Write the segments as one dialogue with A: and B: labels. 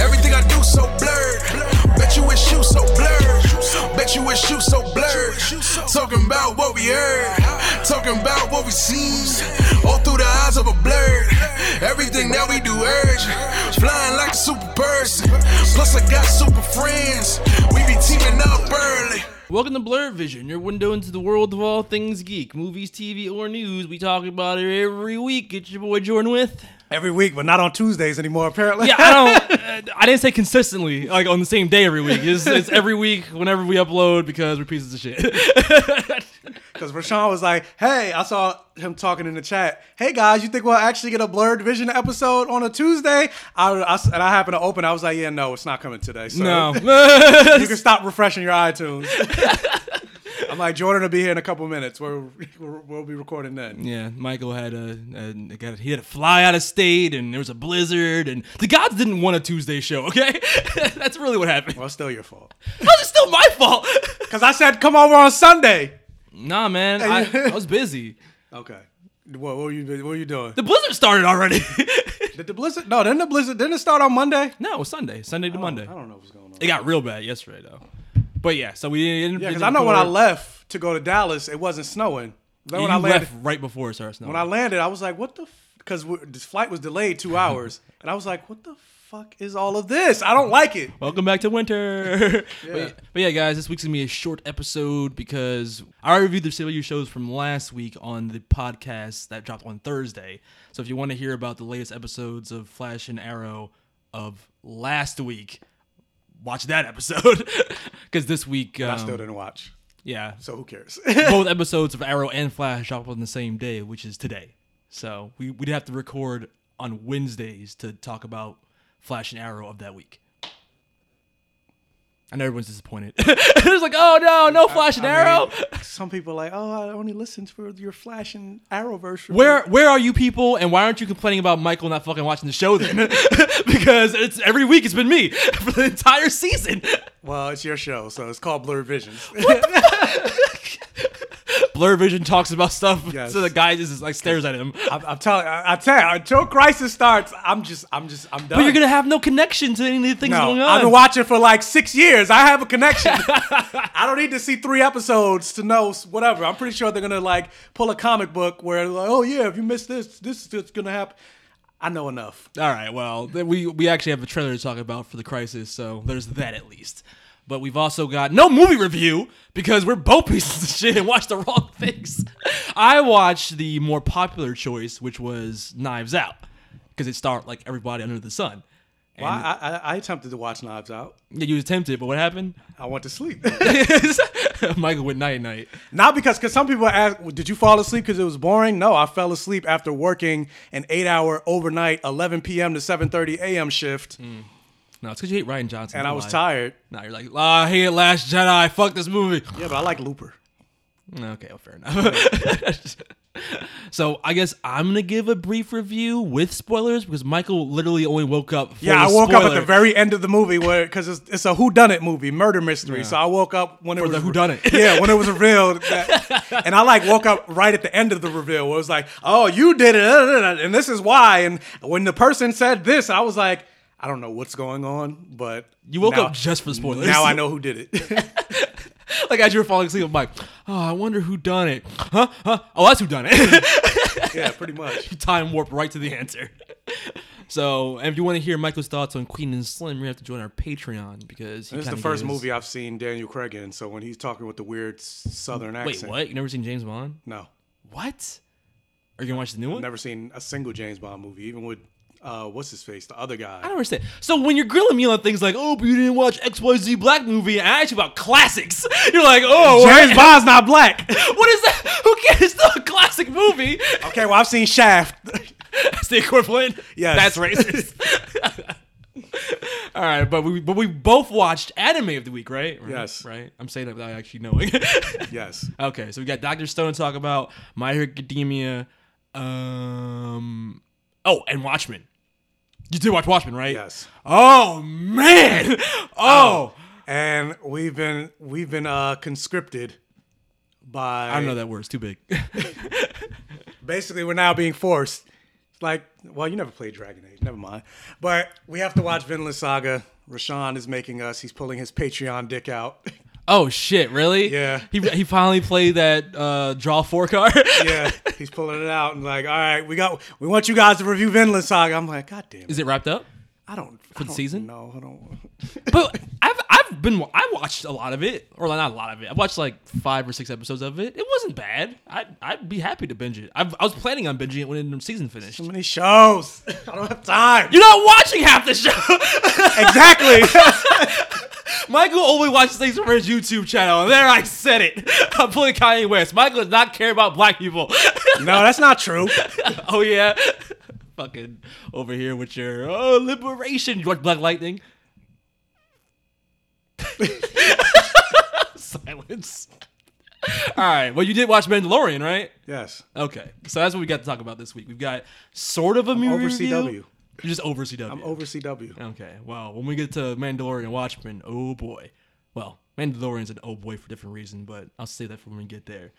A: Everything I do so blurred. Bet you wish you so blurred. Bet you wish you so blurred. Talking about what we heard. Talking about what we seen. All through the eyes of a blur. Everything that we do urge. Flying like a super person. Plus I got super friends. We be teaming up early.
B: Welcome to Blur Vision, your window into the world of all things geek, movies, TV, or news. We talk about it every week. It's your boy Jordan with.
C: Every week, but not on Tuesdays anymore, apparently.
B: Yeah, I don't. uh, I didn't say consistently, like on the same day every week. It's, it's every week whenever we upload because we're pieces of shit.
C: Because Rashawn was like, hey, I saw him talking in the chat. Hey, guys, you think we'll actually get a Blurred Vision episode on a Tuesday? I, I- and I happened to open. I was like, yeah, no, it's not coming today. So
B: no.
C: you can stop refreshing your iTunes. I'm like, Jordan will be here in a couple minutes. We're, we're, we'll be recording then.
B: Yeah, Michael had a, a got he had to fly out of state, and there was a blizzard, and the gods didn't want a Tuesday show. Okay, that's really what happened.
C: Well, it's still your fault.
B: How's it still my fault?
C: Because I said, come over on Sunday.
B: nah, man, I, I was busy.
C: Okay. What, what, were, you, what were you doing?
B: The blizzard started already.
C: Did the blizzard? No, didn't the blizzard? Didn't it start on Monday?
B: no, it was Sunday, Sunday to Monday.
C: Oh, I don't know what's going on.
B: It got real bad yesterday though. But yeah, so we didn't.
C: Yeah, because
B: didn't
C: I know when I
B: record.
C: left to go to Dallas, it wasn't snowing. Then
B: You
C: when I landed,
B: left right before it started snowing.
C: when I landed, I was like, "What the?" Because this flight was delayed two hours, and I was like, "What the fuck is all of this? I don't like it."
B: Welcome back to winter. but, but yeah, guys, this week's gonna be a short episode because I reviewed the CW shows from last week on the podcast that dropped on Thursday. So if you want to hear about the latest episodes of Flash and Arrow of last week, watch that episode because this week,
C: I still
B: um,
C: didn't watch,
B: yeah,
C: so who cares?
B: both episodes of Arrow and Flash drop on the same day, which is today. So we, we'd have to record on Wednesdays to talk about Flash and Arrow of that week. I know everyone's disappointed. it's like, oh no, no Flash and Arrow.
C: Some people are like, "Oh, I only listened for your Flash and Arrowverse." review."
B: Where where are you people, and why aren't you complaining about Michael not fucking watching the show then? because it's every week it's been me for the entire season.
C: Well, it's your show, so it's called Blurred Visions.
B: Blur Vision talks about stuff,
C: Yes.
B: so the guy just like stares at him.
C: I'm, I'm telling, I, I tell you, until Crisis starts, I'm just, I'm just, I'm done.
B: But you're gonna have no connection to any of the things
C: No,
B: going on.
C: I've been watching for like six years. I have a connection. I don't need to see three episodes to know s- whatever. I'm pretty sure they're gonna like pull a comic book where like, oh yeah, if you miss this, this is what's gonna happen. I know enough.
B: All right. Well, th- we we actually have a trailer to talk about for the crisis, so there's that at least. But we've also got no movie review because we're both pieces of shit and watched the wrong things. I watched the more popular choice, which was Knives Out, because it starred like everybody under the sun.
C: Well, I, I, I attempted to watch Knives Out.
B: Yeah, you attempted, but what happened?
C: I went to sleep.
B: Michael went night night.
C: Not because, because some people ask, "Well, did you fall asleep because it was boring? No, I fell asleep after working an eight-hour overnight, 11 p.m. to 7:30 a.m. shift,
B: Mm, No, it's because you hate Ryan Johnson.
C: and
B: you
C: I was
B: lie.
C: tired.
B: Now you're like, oh, I hate Last Jedi. Fuck this movie.
C: Yeah, but I like Looper.
B: Okay, well, fair enough. so I guess I'm gonna give a brief review with spoilers because Michael literally only woke up. For
C: Yeah, I
B: the
C: woke up at
B: spoiler
C: the very end of the movie where because it's, it's a whodunit movie, murder mystery. So I woke up when it was
B: the whodunit.
C: Yeah, when it was revealed, that, and I like woke up right at the end of the reveal where it was like, "Oh, you did it," and this is why. And when the person said this, I was like, "I don't know what's going on," but
B: You woke
C: now-
B: up just for the spoilers.
C: Now I know who did it.
B: like as you were falling asleep, I'm like, oh, I wonder who done it. Huh? Huh? Oh, that's who done it.
C: yeah, pretty much.
B: Time warp right to the answer. So, and if you want to hear Michael's thoughts on Queen and Slim, you have to join our Patreon because he
C: This is the
B: kinda
C: first
B: gives-
C: movie I've seen Daniel Craig in. So when he's talking with the weird s- Southern
B: Wait,
C: accent,
B: what? You never seen James Bond?
C: No,
B: What? Are you gonna watch the new one?
C: never seen a single James Bond movie, even with. Uh, what's his face? The other guy.
B: I don't understand. So when you're grilling me on things like, oh, but you didn't watch XYZ Black movie, and I asked you about classics, you're like, oh,
C: James Bond's not black.
B: what is that? Who cares? It's not a classic movie.
C: Okay, well I've seen Shaft.
B: That's the equivalent.
C: Yes.
B: That's racist. All All right, but we but we both watched anime of the week, right? Right,
C: Yes.
B: Right. I'm saying that without actually knowing.
C: Yes.
B: Okay, so we got Doctor Stone to talk about My Hero Academia. Um. Oh, and Watchmen. You did watch Watchmen, right?
C: Yes.
B: Oh man. Oh.
C: And we've been we've been uh, conscripted by
B: I don't know that word. It's too big.
C: basically we're now being forced. It's like, well, you never played Dragon Age, never mind. But we have to watch Vinland Saga. Rashawn is making us. He's pulling his Patreon dick out.
B: oh shit! Really?
C: Yeah.
B: He he finally played that uh, draw four card.
C: yeah, he's pulling it out and like, all right, we got, we want you guys to review Vinland Saga. I'm like, god damn, it.
B: Is it wrapped up?
C: I don't for
B: the season?
C: No, I don't.
B: But I've I've been I watched a lot of it, or not a lot of it. I watched like five or six episodes of it. It wasn't bad. I'd I'd be happy to binge it. i I was planning on binging it when the season finished.
C: Too many shows. I don't have time.
B: You're not watching half the show.
C: exactly.
B: Michael only watches things from his YouTube channel. and There, I said it. I'm pulling Kanye West. Michael does not care about black people.
C: no, that's not true.
B: oh yeah, fucking over here with your oh liberation. You watch Black Lightning? Silence. All right. Well, you did watch Mandalorian, right?
C: Yes.
B: Okay. So that's what we got to talk about this week. We've got sort of a movie
C: over
B: review.
C: CW.
B: You're just over CW.
C: I'm over CW.
B: Okay. Well, when we get to Mandalorian Watchmen, oh boy. Well, Mandalorian's an oh boy for different reason, but I'll save that for when we get there.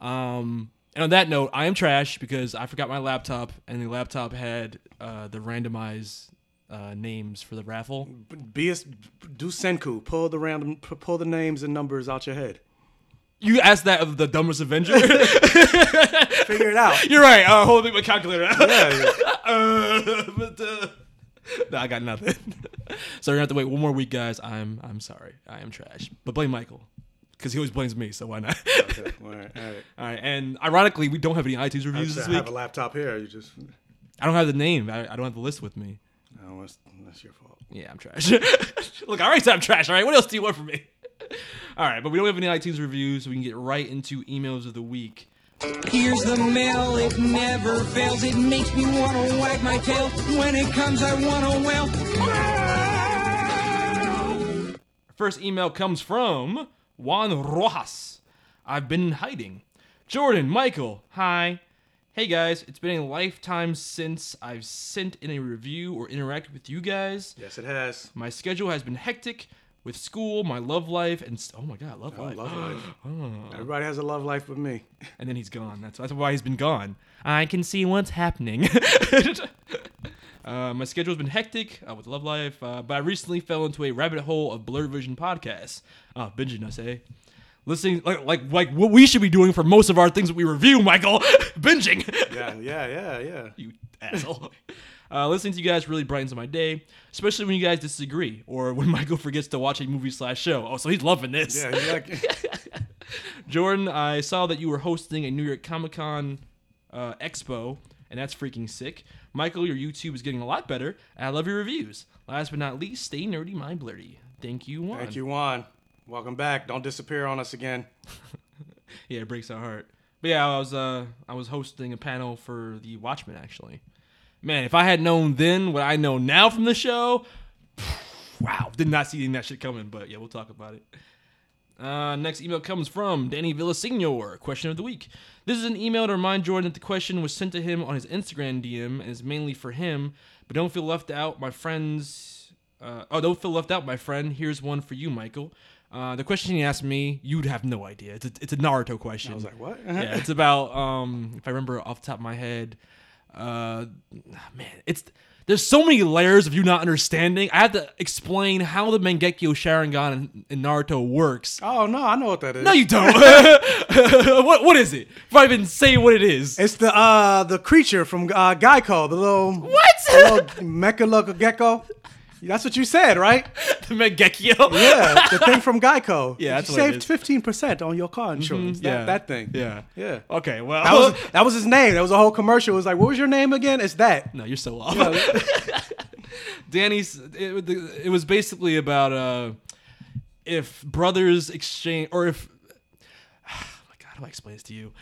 B: Um, and on that note, I am trash because I forgot my laptop, and the laptop had uh, the randomized uh, names for the raffle.
C: BS, do Senku. Pull the random, pull the names and numbers out your head.
B: You asked that of the dumbest Avenger.
C: Figure it out.
B: You're right. Uh, hold me my calculator.
C: Yeah, yeah.
B: uh, but, uh, no, I got nothing. so we're gonna have to wait one more week, guys. I'm I'm sorry. I am trash. But blame Michael, because he always blames me. So why not?
C: Okay, all right, all right.
B: All right, and ironically, we don't have any iTunes reviews this
C: I
B: week.
C: have a laptop here. You just,
B: I don't have the name. I, I don't have the list with me.
C: no, that's, that's your fault.
B: Yeah, I'm trash. Look, I already said I'm trash. All right, what else do you want from me? All right, but we don't have any iTunes reviews, so we can get right into emails of the week.
D: Here's the mail, it never fails. It makes me wanna wag my tail. When it comes, I wanna wail.
B: First email comes from Juan Rojas. I've been in hiding. Jordan, Michael, hi. Hey guys, it's been a lifetime since I've sent in a review or interacted with you guys.
C: Yes, it has.
B: My schedule has been hectic with school, my love life, and s- oh my god, Oh. love life.
C: Love life. Everybody has a love life but me.
B: And then he's gone. That's that's why he's been gone. I can see what's happening. uh, my schedule's been hectic uh, with love life, uh, but I recently fell into a rabbit hole of Blurred Vision podcasts. Uh, binging, I say. Listening, like, like, like what we should be doing for most of our things that we review, Michael. binging.
C: Yeah, yeah, yeah, yeah.
B: you asshole. Uh, listening to you guys really brightens my day, especially when you guys disagree or when Michael forgets to watch a movie slash show. Oh, so he's loving this.
C: Yeah, he's like,
B: Jordan, I saw that you were hosting a New York Comic Con uh, expo, and that's freaking sick. Michael, your YouTube is getting a lot better, and I love your reviews. Last but not least, stay nerdy, mind blurry. Thank you, Juan.
C: thank you, Juan. Welcome back. Don't disappear on us again.
B: Yeah, it breaks our heart. But yeah, I was uh, I was hosting a panel for the Watchmen actually. Man, if I had known then what I know now from the show, wow, did not see any of that shit coming. But yeah, we'll talk about it. Uh, next email comes from Danny Villasenor. Question of the week. This is an email to remind Jordan that the question was sent to him on his Instagram DM and is mainly for him. But don't feel left out, my friends. Uh, oh, don't feel left out, my friend. Here's one for you, Michael. Uh, the question he asked me, you'd have no idea. It's a, it's a Naruto question. I was
C: Like, what?
B: yeah, it's about um, if I remember off the top of my head, uh, man, it's there's so many layers of you not understanding. I have to explain how the Mangekyo Sharingan in, in Naruto works.
C: Oh, no, I know what that is.
B: No, you don't. what what is it? If I even say what it is,
C: It's the uh the creature from uh, Geico, the little
B: what
C: little mecha local gecko. That's what you said, right?
B: the Mangekyo?
C: Yeah, the thing from Geico.
B: Yeah,
C: you
B: that's what it
C: saved
B: is.
C: fifteen percent on your car insurance. That,
B: yeah.
C: that thing.
B: Yeah.
C: yeah.
B: Okay. Well,
C: That was that was his name. That was a whole commercial. It was like, what was your name again? It's that.
B: No, you're so off. Danny's. It, the- it was basically about uh, if brothers exchange, or if. Oh my God, how do I explain this to you?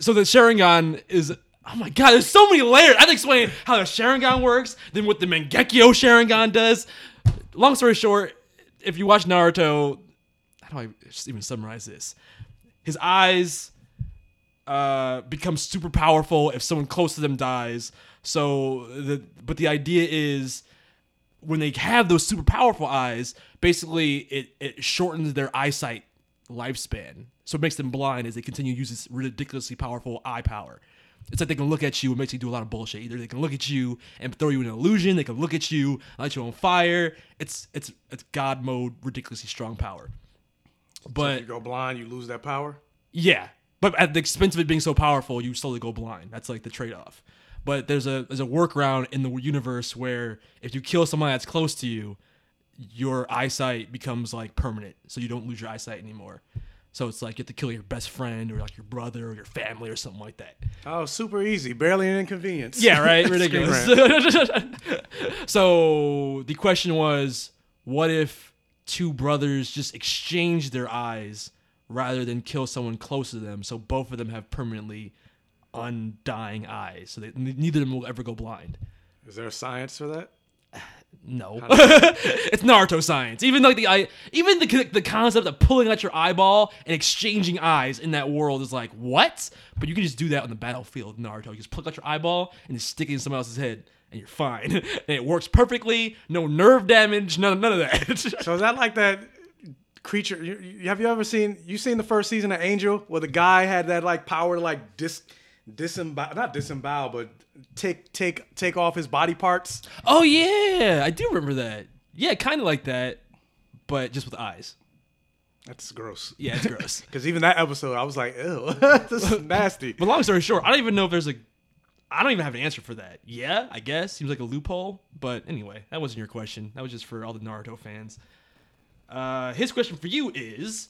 B: So the Sharingan is. Oh my God, there's so many layers. I have to explain how the Sharingan works, then what the Mangekyo Sharingan does. long story short, if you watch Naruto, how do I just even summarize this? His eyes uh, become super powerful if someone close to them dies. So the but the idea is when they have those super powerful eyes, basically it, it shortens their eyesight lifespan. So it makes them blind as they continue to use this ridiculously powerful eye power. It's like they can look at you and makes you do a lot of bullshit. Either they can look at you and throw you in an illusion, they can look at you, light you on fire. It's it's it's god mode ridiculously strong power. But
C: You go blind, you lose that power.
B: yeah, but at the expense of it being so powerful, you slowly go blind. That's like the trade-off. But there's a there's a workaround in the universe where if you kill someone that's close to you, your eyesight becomes like permanent, so you don't lose your eyesight anymore. So it's like you have to kill your best friend or like your brother or your family or something like that.
C: Oh, super easy, barely an inconvenience.
B: Yeah, right. Ridiculous. so the question was, what if two brothers just exchange their eyes rather than kill someone close to them, so both of them have permanently undying eyes, so that neither of them will ever go blind.
C: Is there a science for that?
B: No, it's Naruto science. Even like the eye, even the the concept of pulling out your eyeball and exchanging eyes in that world is like what? But you can just do that on the battlefield, in Naruto. You just pluck out your eyeball and just stick it in someone else's head, and you're fine. and it works perfectly. No nerve damage. None none of that.
C: So is that like that creature? You, you, have you ever seen? You seen the first season of Angel, where the guy had that like power to like dis disembowel, not disembowel, but take take take off his body parts.
B: oh yeah, I do remember that. Yeah, kind of like that, but just with eyes.
C: That's gross.
B: Yeah, it's gross.
C: Because even that episode, I was like, ew, this is nasty.
B: But long story short, I don't even know if there's a. I don't even have an answer for that. Yeah, I guess seems like a loophole. But anyway, that wasn't your question. That was just for all the Naruto fans. Uh, his question for you is: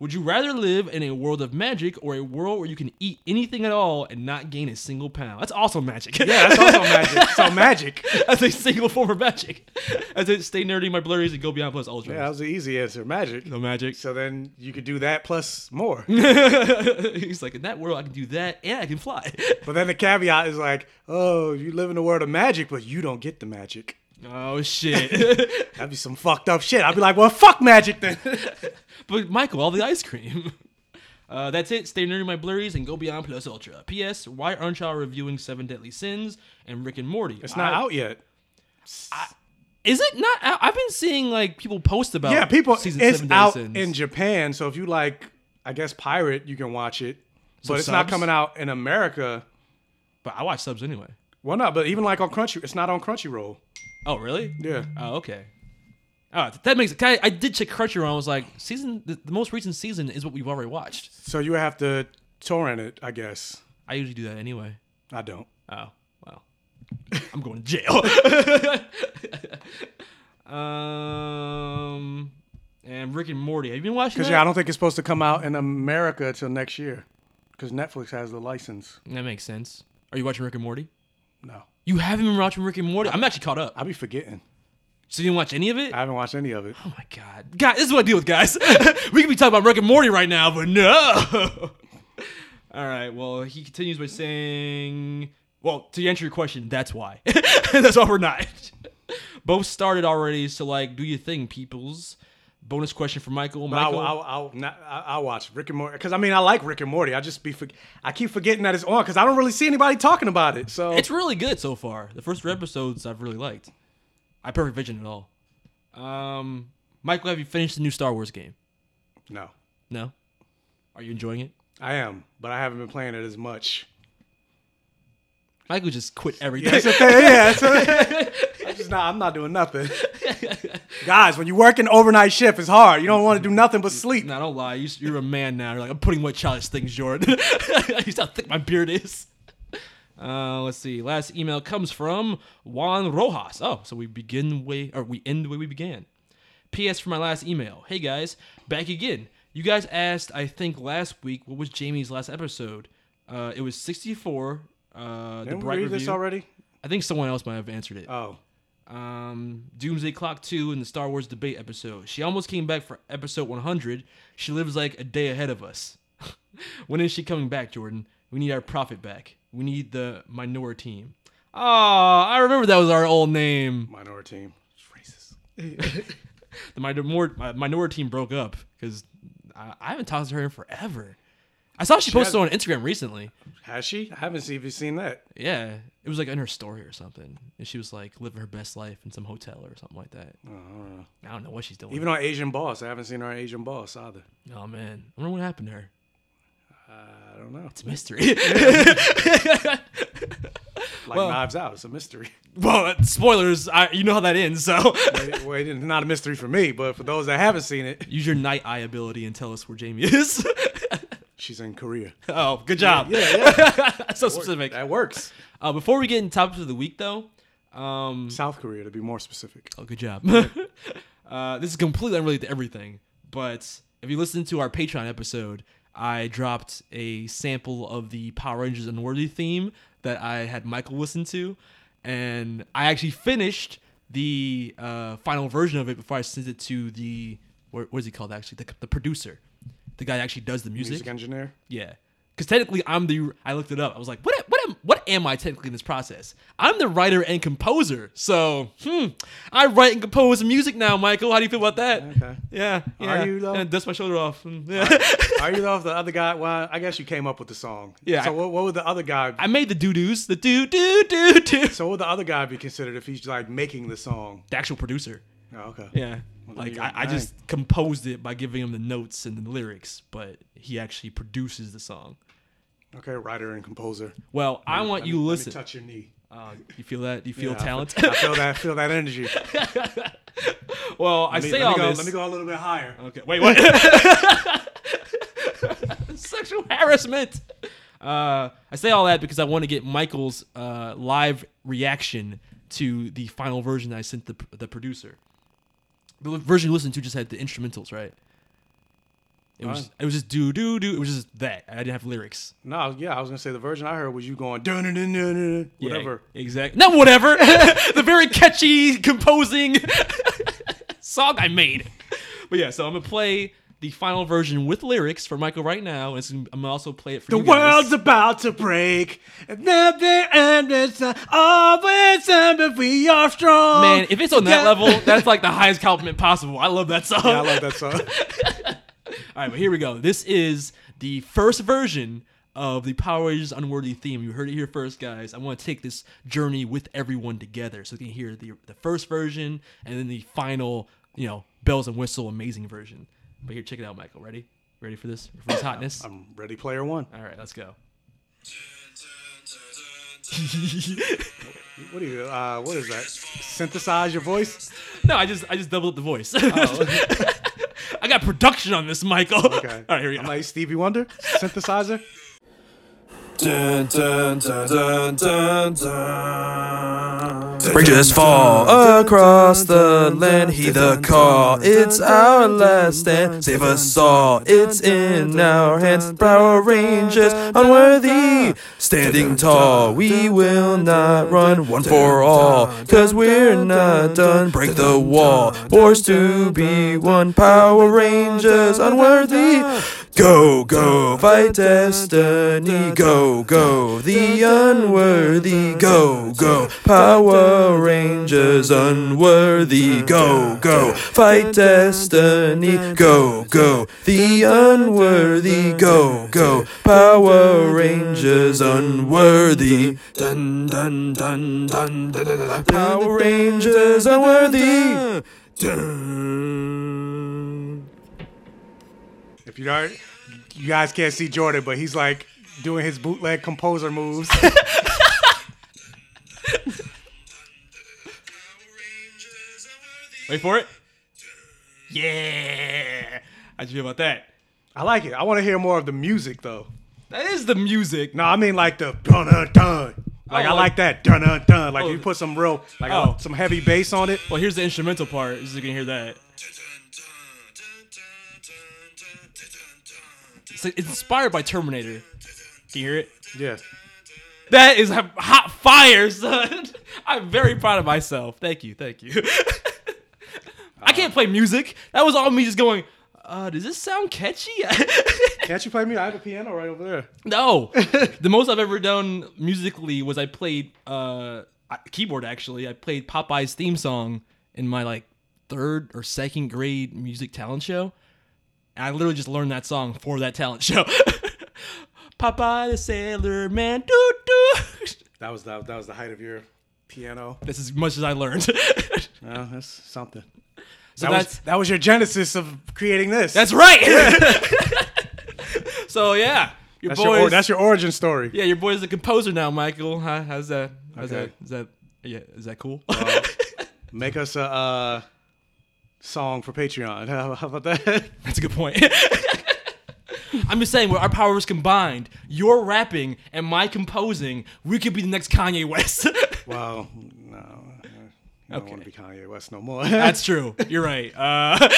B: Would you rather live in a world of magic or a world where you can eat anything at all and not gain a single pound? That's also magic.
C: Yeah, that's also magic. So magic.
B: that's a single form of magic. As it stay nerdy, my blurries, and go beyond plus ultra.
C: Yeah, that was the easy answer. Magic.
B: no magic.
C: So then you could do that plus more.
B: He's like, in that world, I can do that and I can fly.
C: But then the caveat is like, oh, you live in a world of magic, but you don't get the magic.
B: oh shit.
C: That'd be some fucked up shit. I'd be like, well, fuck magic then.
B: But Michael, all the ice cream. Uh, that's it. Stay nerdy, my blurries, and go beyond Plus Ultra. P.S. Why aren't y'all reviewing Seven Deadly Sins and Rick and Morty?
C: It's not
B: I-
C: out yet.
B: Is it not out? I've been seeing like people post about.
C: Yeah, people,
B: Oh, Season
C: it's
B: Seven Deadly
C: out
B: Sins.
C: in Japan. So if you like, I guess, pirate, you can watch it. But it's
B: subs?
C: not coming out in America.
B: but I watch subs anyway.
C: Well, not, but even like on Crunchy, it's not on Crunchyroll.
B: Oh really?
C: Yeah.
B: Oh okay. Oh, that makes. I, I did check Crunchyroll. and I was like, season the, the most recent season is what we've already watched.
C: So you have to torrent it, I guess.
B: I usually do that anyway.
C: I don't.
B: Oh, well. I'm going to jail. um, and Rick and Morty. Have you been watching
C: Because
B: that?
C: yeah, I don't think it's supposed to come out in America till next year. Because Netflix has the license.
B: that makes sense. Are you watching Rick and Morty?
C: No,
B: You haven't been watching Rick and Morty? I'm actually caught up.
C: I'll be forgetting.
B: So you didn't watch any of it?
C: I haven't watched any of it.
B: oh my god. God, this is what I deal with, guys. we could be talking about Rick and Morty right now, but no. All right. Well, he continues by saying, well, to answer your question, that's why. that's why we're not. Both started already, so like, do your thing, peoples. Bonus question for Michael.
C: I'll,
B: Michael,
C: I'll, I'll, not, I'll I'll watch Rick and Morty because I mean I like Rick and Morty. I just be for, I keep forgetting that it's on because I don't really see anybody talking about it. So
B: it's really good so far. The first three episodes I've really liked. I perfect vision at all. Um, Michael, have you finished the new Star Wars game?
C: no,
B: No. Are you enjoying it?
C: I am, but I haven't been playing it as much.
B: Michael just quit everything.
C: That's the thing, yeah, it's I'm just not. I'm not doing nothing. Guys, when you work an overnight shift, it's hard. You don't want to do nothing but sleep.
B: Nah, don't lie. You, you're a man now. You're like, I'm putting what childish things, Jordan. you how thick my beard is. Uh, let's see. Last email comes from Juan Rojas. Oh, so we begin way, or we end the way we began. P.S. for my last email. Hey guys, back again. You guys asked, I think last week, what was Jamie's last episode? Uh, it was 64. Uh, the
C: Didn't we
B: Bright
C: read this
B: Review.
C: already?
B: I think someone else might have answered it
C: Oh,
B: um, Doomsday Clock 2 in the Star Wars debate episode. She almost came back for episode 100. She lives like a day ahead of us. when is she coming back, Jordan? We need our prophet back. We need the Minor team. Ah, I remember that was our old name.
C: minor team. It's racist.
B: the minor, more, my minority team broke up because I, I haven't talked to her in forever. I saw she, posted on Instagram recently.
C: Has she? I haven't seen if you've seen that.
B: Yeah, it was like in her story or something, and she was like living her best life in some hotel or something like that. I don't know. what she's doing.
C: Even on Asian Boss, I haven't seen our Asian Boss either.
B: oh man, I wonder what happened to her.
C: I don't know.
B: It's a mystery.
C: Like Knives Out, it's a mystery.
B: well, uh, spoilers. I, you know how that ends. So
C: It- well, it's not a mystery for me, but for those that haven't seen it,
B: use your night eye ability and tell us where Jamie is.
C: she's in Korea.
B: oh, good job.
C: Yeah,
B: so specific.
C: that works.
B: Uh, before we get into topics of the week, though, um,
C: South Korea, to be more specific.
B: oh, good job. uh, this is completely unrelated to everything, but if you listen to our Patreon episode, I dropped a sample of the Power Rangers Unworthy theme that I had Michael listen to, and I actually finished the uh, final version of it before I sent it to the what, what is he called actually the, the producer, the guy that actually does the
C: Music engineer.
B: Yeah. Because technically, I'm the. I looked it up. I was like, what? Am, what am? What am I technically in this process? I'm the writer and composer. So, hmm, I write and compose music now, Michael. How do you feel about that?
C: Okay.
B: Yeah. yeah.
C: you, though?
B: And dust my shoulder off. Mm, yeah.
C: Are you though if the other guy? Well, I guess you came up with the song.
B: Yeah,
C: So
B: I-
C: what, what would the other guy?
B: I made the doo doos. The doo doo doo doo.
C: so what would the other guy be considered if he's like making the song?
B: The actual producer.
C: Oh, okay.
B: Yeah.
C: there
B: Like
C: you
B: I,
C: go.
B: I just composed it by giving him the notes and the lyrics, but he actually produces the song.
C: Okay. Writer and composer.
B: Well, I want
C: Let
B: you to
C: me- let me
B: listen.
C: touch your knee.
B: Uh, you feel that? You feel
C: Yeah, I feel-
B: talent?
C: I feel that. I feel that energy. Let
B: well, I
C: me,
B: say
C: let me
B: all
C: go,
B: this. Uh,
C: Let me go a little bit higher.
B: Okay, wait, what? Sexual harassment. Uh, I say all that because I want to get Michael's uh, live reaction to the final version I sent the, the producer. The version you listened to just had the instrumentals, right? It was it was just do do do. It was just that. I didn't have lyrics.
C: No, yeah, I was gonna say the version I heard was you going dun dun dun dun dun, whatever.
B: exactly. Not whatever. the very catchy composing song I made. But yeah, so I'm gonna play the final version with lyrics for Michael right now, and it's- I'm gonna also play it for
C: The
B: you guys.
C: world's about to break. And nothing and it's uh, always end, but we are strong.
B: Man, if it's on that
C: Yeah.
B: level, that's like the highest compliment possible. I love that song.
C: yeah, I love that song.
B: All right, but here we go. This is the first version of the Power Rangers Unworthy theme. You heard it here first, guys. I want to take this journey with everyone together, so you can hear the the first version and then the final, you know, bells and whistle, amazing version. But here, check it out, Michael. Ready? Ready for this? For this hotness? All
C: I'm Ready Player One.
B: right, let's go.
C: What do you? Uh, what is that? Synthesize your voice.
B: No, I just I just doubled up the voice.
C: Oh,
B: I got production on this, Michael.
C: Okay.
B: All right, here we go.
C: I'm like Stevie Wonder. Synthesizer.
E: Bridges fall across the land, heed the call. It's our last stand, save us all. It's in our hands. Power Rangers, unworthy, standing tall. We will not run one for all, cause we're not done. Break the wall, forced to be one. Power Rangers, unworthy. Go, go, fight destiny. Go, go, the unworthy. Go, go, Power Rangers unworthy. Go, go, fight destiny. Go, go, the unworthy. Go, go, Power Rangers unworthy. Dun, dun, dun, dun, dun, dun, dun, dun. Power Rangers unworthy. Dun.
C: If you don't, you guys can't see Jordan, but he's like doing his bootleg composer moves.
B: Wait for it. Yeah. How'd you feel about that?
C: I like it. I want to hear more of the music though.
B: That is the music.
C: No, I mean like the dun dun dun. Like
B: Oh,
C: I
B: like-
C: like that dun dun dun. Like
B: Oh,
C: you put some real like a-
B: oh.
C: some heavy bass on it.
B: Well, here's the instrumental part. You're just gonna hear that. It's, like, it's inspired by Terminator. Can you hear it?
C: Yeah.
B: That is h- hot fire, son. I'm very proud of myself. Thank you, thank you. I can't play music. That was all me just going. Uh, does this sound catchy?
C: Can't you play me? I have a piano right over there.
B: No, the most I've ever done musically was I played uh I- keyboard. Actually, I played Popeye's theme song in my like third or second grade music talent show. And I literally just learned that song for that talent show. Papa the Sailor Man, doo doo.
C: That was that, that was the height of your piano.
B: That's as much as I learned.
C: Well, Uh, that's something.
B: so
C: that
B: that's
C: was that was your genesis of creating this.
B: that's right. so yeah, your
C: that's
B: boys.
C: your or, that's your origin story.
B: yeah, your boy's a composer now, Michael. How, how's that? How's
C: Okay.
B: that? Is that yeah? Is that cool?
C: Make us a uh, song for Patreon. How about that?
B: That's a good point. I'm just saying, with our powers combined, your rapping and my composing, we could be the next Kanye West.
C: Well, no. I don't want to be Kanye West no more.
B: That's true. You're right. Uh,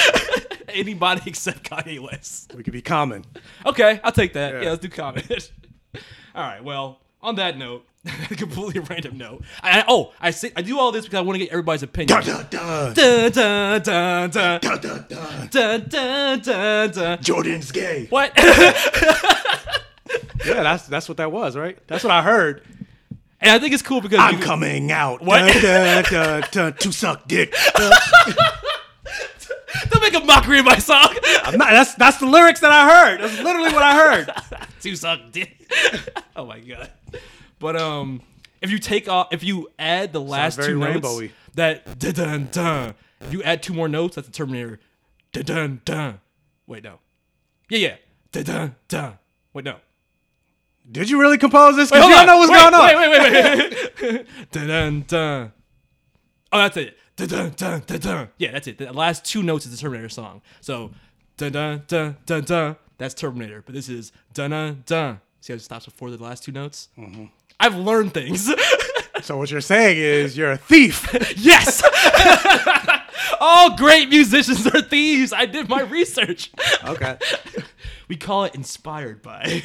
B: anybody except Kanye West.
C: we could be common.
B: Okay, I'll take that. Yeah,
C: Yeah.
B: let's do comment. all right. Well, on that note, completely random note. I, I- oh, I say, I do all this because I want to get everybody's opinion.
C: Duh, duh.
B: Dun, dun, dun, dun,
C: Duh, duh, duh.
B: dun, dun, dun, dun.
C: Jordan's gay.
B: What?
C: Yeah, that's that's what that was, right? That's what I heard.
B: and I think it's cool because
C: I'm
B: you-
C: coming out.
B: What?
C: Duh, duh, duh, duh, to suck dick. Duh.
B: don't make a mockery of my song.
C: I'm not- that's that's the lyrics that I heard. That's literally what I heard.
B: to suck dick. oh my god. But um, if you take off, if you add the last
C: very
B: two
C: rainbowy.
B: notes, that dun dun dun. If you add two more notes, that's the Terminator. Dun dun dun. Wait no. Yeah yeah. Dun dun dun. Wait no.
C: Did you really compose this?
B: Wait,
C: Because you don't know what's
B: wait,
C: going on.
B: Wait wait wait wait. dun dun dun. Oh, that's it. Dun dun dun dun dun. Yeah, that's it. The last two notes is the Terminator song. So dun dun dun dun dun. That's Terminator, but this is dun dun dun. See how it stops before the last two notes? Mm-hmm. I've learned things.
C: So what you're saying is you're a thief.
B: yes. All great musicians are thieves. I did my research.
C: Okay.
B: We call it inspired by.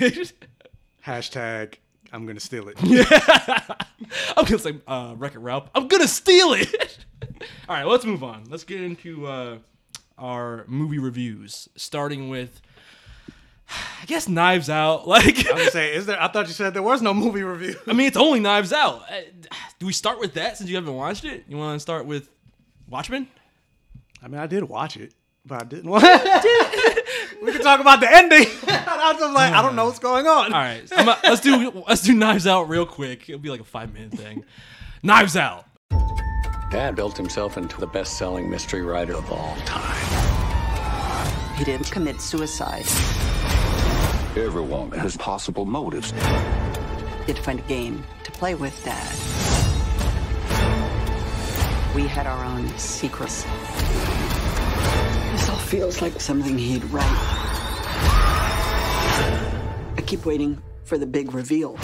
C: Hashtag I'm gonna steal it.
B: I'm gonna say uh, Wreck It Ralph. I'm gonna steal it. All right, let's move on. Let's get into uh, our movie reviews, starting with I guess Knives Out. Like,
C: I was saying, is there? I thought you said there was no movie review.
B: I mean, it's only Knives Out. Uh, Do we start with that since you haven't watched it? You want to start with Watchmen?
C: I mean, I did watch it, but I didn't watch it. we can talk about the ending. I was just like, I don't know what's going on.
B: All right, I'm not- let's do let's do Knives Out real quick. It'll be like a five minute thing. Knives Out.
F: Dad built himself into the best selling mystery writer of all time.
G: He didn't commit suicide.
F: Everyone has possible motives.
G: Did find a game to play with Dad. We had our own secrets. This all feels like something he'd write. I keep waiting for the big reveal.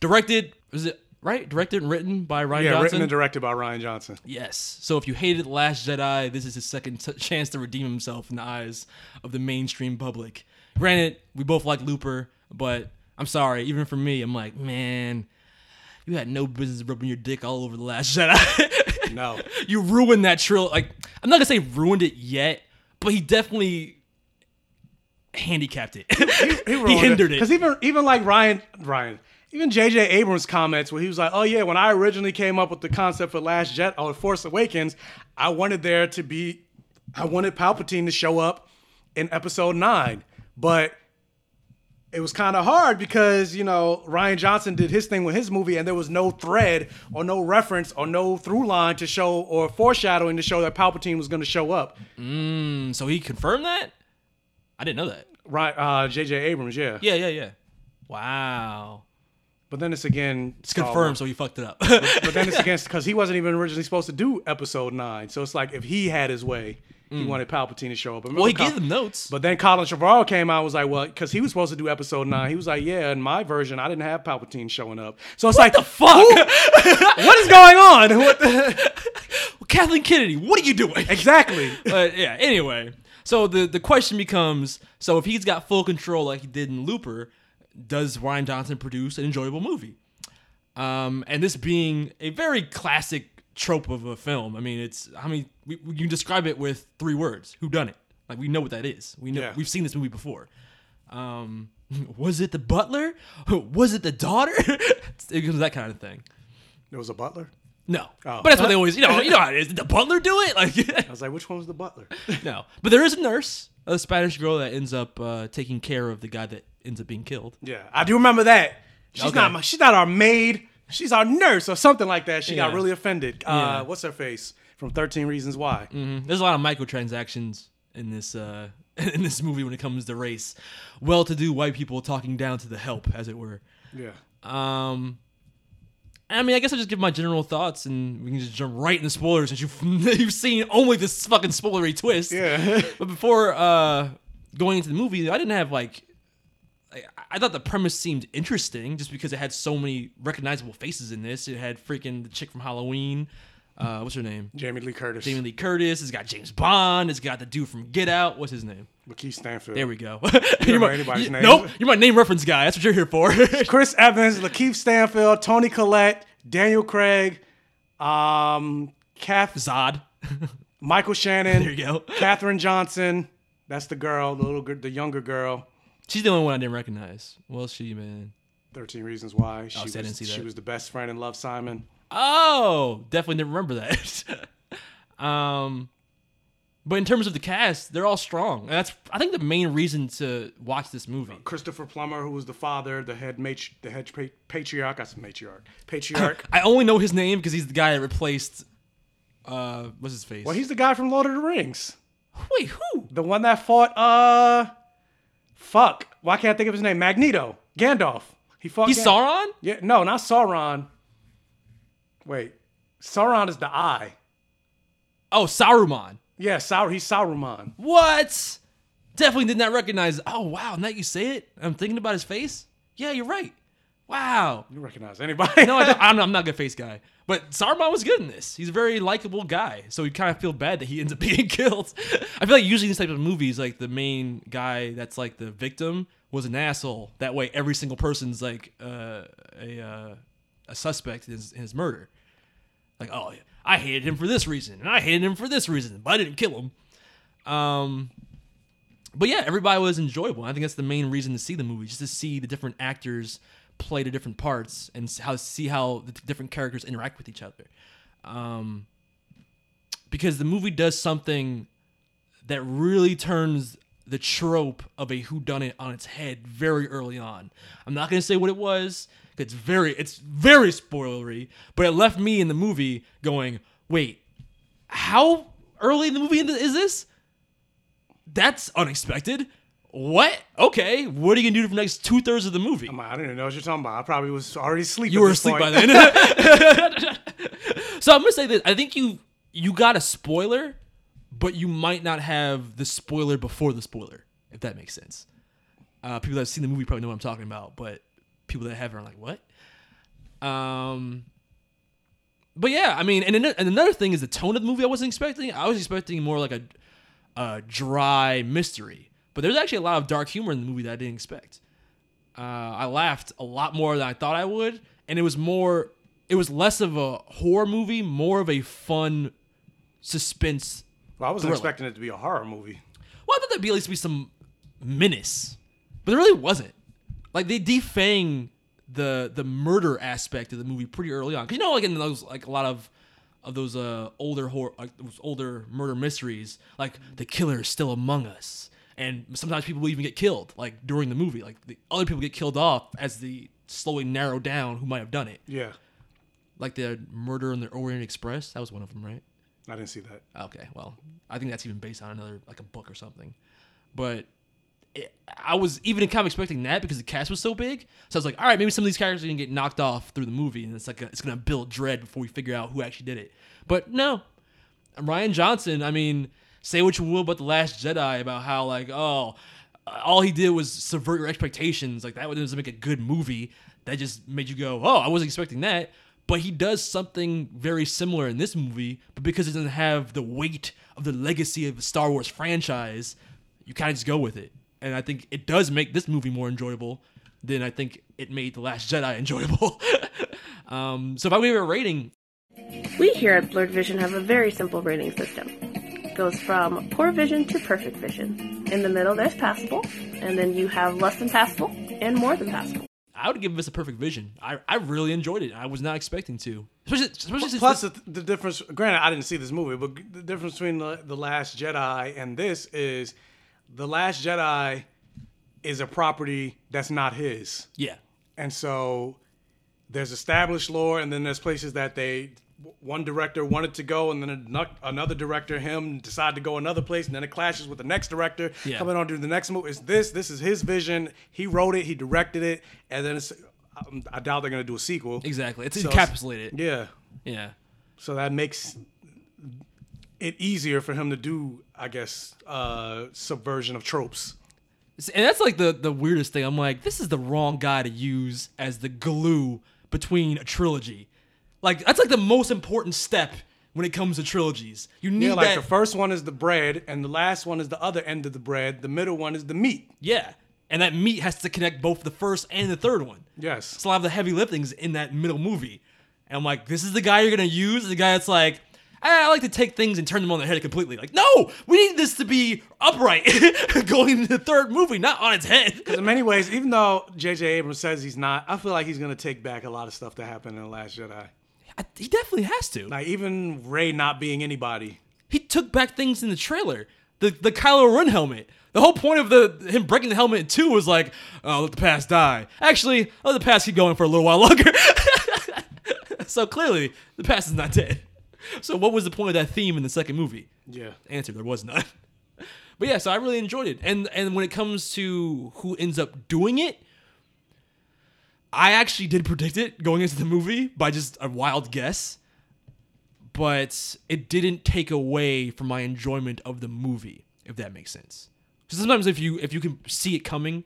B: Directed is it right? Directed and written by Ryan
C: Yeah,
B: Johnson.
C: written and directed by Ryan Johnson.
B: Yes. So if you hated The Last Jedi, this is his second t- chance to redeem himself in the eyes of the mainstream public. Granted, we both like Looper, but I'm sorry, even for me, I'm like, man, you had no business rubbing your dick all over The Last Jedi.
C: No.
B: you ruined that trill. Like, I'm not gonna say ruined it yet, but he definitely handicapped it. he hindered it.
C: Because even even like Ryan Ryan. Even J.J. Abrams' comments, where he was like, "Oh yeah, when I originally came up with the concept for Last Jet or Force Awakens, I wanted there to be, I wanted Palpatine to show up in Episode Nine, but it was kind of hard because you know Ryan Johnson did his thing with his movie, and there was no thread or no reference or no through line to show or foreshadowing to show that Palpatine was going to show up."
B: Mm, so he confirmed that. I didn't know that.
C: Right, uh, J.J. Abrams, yeah.
B: Yeah, yeah, yeah. Wow.
C: But then it's again
B: It's confirmed, so he fucked it up.
C: But then it's against because he wasn't even originally supposed to do episode nine. So it's like if he had his way, he wanted Palpatine to show up.
B: Mm. well, he gave them notes.
C: But then Colin Trevorrow came out and was like, well, because he was supposed to do episode nine. He was like, yeah, in my version, I didn't have Palpatine showing up. So it's like, the fuck? what is going on? What the-
B: Kathleen Kennedy, what are you doing?
C: exactly.
B: But yeah, anyway. So the, the question becomes so if he's got full control like he did in Looper, does Ryan Johnson produce an enjoyable movie? Um, and this being a very classic trope of a film, I mean, it's how many we, we- you describe it with three words who done it? Like, we know what that is. We know
C: Yeah.
B: we've seen this movie before. Um, was it the butler? Was it the daughter? it was that kind of thing.
C: There was a butler?
B: No, but that's what they always you know you know how it is. Did the butler do it? Like
C: I was like, which one was the butler?
B: no, but there is a nurse, a Spanish girl that ends up uh, taking care of the guy that ends up being killed.
C: Yeah, I do remember that. She's
B: Okay.
C: not my, she's not our maid. She's our nurse or something like that. She got
B: Yeah. Mm.
C: really offended. Uh, What's her face from Thirteen Reasons Why?
B: There's a lot of microtransactions in this uh, in this movie when it comes to race. Well-to-do white people talking down to the help, as it were.
C: Yeah,
B: Um, I mean, I guess I'll just give my general thoughts, and we can just jump right into spoilers since you've you've seen only this fucking spoilery twist.
C: yeah.
B: But before uh, going into the movie, I didn't have like. I- I thought the premise seemed interesting just because it had so many recognizable faces in this. It had freaking the chick from Halloween. Uh, what's her name?
C: Jamie Lee Curtis,
B: Jamie Lee Curtis. It's got James Bond. It's got the dude from Get Out. What's his name?
C: Lakeith Stanfield,
B: There we go.
C: know
B: you're my,
C: anybody's
B: you-
C: name.
B: Nope. You're my name reference guy. That's what you're here for.
C: Chris Evans, Lakeith Stanfield, Tony Collette, Daniel Craig, um, Kath,
B: Zod.
C: Michael Shannon.
B: There you go.
C: Katherine Johnson. That's the girl, the little, gir- the younger girl.
B: She's the only one I didn't recognize. Well, she man.
C: Thirteen Reasons Why.
B: Oh,
C: She
B: see, I
C: was,
B: didn't see
C: She
B: that.
C: was the best friend in Love Simon.
B: Oh, definitely didn't remember that. um, but in terms of the cast, they're all strong. And that's I think the main reason to watch this movie.
C: Christopher Plummer, who was the father, the head matri- the head pa- patriarch. I said matriarch, patriarch.
B: I only know his name because he's the guy that replaced. Uh, what's his face?
C: well, he's the guy from Lord of the Rings,
B: Wait, who?
C: the one that fought. Uh, fuck. Why can't I think of his name? Magneto, Gandalf. He fought.
B: He's
C: Gan-
B: Sauron.
C: Yeah, no, not Sauron. Wait, Sauron is the eye.
B: Oh, Saruman.
C: Yeah, Saur. He's Sauron.
B: What? Definitely did not recognize. Oh wow, now you say it. I'm thinking about his face. Yeah, you're right. Wow.
C: You recognize anybody?
B: No, I don't, I'm, I'm not a good face guy. But Saruman was good in this. He's a very likable guy, so you kind of feel bad that he ends up being killed. I feel like usually in these type of movies, like the main guy that's like the victim was an asshole. That way, every single person's like uh, a uh, a suspect in his, in his murder. Like, oh, I hated him for this reason, and I hated him for this reason, but I didn't kill him. Um, but yeah, everybody was enjoyable. I think that's the main reason to see the movie, just to see the different actors play the different parts and s- how see how the different characters interact with each other. Um, because the movie does something that really turns the trope of a whodunit on its head very early on. I'm not gonna say what it was. 'cause It's very it's very spoilery, but it left me in the movie going, wait, how early in the movie is this? That's unexpected. What? Okay, what are you gonna do for the next two thirds of the movie?
C: I don't even know what you're talking about. I probably was already asleep.
B: You
C: at
B: were
C: this
B: asleep by
C: point.
B: then. so I'm gonna say this. I think you you got a spoiler, but you might not have the spoiler before the spoiler, if that makes sense. Uh, people that have seen the movie probably know what I'm talking about, but people that haven't are like, what? Um, but yeah, I mean, and, ano- and another thing is the tone of the movie. I wasn't expecting. I was expecting more like a, a dry mystery, but there's actually a lot of dark humor in the movie that I didn't expect. Uh, I laughed a lot more than I thought I would, and it was more. It was less of a horror movie, more of a fun suspense.
C: Well, I wasn't
B: Thriller.
C: expecting it to be a horror movie.
B: Well, I thought there'd be at least be some menace, but there really wasn't. Like they defang the the murder aspect of the movie pretty early on. 'Cause you know, like in those like a lot of of those uh older horror like those older murder mysteries, like the killer is still among us, and sometimes people will even get killed like during the movie. Like the other people get killed off as the slowly narrow down who might have done it.
C: Yeah,
B: Like the murder in the Orient Express, that was one of them, right?
C: I didn't see that.
B: Okay, well, I think that's even based on another like a book or something. But it, I was even kind of expecting that because the cast was so big. So I was like, all right, maybe some of these characters are gonna get knocked off through the movie, and it's like a, it's gonna build dread before we figure out who actually did it. But no, Ryan Johnson. I mean, say what you will about the Last Jedi about how like oh, all he did was subvert your expectations. Like that doesn't make a good movie. That just made you go, oh, I wasn't expecting that. But he does something very similar in this movie, but because it doesn't have the weight of the legacy of the Star Wars franchise, you kind of just go with it. And I think it does make this movie more enjoyable than I think it made The Last Jedi enjoyable. um, so if I were to give it a rating,
H: We here at Blurred Vision have a very simple rating system. It goes from poor vision to perfect vision. In the middle, there's passable, and then you have less than passable and more than passable.
B: I would give this a perfect vision. I, I really enjoyed it. I was not expecting to, especially, especially since
C: Plus,
B: this-
C: the, the difference. Granted, I didn't see this movie, but g- the difference between the, the Last Jedi and this is, the Last Jedi is a property that's not his,
B: yeah,
C: and so there's established lore, and then there's places that they one director wanted to go, and then ano- another director him decided to go another place, and then it clashes with the next director
B: Yeah.
C: coming on to the next movie. It's this. This is his vision. He wrote it. He directed it, and then it's. um, I- I doubt they're gonna do a sequel.
B: exactly. It's
C: So it's-
B: encapsulated. Yeah.
C: Yeah.
B: yeah,
C: So that makes it easier for him to do, I guess, uh, subversion of tropes.
B: It's- and that's like the the weirdest thing. I'm like, this is the wrong guy to use as the glue between a trilogy. Like that's like the most important step when it comes to trilogies. You need
C: Yeah, like
B: that.
C: the first one is the bread, and the last one is the other end of the bread. The middle one is the meat.
B: yeah, and that meat has to connect both the first and the third one.
C: Yes.
B: It's a lot of the heavy liftings in that middle movie. And I'm like, this is the guy you're gonna use? The guy that's like, "Ah, I like to take things and turn them on their head completely. Like, no, we need this to be upright going into the third movie, not on its head.
C: In many ways, even though J.J. Abrams says he's not, I feel like he's gonna take back a lot of stuff that happened in the Last Jedi.
B: I- he definitely has to.
C: Like even Ray not being anybody.
B: he took back things in the trailer. The the Kylo Ren helmet. The whole point of the him breaking the helmet in two was like, oh, let the past die. Actually, let the past keep going for a little while longer. so clearly, the past is not dead. So what was the point of that theme in the second movie?
C: Yeah.
B: Answer: There was none. But yeah, so I really enjoyed it. And and when it comes to who ends up doing it, I actually did predict it going into the movie by just a wild guess. But it didn't take away from my enjoyment of the movie, if that makes sense. 'Cause sometimes if you if you can see it coming,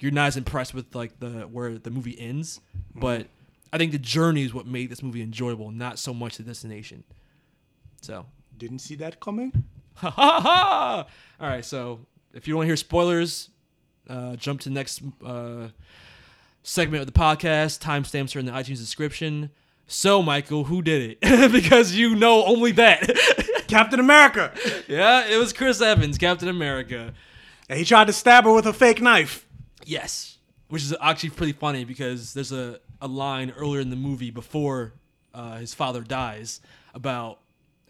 B: you're not as impressed with like the where the movie ends. But I think the journey is what made this movie enjoyable, not so much the destination. So
C: Didn't see that coming.
B: Ha ha ha! All right, so if you want to hear spoilers, uh, jump to the next uh, segment of the podcast. Timestamps are in the iTunes description. So, Michael, who did it? because you know only that.
C: Captain America.
B: yeah, it was Chris Evans, Captain America.
C: And he tried to stab her with a fake knife.
B: Yes. Which is actually pretty funny because there's a, a line earlier in the movie before uh, his father dies about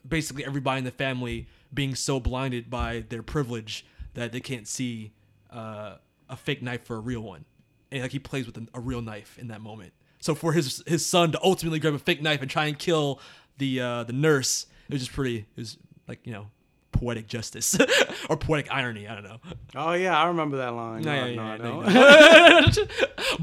B: basically everybody in the family being so blinded by their privilege that they can't see uh, a fake knife for a real one. And like he plays with a, a real knife in that moment. So for his his son to ultimately grab a fake knife and try and kill the uh, the nurse, it was just pretty. It was like you know poetic justice or poetic irony. I don't know.
C: Oh yeah, I remember that line. No,
B: Yeah,
C: no,
B: yeah,
C: I
B: yeah,
C: don't.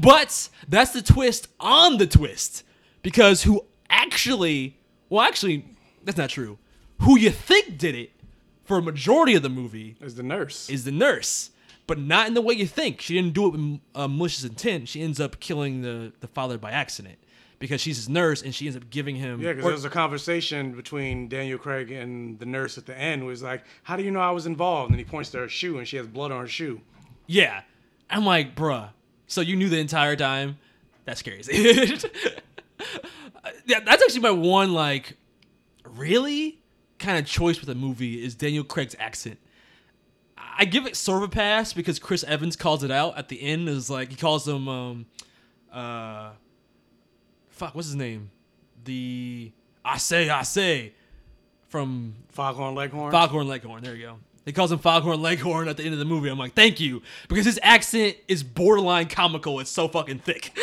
B: But that's the twist on the twist. Because who actually, well, actually, that's not true. Who you think did it for a majority of the movie
C: It's the nurse.
B: is the nurse, but not in the way you think. She didn't do it with uh, malicious intent. She ends up killing the, the father by accident because she's his nurse and she ends up giving him.
C: Yeah, because
B: or-
C: there was a conversation between Daniel Craig and the nurse at the end. Was like, "How do you know I was involved?" And he points to her shoe, and she has blood on her shoe.
B: Yeah. I'm like, bruh. So you knew the entire time? That's crazy. yeah, that's actually my one like really kind of choice with a movie is Daniel Craig's accent. I give it sort of a pass because Chris Evans calls it out at the end. Is like he calls him, um, uh, fuck, what's his name? The I say I say from
C: Foghorn Leghorn.
B: Foghorn Leghorn. There you go. He calls him Foghorn Leghorn at the end of the movie. I'm like, thank you, because his accent is borderline comical. It's so fucking thick.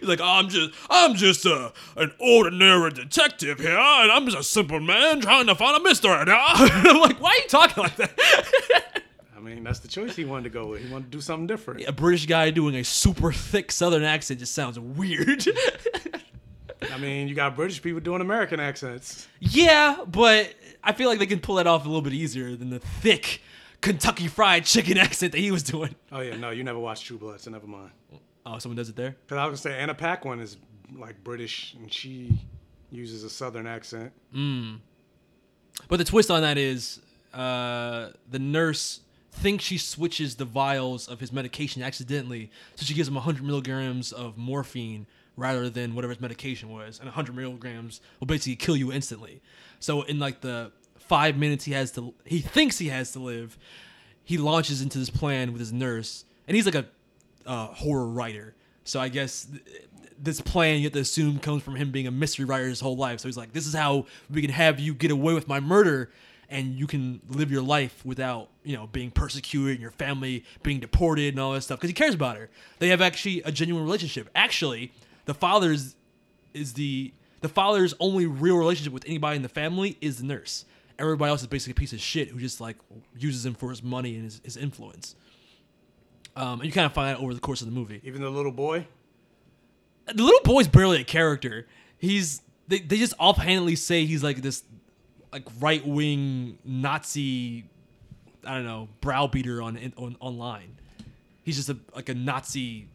B: He's like, I'm just, I'm just uh, an ordinary detective here, and I'm just a simple man trying to find a mystery. and I'm like, why are you talking like that?
C: I mean, that's the choice he wanted to go with. He wanted to do something different.
B: a British guy doing a super thick Southern accent just sounds weird.
C: I mean, you got British people doing American accents.
B: Yeah, but I feel like they can pull that off a little bit easier than the thick Kentucky Fried Chicken accent that he was doing.
C: Oh yeah, no, you never watched True Blood, so never mind.
B: Oh, someone does it there.
C: Because I was gonna say Anna Paquin is like British, and she uses a Southern accent.
B: But the twist on that is uh, the nurse thinks she switches the vials of his medication accidentally, so she gives him 100 milligrams of morphine rather than whatever his medication was, and 100 milligrams will basically kill you instantly. So in like the five minutes he has to, he thinks he has to live, he launches into this plan with his nurse, and he's like a uh, horror writer. So I guess th- this plan you have to assume comes from him being a mystery writer his whole life. So he's like, this is how we can have you get away with my murder and you can live your life without, you know, being persecuted and your family being deported and all that stuff because he cares about her. They have actually a genuine relationship. Actually, the father's is the the father's only real relationship with anybody in the family is the nurse. Everybody else is basically a piece of shit who just like uses him for his money and his, his influence. Um, and you kind of find out over the course of the movie.
C: Even the little boy.
B: The little boy's barely a character. He's they, they just offhandedly say he's like this like right wing Nazi I don't know browbeater on, on online. He's just a like a Nazi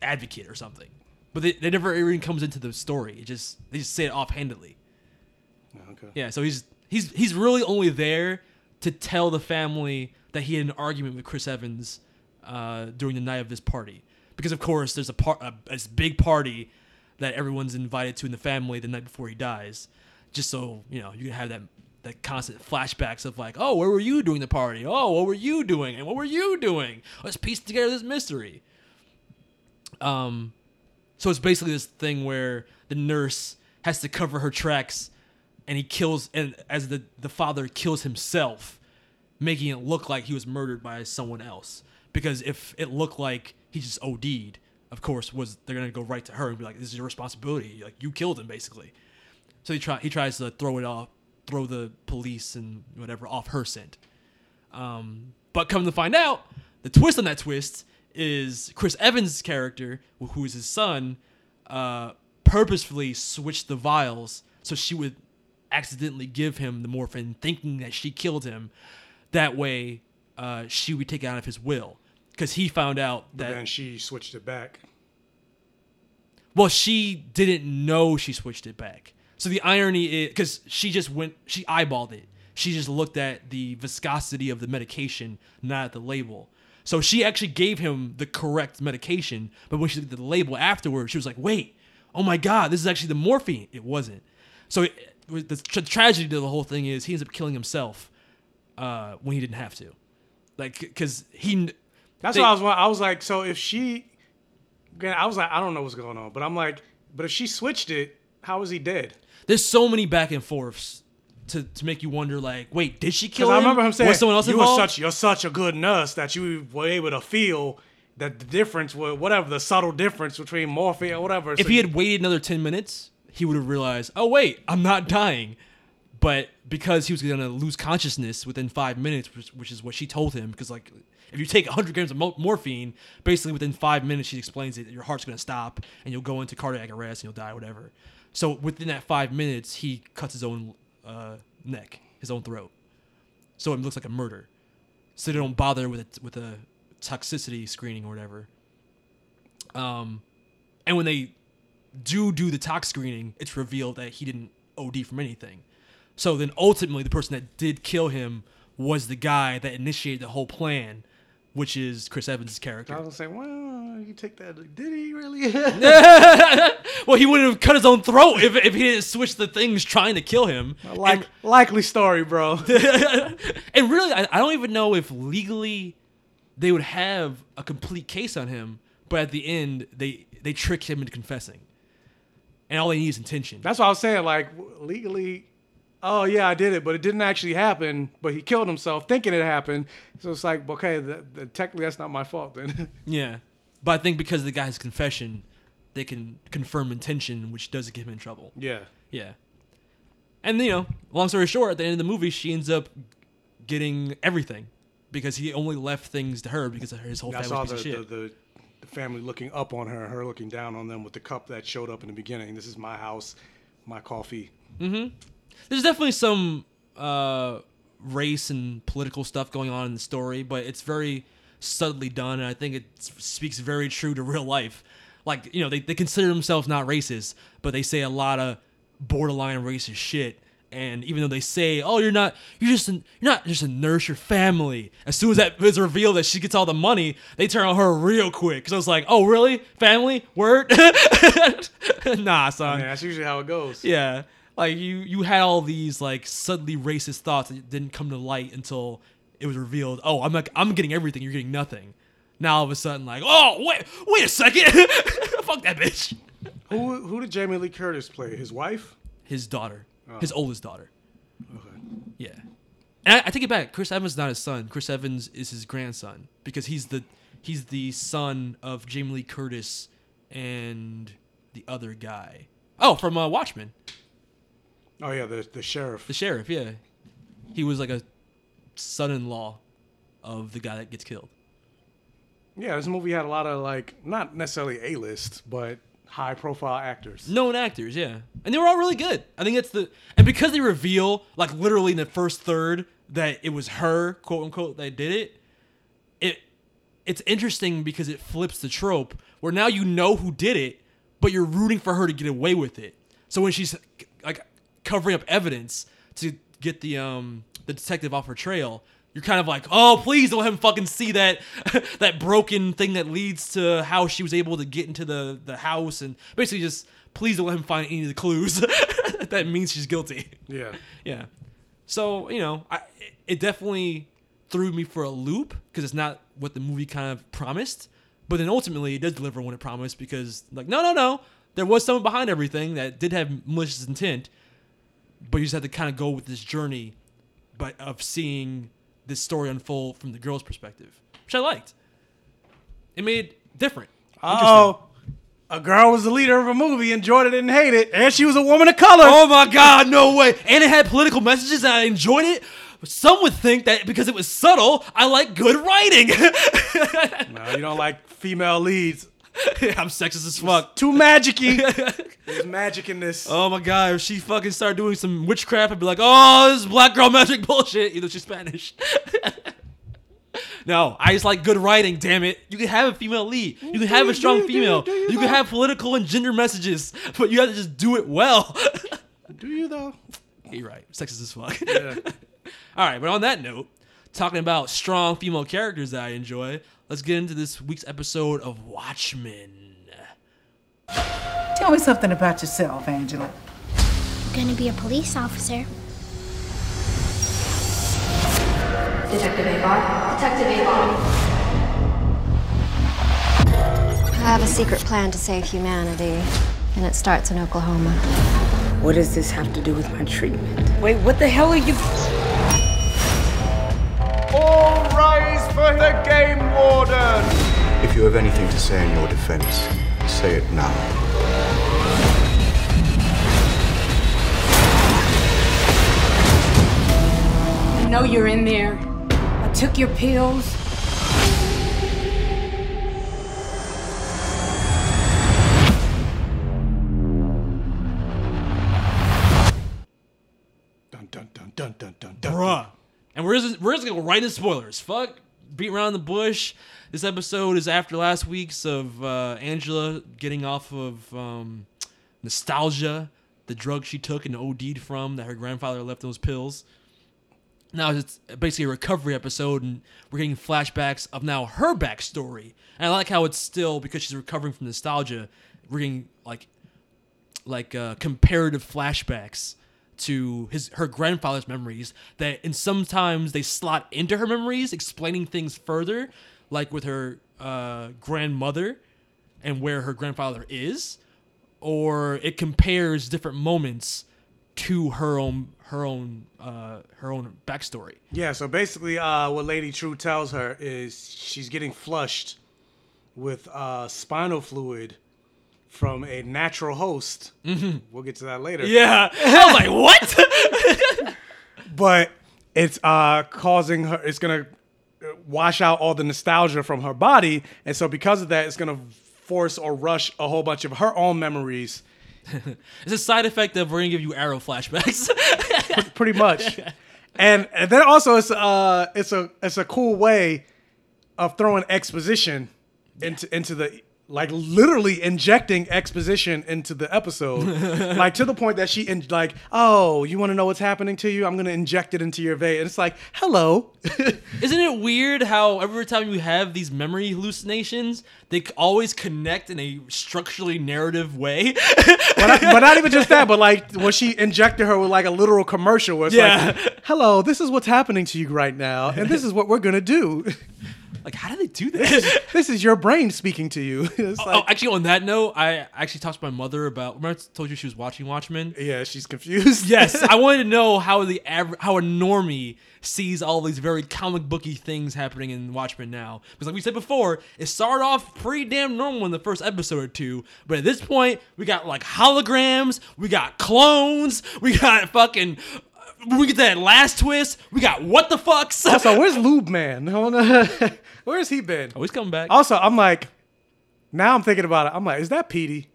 B: advocate or something. But they, they never even comes into the story. It just they just say it offhandedly.
C: Okay.
B: Yeah, so he's he's he's really only there to tell the family that he had an argument with Chris Evans uh, during the night of this party. Because of course, there's a part a, this big party that everyone's invited to in the family the night before he dies, just so you know you can have that that constant flashbacks of like, oh, where were you during the party? Oh, what were you doing? And what were you doing? Let's piece together this mystery. Um, so it's basically this thing where the nurse has to cover her tracks, and he kills, and as the the father kills himself, making it look like he was murdered by someone else. Because if it looked like he just OD'd, of course, was they're gonna go right to her and be like, "This is your responsibility. Like you killed him, basically." So he try he tries to throw it off, throw the police and whatever off her scent. Um, but come to find out, the twist on that twist is Chris Evans' character, wh- who is his son, uh, purposefully switched the vials so she would accidentally give him the morphine, thinking that she killed him. That way, uh, she would take it out of his will because he found out that
C: And she switched it back.
B: well, she didn't know she switched it back. So the irony is because she just went, she eyeballed it. She just looked at the viscosity of the medication, not at the label. So she actually gave him the correct medication, but when she looked at the label afterwards, she was like, wait, oh my God, this is actually the morphine. It wasn't. So it, it was- the tra- tragedy to the whole thing is he ends up killing himself uh, when he didn't have to. Like, because he. kn-
C: That's
B: They-
C: what I was. wa- I was like, so if she, again, I was like, I don't know what's going on, but I'm like, but if she switched it, how is he dead?
B: there's so many back and forths to, to make you wonder like wait did she kill
C: Because
B: him
C: I remember him saying,
B: was someone else
C: "You
B: involved
C: were such, you're such a good nurse that you were able to feel that the difference, wa- whatever the subtle difference between morphine or whatever."
B: if he had waited another 10 minutes he would have realized oh wait i'm not dying but because he was going to lose consciousness within five minutes which, which is what she told him because like if you take 100 grams of mo- morphine basically within five minutes she explains it your heart's going to stop and you'll go into cardiac arrest and you'll die whatever so within that five minutes he cuts his own uh, neck his own throat so it looks like a murder so they don't bother with a, with a toxicity screening or whatever um and when they do do the tox screening, it's revealed that he didn't OD from anything. So then ultimately, the person that did kill him was the guy that initiated the whole plan, which is Chris Evans'
C: I
B: character.
C: was like, well, you take that. Did he really?
B: Well, he wouldn't have cut his own throat if, if he didn't switch the things trying to kill him.
C: like, likely story, bro.
B: and really, I, I don't even know if legally they would have a complete case on him. But at the end, they they trick him into confessing, and all they need is intention.
C: That's what I was saying. Like w- legally, oh yeah, I did it, but it didn't actually happen. But he killed himself thinking it happened. So it's like, okay, that, that, technically that's not my fault then.
B: Yeah. But I think because of the guy's confession, they can confirm intention, which doesn't get him in trouble.
C: yeah.
B: Yeah. And, you know, long story short, at the end of the movie, she ends up getting everything because he only left things to her because of his whole
C: I
B: family
C: saw
B: piece
C: the,
B: of
C: the,
B: shit.
C: the the family looking up on her, her looking down on them with the cup that showed up in the beginning. This is my house, my coffee.
B: There's definitely some uh, race and political stuff going on in the story, but it's very subtly done, and I think it s- speaks very true to real life. Like, you know, they, they consider themselves not racist, but they say a lot of borderline racist shit. And even though they say, "Oh, you're not, you're just, an, you're not just a nurse, your family." As soon as that is revealed that she gets all the money, they turn on her real quick. Cause I was like, "Oh, really? Family? Word? nah, son.
C: Man, that's usually how it goes.
B: Yeah. Like you you had all these like suddenly racist thoughts that didn't come to light until it was revealed, "Oh, I'm like I'm getting everything, you're getting nothing." Now all of a sudden, like, oh wait, wait a second, fuck that bitch.
C: Who who did Jamie Lee Curtis play? His wife?
B: His daughter, his oldest daughter. Yeah, and I, I take it back. Chris Evans is not his son. Chris Evans is his grandson because he's the he's the son of Jamie Lee Curtis and the other guy. Oh, from uh, Watchmen,
C: Oh yeah, the the sheriff.
B: the sheriff. Yeah, he was like a son-in-law of the guy that gets killed.
C: Yeah, this movie had a lot of like not necessarily A list, but high profile actors.
B: known actors, yeah, and they were all really good. I think that's the and because they reveal like literally in the first third that it was her quote unquote that did it. It it's interesting because it flips the trope where now you know who did it, but you're rooting for her to get away with it. So when she's like covering up evidence to get the um the detective off her trail. You're kind of like, oh, please don't let him fucking see that that broken thing that leads to how she was able to get into the the house, and basically just please don't let him find any of the clues that means she's guilty.
C: Yeah.
B: Yeah. So you know, I, it- it definitely threw me for a loop because it's not what the movie kind of promised. But then ultimately, it does deliver what it promised because, like, no, no, no, there was someone behind everything that did have malicious intent, but you just had to kind of go with this journey, but of seeing this story unfold from the girl's perspective, which I liked. It made it different.
C: Oh, a girl was the leader of a movie, enjoyed it and hate it, and she was a woman of color.
B: Oh my God, no way. And it had political messages and I enjoyed it. Some would think that because it was subtle, I like good writing.
C: No, you don't like female leads.
B: I'm sexist as fuck.
C: Too magicy. There's magic in this.
B: Oh my God, if she fucking started doing some witchcraft, I'd be like, oh, this is black girl magic bullshit. Either she's Spanish. no, I just like good writing, damn it. You can have a female lead, you can have a strong female, you can have political and gender messages, but you have to just do it well.
C: Do you though?
B: Yeah, You're right. Sexist as fuck. All right, but on that note, talking about strong female characters that I enjoy, let's get into this week's episode of Watchmen.
I: Tell me something about yourself, Angela.
J: Gonna be a police officer.
K: Detective Avon. Detective Avon.
J: I have a secret plan to save humanity, and it starts in Oklahoma.
I: What does this have to do with my treatment?
D: Wait, what the hell are you?
L: All rise for the game warden! If you have anything to say in your defense, say it now.
K: I know you're in there. I took your pills.
C: Dun dun dun dun dun dun dun.
B: Bruh. And we're just, we're just gonna go right into spoilers. Fuck, beat around the bush. This episode is after last week's of uh, Angela getting off of um, nostalgia, the drug she took and OD'd from that her grandfather left those pills. Now it's basically a recovery episode, and we're getting flashbacks of now her backstory. And I like how it's still because she's recovering from nostalgia. We're getting like like uh, comparative flashbacks to his her grandfather's memories that and sometimes they slot into her memories explaining things further like with her uh, grandmother and where her grandfather is or it compares different moments to her own her own uh, her own backstory
C: Yeah. So basically, uh, what Lady True tells her is she's getting flushed with uh, spinal fluid from a natural host. We'll get to that later.
B: yeah i was like what
C: but it's uh causing her it's gonna uh, wash out all the nostalgia from her body and so because of that it's gonna force or rush a whole bunch of her own memories
B: it's a side effect of we're gonna give you arrow flashbacks
C: pretty much and, and then also it's uh it's a it's a cool way of throwing exposition into into the like literally injecting exposition into the episode like to the point that she in, like oh you want to know what's happening to you i'm gonna inject it into your vein and it's like hello
B: Isn't it weird how every time you have these memory hallucinations, they c- always connect in a structurally narrative way?
C: but, not, but not even just that, but like when she injected her with like a literal commercial where it's
B: Yeah.
C: like, hello, this is what's happening to you right now, and this is what we're gonna do.
B: Like, how do they do
C: this? is, this is your brain speaking to you. It's
B: Oh,
C: like,
B: oh, actually, on that note, I actually talked to my mother about. Remember, I told you she was watching Watchmen.
C: Yeah, she's confused.
B: yes, I wanted to know how the aver- how a normie sees all these very comic booky things happening in Watchmen now. Because, like we said before, it started off pretty damn normal in the first episode or two, but at this point, we got like holograms, we got clones, we got fucking. uh, We get that last twist. We got what the fucks.
C: also, where's Lube Man? Hold on. Where's he been?
B: Oh, he's coming back.
C: Also, I'm like, now I'm thinking about it. I'm like, is that Petey?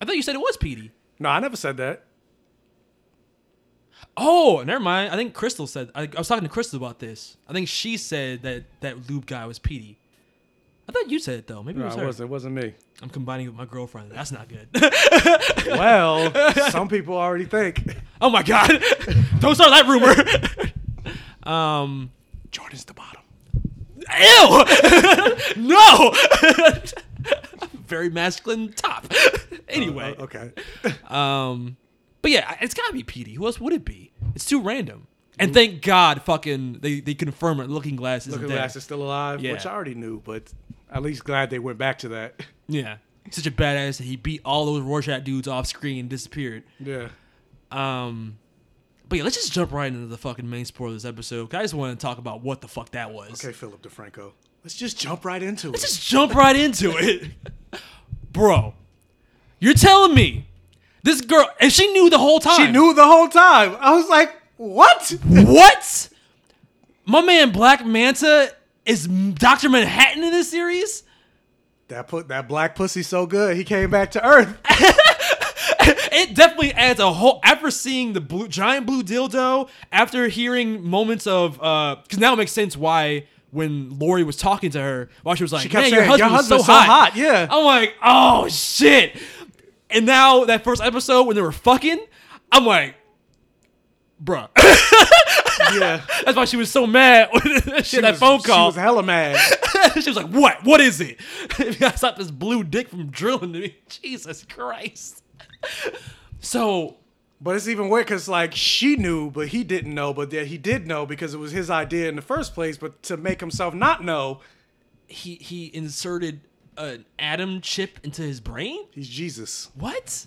B: I thought you said it was Petey.
C: No, I never said that.
B: Oh, never mind. I think Crystal said. I, I was talking to Crystal about this. I think she said that that lube guy was Petey. I thought you said it though. Maybe
C: No,
B: it was
C: it
B: her.
C: wasn't. It wasn't me.
B: I'm combining with my girlfriend. That's not good.
C: well, some people already think.
B: Oh my god! Don't start that rumor. um,
C: Jordan's the bottom.
B: Ew! no! Very masculine top. anyway.
C: Uh, Oh, okay.
B: um, but yeah, it's gotta be Petey. Who else would it be? It's too random. And thank God, fucking, they, they confirm it. Looking Glass is
C: Mm-hmm. Looking
B: dead.
C: Glass is still alive,
B: Yeah.
C: which I already knew, but at least glad they went back to that.
B: Yeah. Such a badass that he beat all those Rorschach dudes off screen and disappeared.
C: Yeah.
B: Um but yeah, let's just jump right into the fucking main spoiler of this episode. 'cause I just want to talk about what the fuck that was.
C: Okay, Philip DeFranco. Let's just jump right into it.
B: Let's just jump right into it. Bro, you're telling me this girl, and she knew the whole time. She
C: knew the whole time. I was like, what?
B: What? My man Black Manta is Dr. Manhattan in this series?
C: That put that black pussy so good, he came back to Earth.
B: it definitely adds a whole after seeing the blue giant blue dildo after hearing moments of uh because now it makes sense why when Lori was talking to her while she was like
C: She kept
B: man
C: saying,
B: your husband,
C: "Your
B: was so,
C: husband's so
B: hot.
C: hot," yeah.
B: I'm like oh shit and now that first episode when they were fucking I'm like bruh
C: yeah
B: that's why she was so mad when she had that
C: was-
B: phone
C: she
B: call
C: was hella mad
B: she was like what what is it if I stop this blue dick from drilling me Jesus Christ So,
C: but it's even weird because like she knew, but he didn't know, but that he did know because it was his idea in the first place. But to make himself not know,
B: he he inserted an atom chip into his brain.
C: He's Jesus.
B: What?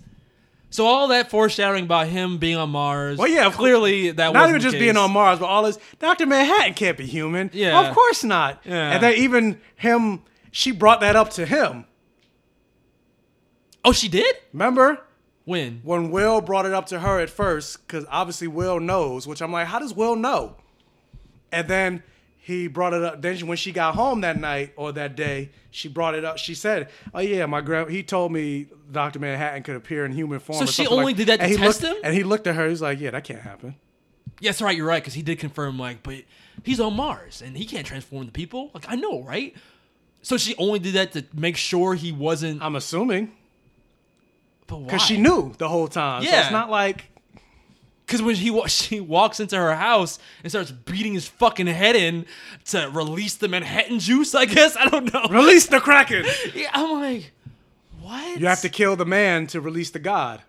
B: So all that foreshadowing about him being on Mars.
C: Well, yeah, of course.
B: clearly that
C: not
B: wasn't
C: even
B: the
C: just being
B: case.
C: on Mars, but all this Doctor Manhattan can't be human.
B: Yeah.
C: of course not.
B: Yeah.
C: And then even him, she brought that up to him.
B: Oh, she did.
C: Remember
B: when
C: when Will brought it up to her at first, because obviously Will knows. Which I'm like, how does Will know? And then he brought it up. Then when she got home that night or that day, she brought it up. She said, "Oh yeah, my grand." He told me Doctor Manhattan could appear in human form.
B: So
C: or
B: she
C: something
B: only
C: like-
B: did that to
C: and he
B: test
C: looked,
B: him?
C: And he looked at her. He's like, "Yeah, that can't happen."
B: Yes, right. You're right because he did confirm like, but he's on Mars and he can't transform the people. Like I know, right? So she only did that to make sure he wasn't.
C: I'm assuming.
B: But why?
C: Because Uh, she knew the whole time. So
B: Yeah.
C: it's not like.
B: Because when he wa- she walks into her house and starts beating his fucking head in to release the Manhattan juice, I guess I don't know.
C: Release the Kraken.
B: yeah, I'm like, what?
C: You have to kill the man to release the god.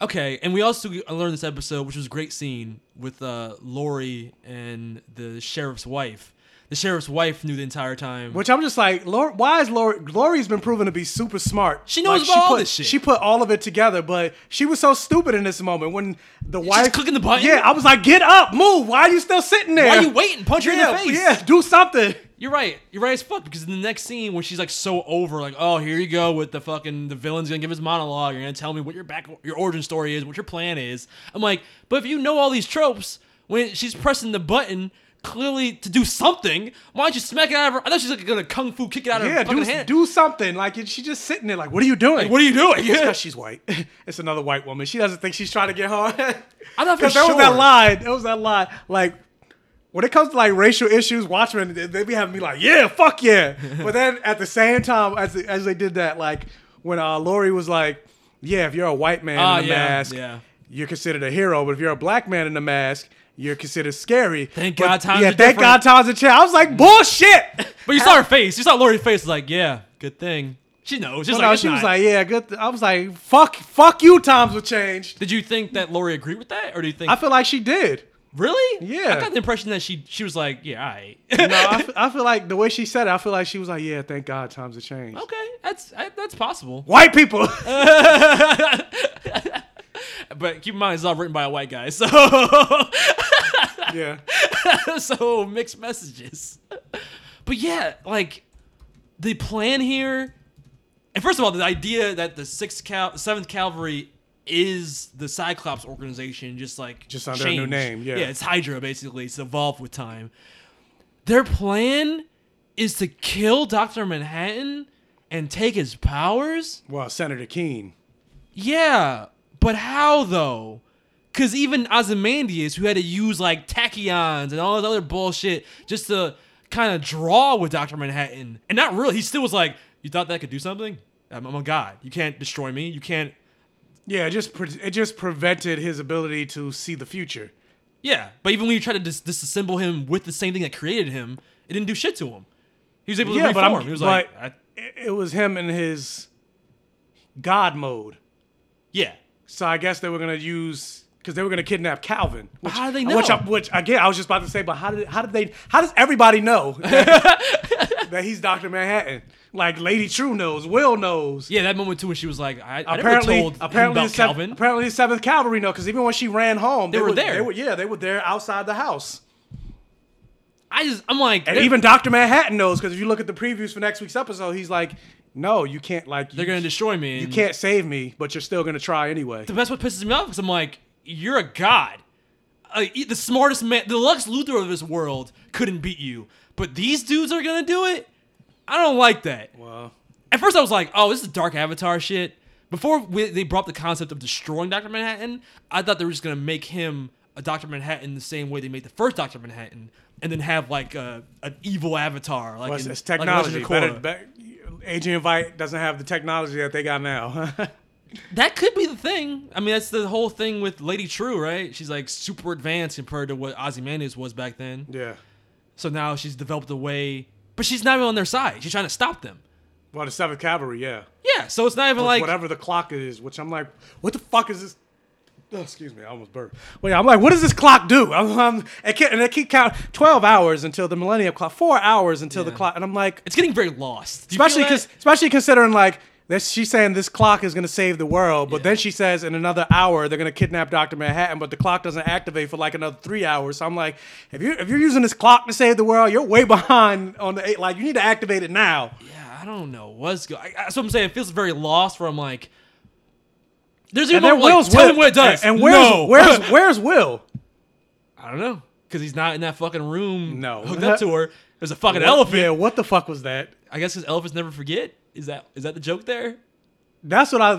B: Okay, and we also learned this episode, which was a great scene with uh, Lori and the sheriff's wife. The sheriff's wife knew the entire time.
C: Which I'm just like, Lor why is Lori? Lori's been proven to be super smart. She
B: knows about
C: she
B: all
C: put,
B: this shit.
C: She put all of it together, but she was so stupid in this moment when the wife
B: clicking the button?
C: Yeah, I was like, get up, move. Why are you still sitting there?
B: Why are you waiting? Punch her in the
C: Yeah,
B: face.
C: Yeah, do something.
B: You're right. You're right as fuck. Because in the next scene, when she's like so over, like, oh, here you go with the fucking the villain's gonna give his monologue. You're gonna tell me what your back, your origin story is, what your plan is. I'm like, but if you know all these tropes, when she's pressing the button clearly to do something, why don't you smack it out of her? I thought she's like gonna kung fu kick it out of
C: Yeah,
B: her fucking
C: do,
B: hand.
C: do something. Like she just sitting there, like, what are you doing?
B: Like, what are you doing?
C: It's 'cause she's white. It's another white woman. She doesn't think she's trying to get hard.
B: I thought for
C: there was that
B: sure.
C: line. There was that line. Like when it comes to like racial issues, Watchmen they- they be having me like, yeah, fuck yeah. but then at the same time, as as they did that, like when uh, Lori was like, yeah, if you're a white man
B: Ah,
C: in a
B: yeah,
C: mask,
B: yeah.
C: you're considered a hero. But if you're a black man in a mask. You're considered scary.
B: Thank
C: But-
B: God times
C: Yeah,
B: are
C: thank God
B: different. Mm.
C: times are changed. I was like, bullshit.
B: But you saw her face. You saw Lori's face. Like, yeah, good thing. She knows.
C: No,
B: She's
C: no,
B: like,
C: she was like, yeah, good. I was like, fuck, fuck you. Times will change.
B: Did you think that Lori agreed with that, or do you think
C: I feel like she did.
B: Really?
C: Yeah.
B: I got the impression that she she was like, yeah, all right.
C: no, I, f- I feel like the way she said it, I feel like she was like, yeah, thank God times have changed.
B: Okay, that's I, that's possible.
C: White people.
B: But keep in mind, it's all written by a white guy, so
C: yeah,
B: so mixed messages. But yeah, like the plan here, and first of all, the idea that the sixth cal- seventh cavalry is the Cyclops organization, just like
C: Just under a new
B: changed.
C: name, yeah.
B: yeah, it's Hydra basically. It's evolved with time. Their plan is to kill Doctor Manhattan and take his powers.
C: Well, Senator Keene.
B: Yeah, but how though? Because even Ozymandias, who had to use like tachyons and all this other bullshit just to kind of draw with Doctor Manhattan, and not really, he still was like, "You thought that could do something? I'm, I'm a god. You can't destroy me. You can't."
C: Yeah, it just pre- it just prevented his ability to see the future.
B: Yeah, but even when you try to dis- disassemble him with the same thing that created him, it didn't do shit to him. He was able to
C: yeah,
B: reform.
C: but I'm,
B: he was like,
C: but
B: I-
C: it- it was him in his God mode.
B: Yeah.
C: So I guess they were gonna use because they were gonna kidnap Calvin. Which,
B: how do they
C: Which,
B: know?
C: I, which again, I was just about to say, but how did how did they how does everybody know that, that he's Doctor Manhattan? Like Lady True knows, Will knows.
B: yeah, that moment too when she was like, "I, I
C: apparently,
B: never told
C: apparently,
B: him
C: the
B: about
C: seventh,
B: Calvin."
C: apparently, the Seventh Cavalry know because even when she ran home,
B: They were there.
C: They were, yeah, they were there outside the house.
B: I just, I'm like,
C: and even Doctor Manhattan knows because if you look at the previews for next week's episode, he's like, "No, you can't. Like,
B: They're
C: you,
B: gonna destroy me.
C: You
B: and-
C: can't save me, but you're still gonna try anyway."
B: the best what pisses me off because I'm like, you're a god. Uh, e- the smartest man, the Lex Luthor of this world, couldn't beat you. But these dudes are gonna do it. I don't like that.
C: Well,
B: At first, I was like, oh, this is dark Avatar shit. Before we, they brought up the concept of destroying Doctor Manhattan, I thought they were just gonna make him a Doctor Manhattan the same way they made the first Doctor Manhattan, and then have like a, an evil Avatar, like
C: Plus,
B: in-
C: it's
B: like in
C: technology.
B: Legend of
C: better,
B: Korra.
C: better- Agent Vite doesn't have the technology that they got now.
B: That could be the thing. I mean, that's the whole thing with Lady True, right? She's like super advanced compared to what Ozymandias was back then.
C: Yeah.
B: So now she's developed a way, but she's not even on their side. She's trying to stop them.
C: well, the Seventh Cavalry, yeah.
B: Yeah. So it's not even
C: With
B: like
C: whatever the clock is, which I'm like, what the fuck is this? Oh, excuse me, I almost burped. Well, yeah, I'm like, what does this clock do? I'm, I'm, I can't, and I keep count twelve hours until the Millennium Clock, four hours until the clock, and I'm like,
B: it's getting very lost. Do you feel
C: especially
B: that?
C: because especially considering like this, she's saying this clock is going to save the world, but then she says in another hour they're going to kidnap Doctor Manhattan, but the clock doesn't activate for like another three hours. So I'm like, if you if you're using this clock to save the world, you're way behind on the eight. Like you need to activate it now.
B: yeah, I don't know what's going. That's what I'm saying. It feels very lost. Where I'm like, there's
C: And
B: even
C: then
B: more, like,
C: Will's
B: tell
C: Will
B: him what it does.
C: And, and where's
B: No.
C: where's where's Will?
B: I don't know because he's not in that fucking room.
C: No.
B: hooked up to her. There's a fucking
C: What-
B: elephant.
C: Yeah, what the fuck was that?
B: I guess because elephants never forget. Is that is that the joke there?
C: That's what I.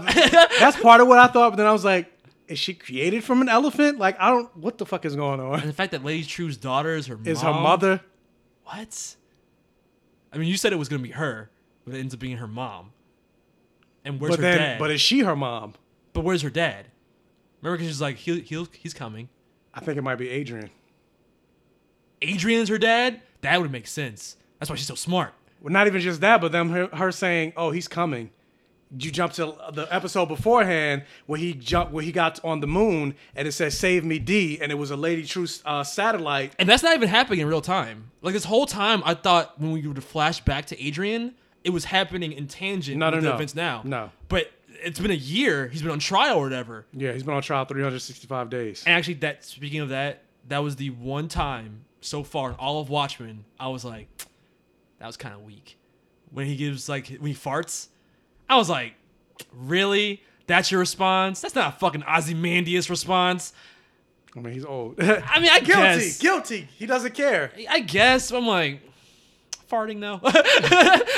C: that's part of what I thought. But then I was like, is she created from an elephant? Like I don't. What the fuck is going on?
B: And the fact that Lady True's daughter is her
C: Is her
B: mom?
C: mother?
B: What? I mean, you said it was gonna be her, but it ends up being her mom. And where's
C: but
B: her
C: then,
B: dad?
C: but is she her mom?
B: But where's her dad? Remember, because she's like, he, he'll, he's coming.
C: I think it might be Adrian.
B: Adrian's her dad. That would make sense. That's why she's so smart.
C: Well, not even just that, but them her, her saying, "Oh, he's coming." You jump to the episode beforehand where he jumped, where he got on the moon, and it says "Save Me, D," and it was a Lady True uh, satellite.
B: And that's not even happening in real time. Like this whole time, I thought when we would flash back to Adrian, it was happening in tangent
C: No, no,
B: with the
C: no.
B: events now.
C: No.
B: But it's been a year. He's been on trial or whatever.
C: Yeah, he's been on trial 365 days.
B: And actually, that speaking of that, that was the one time so far in all of Watchmen I was like, that was kind of weak. When he gives like when he farts, I was like, really? That's your response? That's not a fucking Ozymandias response.
C: I mean, he's old.
B: I mean, I
C: guilty,
B: guess.
C: guilty. He doesn't care.
B: I guess I'm like farting though.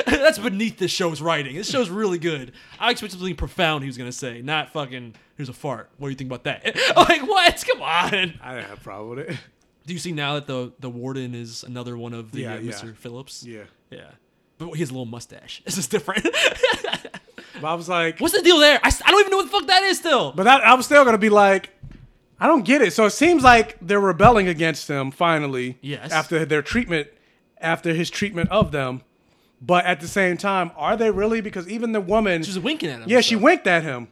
B: That's beneath this show's writing. This show's really good. I expected something profound he was gonna say, not fucking here's a fart. What do you think about that? like what? Come on.
C: I didn't have a problem with it.
B: Do you see now that the the warden is another one of the
C: Yeah,
B: uh,
C: yeah.
B: Mr. Phillips?
C: Yeah.
B: Yeah. But he has a little mustache. This is different.
C: But I was like,
B: What's the deal there? I, s- I don't even know what the fuck that is still.
C: But that, I was still gonna be like, I don't get it. So it seems like they're rebelling against him finally.
B: Yes.
C: After their treatment, after his treatment of them, But at the same time, are they really? Because even the woman,
B: she's winking at him.
C: yeah, she winked at him,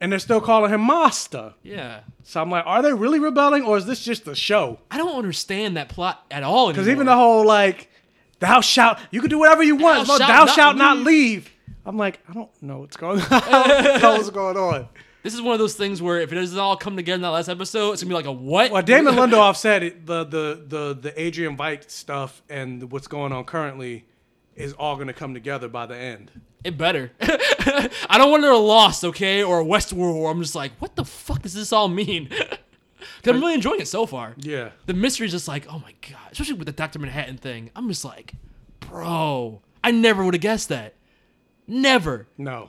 C: and they're still calling him master.
B: Yeah.
C: So I'm like, are they really rebelling, or is this just a show?
B: I don't understand that plot at all.
C: Because even the whole like, thou shalt, you can do whatever you want,
B: Thou
C: but
B: shalt
C: thou
B: not
C: shalt not
B: leave."
C: leave. I'm like, I don't know what's going on. I don't know what's going on.
B: This is one of those things where if it doesn't all come together in that last episode, it's gonna be like a what?
C: Well, Damon Lindelof said it, the the the the Adrian Veidt stuff and what's going on currently is all going to come together by the end.
B: It better. I don't want another Lost, okay, or a Westworld. Where I'm just like, what the fuck does this all mean? 'Cause I'm really enjoying it so far.
C: Yeah.
B: The mystery is just like, oh my god, especially with the Doctor Manhattan thing. I'm just like, bro, I never would have guessed that. Never.
C: No.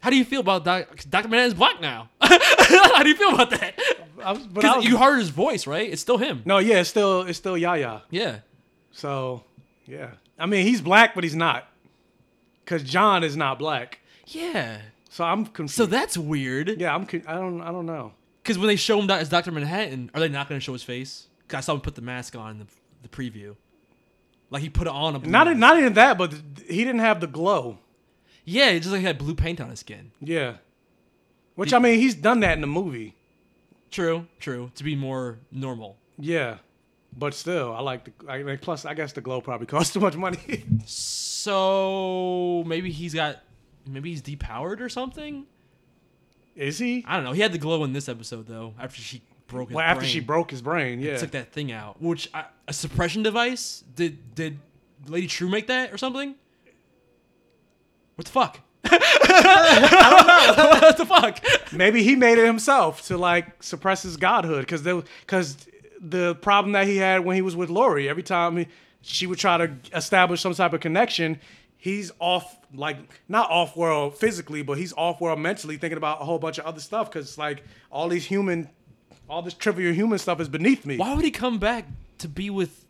B: How do you feel about Doc- 'cause Dr. Manhattan's black now? How do you feel about that?
C: but
B: 'Cause
C: I was-
B: you heard his voice, right? It's still him.
C: No, yeah, it's still it's still Yaya.
B: Yeah.
C: So, yeah. I mean, he's black, but he's not, because John is not black.
B: Yeah.
C: So I'm confused.
B: So that's weird.
C: Yeah, I'm. Con- I don't. I don't know.
B: Because when they show him that as Doctor Manhattan, are they not going to show his face? 'Cause I saw him put the mask on in the, the preview. Like he put it on a blue
C: Not
B: mask.
C: not even that, but he didn't have the glow.
B: Yeah, it just like had blue paint on his skin.
C: Yeah. Which I mean, he's done that in the movie.
B: True, true. To be more normal.
C: Yeah. But still, I like the. I mean, plus, I guess the glow probably costs too much money.
B: So maybe he's got, maybe he's depowered or something.
C: Is he?
B: I don't know. He had the glow in this episode though. After she broke his
C: well, after she
B: brain.
C: broke his brain,
B: It
C: yeah.
B: took that thing out. Which I, a suppression device? Did did Lady True make that or something? What the fuck? what the fuck?
C: Maybe he made it himself to like suppress his godhood, because the because the problem that he had when he was with Lori, every time he, she would try to establish some type of connection, he's off like not off world physically, but he's off world mentally, thinking about a whole bunch of other stuff, because like all these human, all this trivial human stuff is beneath me.
B: Why would he come back to be with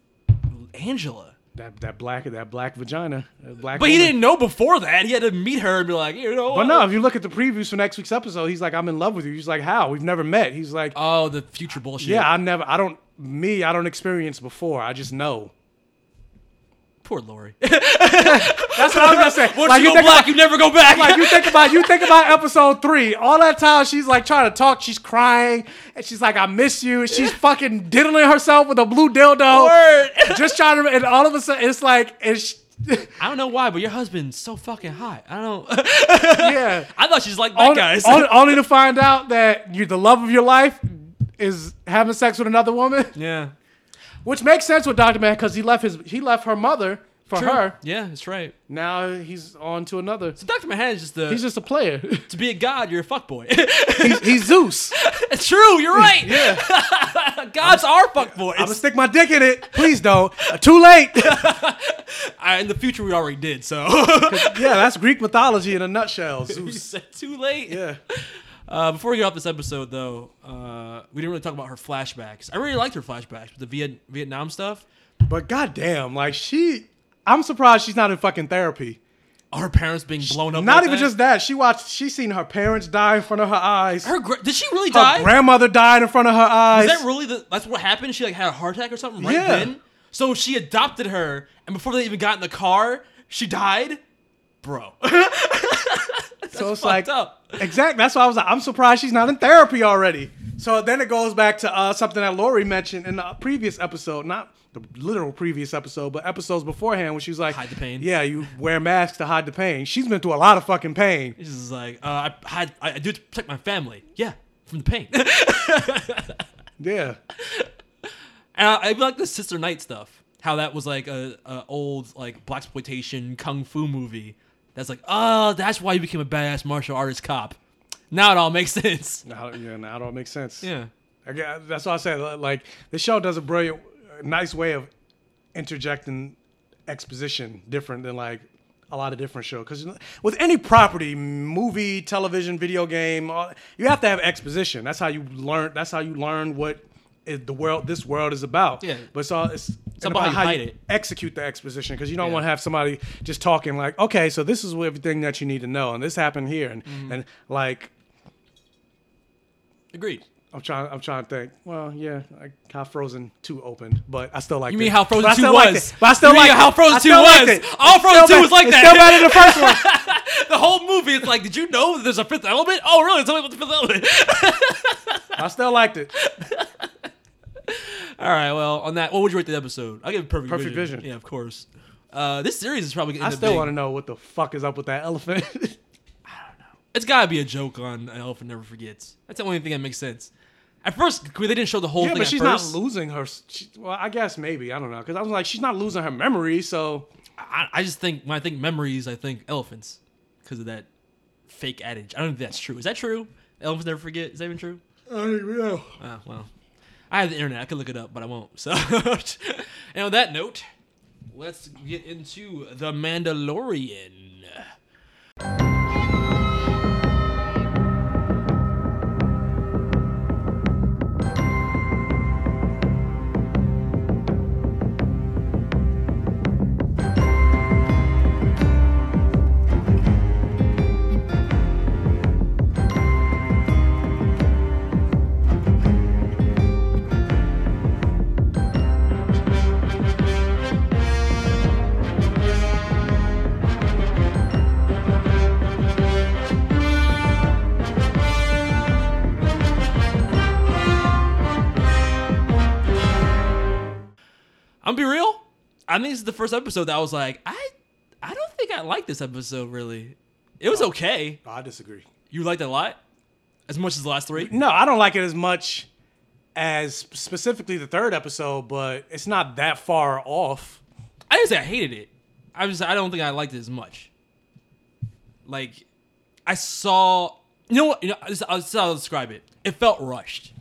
B: Angela?
C: That that black that black vagina, that black.
B: But he
C: woman.
B: didn't know before that. He had to meet her and be like, you know.
C: But no, if you look at the previews for next week's episode, he's like, "I'm in love with you." He's like, "How? We've never met." He's like,
B: "Oh, the future bullshit."
C: Yeah, I never. I don't. Me, I don't experience before. I just know.
B: Poor Lori.
C: That's what I was gonna say.
B: Once you go
C: think
B: black,
C: about-
B: you never go back.
C: Like you think about you think about episode three. All that time she's like trying to talk, she's crying, and she's like, "I miss you." And she's fucking diddling herself with a blue dildo, just trying to. And all of a sudden, it's like, it's
B: I don't know why, but your husband's so fucking hot. I don't.
C: yeah.
B: I thought she's like that
C: only,
B: guy.
C: only- only to find out that you the love of your life is having sex with another woman.
B: Yeah.
C: Which makes sense with Doctor Man because he left his he left her mother for
B: True.
C: her.
B: Yeah, that's right.
C: Now he's on to another.
B: So Doctor Manhattan's just the.
C: He's just a player.
B: to be a god, you're a fuckboy.
C: he's, he's Zeus.
B: It's true. You're right.
C: Yeah.
B: Gods are fuckboys.
C: I'm gonna stick my dick in it. Please don't. Uh, too late.
B: I, in the future, we already did. So
C: yeah, that's Greek mythology in a nutshell.
B: You
C: Zeus.
B: said too late.
C: Yeah.
B: Uh, before we get off this episode, though, uh, we didn't really talk about her flashbacks. I really liked her flashbacks, but the Viet- Vietnam stuff.
C: But goddamn, like she, I'm surprised she's not in fucking therapy.
B: Her parents being blown up.
C: Not
B: like
C: even
B: Oh, that.
C: just that. She watched. She seen her parents die in front of her eyes.
B: Her gra- did she really
C: Her
B: die?
C: grandmother died in front of her eyes.
B: Is that really the? That's what happened. She like had a heart attack or something right
C: Yeah.
B: then. So she adopted her, and before they even got in the car, she died. Bro,
C: so it's
B: fucked
C: like
B: up.
C: exactly. That's why I was like, I'm surprised she's not in therapy already. So then it goes back to uh, something that Lori mentioned in the previous episode, not the literal previous episode, but episodes beforehand when she was like, "Hide the pain." Yeah, you wear masks to hide the pain. She's been through a lot of fucking pain.
B: She's just like, uh, I hide. I, I do it to protect my family. Yeah, from the pain.
C: Yeah,
B: And I, I like the Sister Night stuff. How that was like a, a old like black exploitation kung fu movie. That's like, oh, that's why you became a badass martial artist cop. Now it all makes sense.
C: now, yeah, now it all makes sense.
B: Yeah.
C: I got- that's why I said li- like the show does a brilliant, a nice way of interjecting exposition different than like a lot of different shows. Because with any property, movie, television, video game, all, you have to have exposition. That's how you learn. That's how you learn what is the world this world is about.
B: Yeah.
C: but it's all it's, it's
B: about how you hide it.
C: execute the exposition because you don't
B: Yeah.
C: want to have somebody just talking like, okay, so this is everything that
B: Mm-hmm.
C: you need to know, and this happened here, and and like
B: Agreed.
C: I'm trying. I'm trying to think. Well, yeah, like how Frozen Two opened, but I still like.
B: You
C: it.
B: mean how Frozen
C: But I
B: 2
C: still liked
B: was.
C: it. But I still
B: You mean
C: like
B: how Frozen 2 was. All Frozen 2 was like that.
C: Still better than the first one.
B: the whole movie. It's like, did you know that there's a fifth element? Oh, really? Tell me about the fifth element.
C: I still liked it.
B: All right. Well, on that, what would you rate the episode? I give it perfect.
C: Perfect
B: vision.
C: Vision.
B: Yeah, of course. Uh, this series is probably. gonna
C: I
B: end up
C: still
B: being-
C: want to know what the fuck is up with that elephant.
B: It's gotta be a joke on An Elephant Never Forgets. That's the only thing that makes sense. At first, they didn't show the whole
C: yeah,
B: thing.
C: but
B: at
C: she's
B: first.
C: not losing her. She, well, I guess maybe I don't know because I was like, she's not losing her memory. So
B: I, I just think when I think memories, I think elephants because of that fake adage. I don't think that's true. Is that true? Elephants never forget. Is that even true?
C: I don't even know.
B: Ah, well, I have the internet. I could look it up, but I won't. So, and on that note, let's get into the Mandalorian. I'm gonna be real. I think this is the first episode that I was like, I, I don't think I like this episode really. It was okay.
C: Oh, I disagree.
B: You liked it a lot, as much as the last three.
C: No, I don't like it as much as specifically the third episode, but it's not that far off.
B: I didn't say I hated it. I just I don't think I liked it as much. Like, I saw you know what you know. This is this is how I'll describe it. It felt rushed,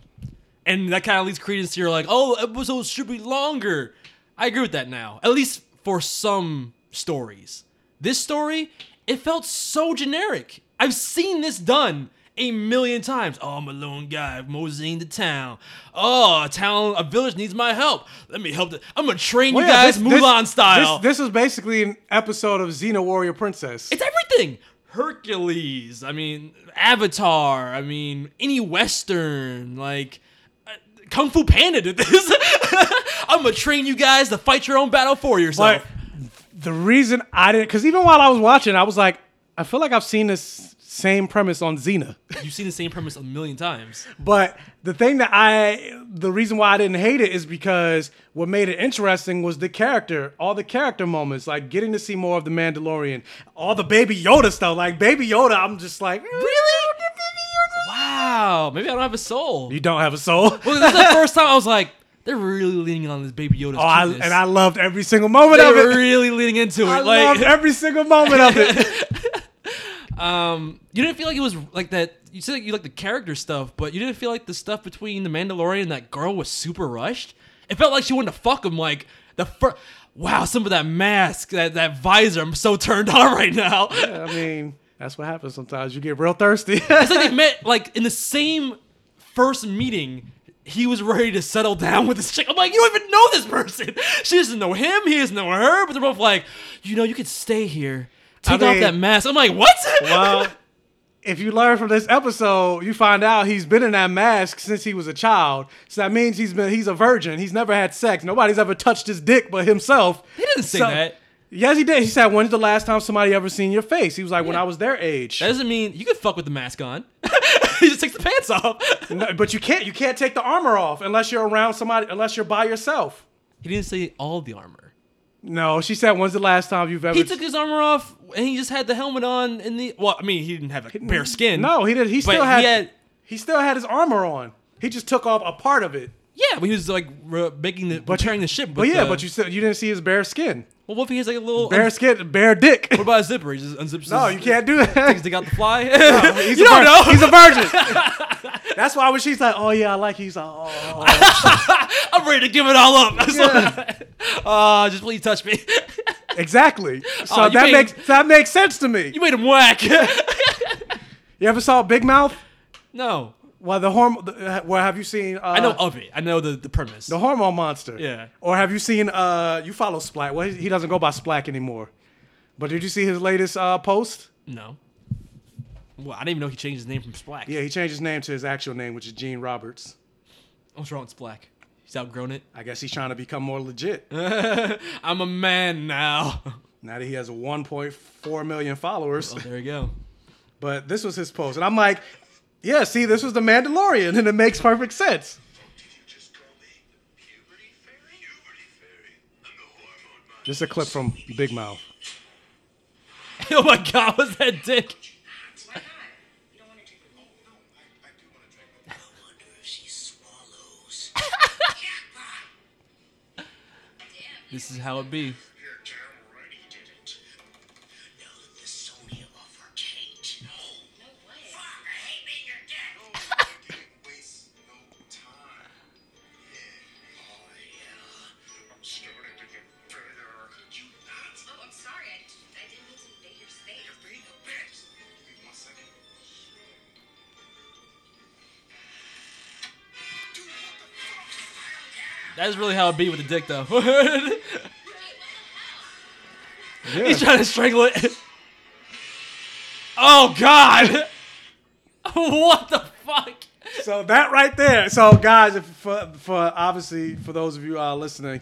B: and that kind of leads credence to your like, oh, episodes should be longer. I agree with that now, at least for some stories. This story, it felt so generic. I've seen this done a million times. Oh, I'm a lone guy moseying the town. Oh, a town, a village needs my help. Let me help. The, I'm gonna train
C: Well,
B: you
C: Oh, yeah,
B: guys
C: this- this-
B: Mulan style.
C: This, this is basically an episode of Xena Warrior Princess.
B: It's everything. Hercules. I mean, Avatar. I mean, any Western like uh, Kung Fu Panda did this. I'm gonna train you guys to fight your own battle for yourself.
C: But the reason I didn't, because even while I was watching, I was like, I feel like I've seen this same premise on Xena.
B: You've seen the same premise a million times.
C: But the thing that I, the reason why I didn't hate it is because what made it interesting was the character, all the character moments, like getting to see more of the Mandalorian, all the Baby Yoda stuff. Like Baby Yoda, I'm just like, really?
B: Wow. Maybe I don't have a soul.
C: You don't have a soul.
B: Well, this is the first time I was like, they're really leaning on this baby Yoda.
C: Oh, I, and I loved every single moment
B: They're
C: of it.
B: really leaning into it.
C: I
B: like
C: loved every single moment of it.
B: Um, you didn't feel like it was like that. You said you like the character stuff, but you didn't feel like the stuff between the Mandalorian and that girl was super rushed. It felt like she wanted to fuck him. Like the first, wow, some of that mask, that that visor. I'm so turned on right now.
C: Yeah, I mean, that's what happens sometimes. You get real thirsty.
B: It's like they met like in the same first meeting. He was ready to settle down with this chick. I'm like, you don't even know this person. She doesn't know him. He doesn't know her. But they're both like, you know, you could stay here.
C: I
B: Take off
C: mean-
B: that mask. I'm like, what?
C: well, if you learn from this episode, you find out he's been in that mask since he was a child. So that means he's been he's a virgin. He's never had sex. Nobody's ever touched his dick but himself.
B: He didn't say
C: So-
B: that.
C: Yes, he did. He said, "When's the last time somebody ever seen your face?" He was like, "When
B: Yeah.
C: I was their age."
B: That doesn't mean you could fuck with the mask on. he just takes the pants off.
C: No, but you can't. You can't take the armor off unless you're around somebody. Unless you're by yourself.
B: He didn't say all the armor.
C: No, she said, "When's the last time you've ever?"
B: He took his armor off and he just had the helmet on and the well, I mean he didn't have a bare skin.
C: no, he did. He
B: but
C: still had,
B: he
C: he
B: had
C: still had his armor on. He just took off a part of it.
B: yeah, but he was like re- making the but uh, Oh, repairing the ship.
C: But
B: with
C: yeah,
B: the-
C: but you said you didn't see his bare skin.
B: well, what if he has like a little
C: Bare
B: un-
C: skin, bare dick.
B: What about his zipper? He just unzips.
C: No,
B: his,
C: you can't do that.
B: Takes the out the fly.
C: No, he's
B: you
C: a
B: don't
C: virgin.
B: know.
C: He's a virgin. That's why when she's like, "Oh yeah, I like," you," he's like, "Oh."
B: I'm ready to give it all up. That's what- Uh, just please touch me.
C: Exactly. So
B: Oh, you
C: that
B: made-
C: makes that makes sense to me.
B: you made him whack.
C: You ever saw Big Mouth?
B: no,
C: Well, the hormone. Well, have you seen? Uh,
B: I know of it. I know the the premise.
C: the hormone monster.
B: Yeah.
C: Or have you seen? Uh, you follow Splat? Well, he he doesn't go by Splat anymore. But did you see his latest uh, post?
B: No. Well, I didn't even know he changed his name from Splack.
C: Yeah, he changed his name to his actual name, which is Gene Roberts.
B: What's wrong with Splack? He's outgrown it.
C: I guess he's trying to become more legit.
B: I'm a man now.
C: now that he has 1.4 million followers.
B: Oh, there you go.
C: But this was his post, and I'm like, yeah, see, this was the Mandalorian, and it makes perfect sense. This is a clip from Big Mouth.
B: oh my god, was that dick? This is how it be.
M: Oh,
B: That's really how it be with the dick, though. He's trying to strangle it. Oh God! what the fuck?
C: So that right there. So guys, if for, for obviously for those of you uh, listening,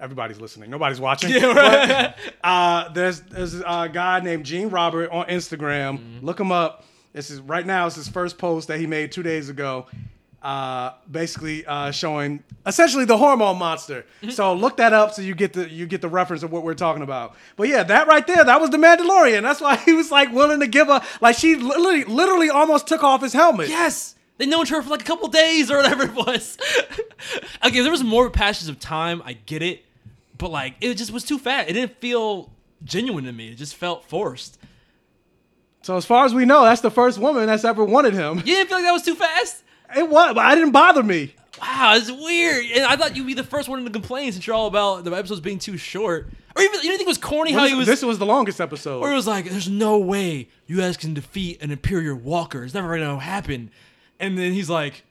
C: everybody's listening. Nobody's watching.
B: Yeah, right.
C: But, uh, there's there's a guy named Gene Robert on Instagram.
B: Mm-hmm.
C: Look him up. This is right now. It's his first post that he made two days ago. Uh, basically uh, showing essentially the hormone monster.
B: Mm-hmm.
C: so look that up so you get the you get the reference of what we're talking about. But yeah, that right there, that was the Mandalorian. That's why he was like willing to give a like she literally literally almost took off his helmet.
B: Yes. They known her for like a couple days or whatever it was. okay, if there was more passage of time, I get it. But like it just was too fast. It didn't feel genuine to me. It just felt forced.
C: So as far as we know, that's the first woman that's ever wanted him.
B: You didn't feel like that was too fast?
C: It was, but I didn't bother me.
B: Wow, it's weird. And I thought you'd be the first one to complain since you're all about the episodes being too short. Or even you didn't think it was corny how
C: This-
B: he was
C: this was the longest episode.
B: Or it was like, there's no way you guys can defeat an Imperial Walker. It's never gonna happen. And then he's like,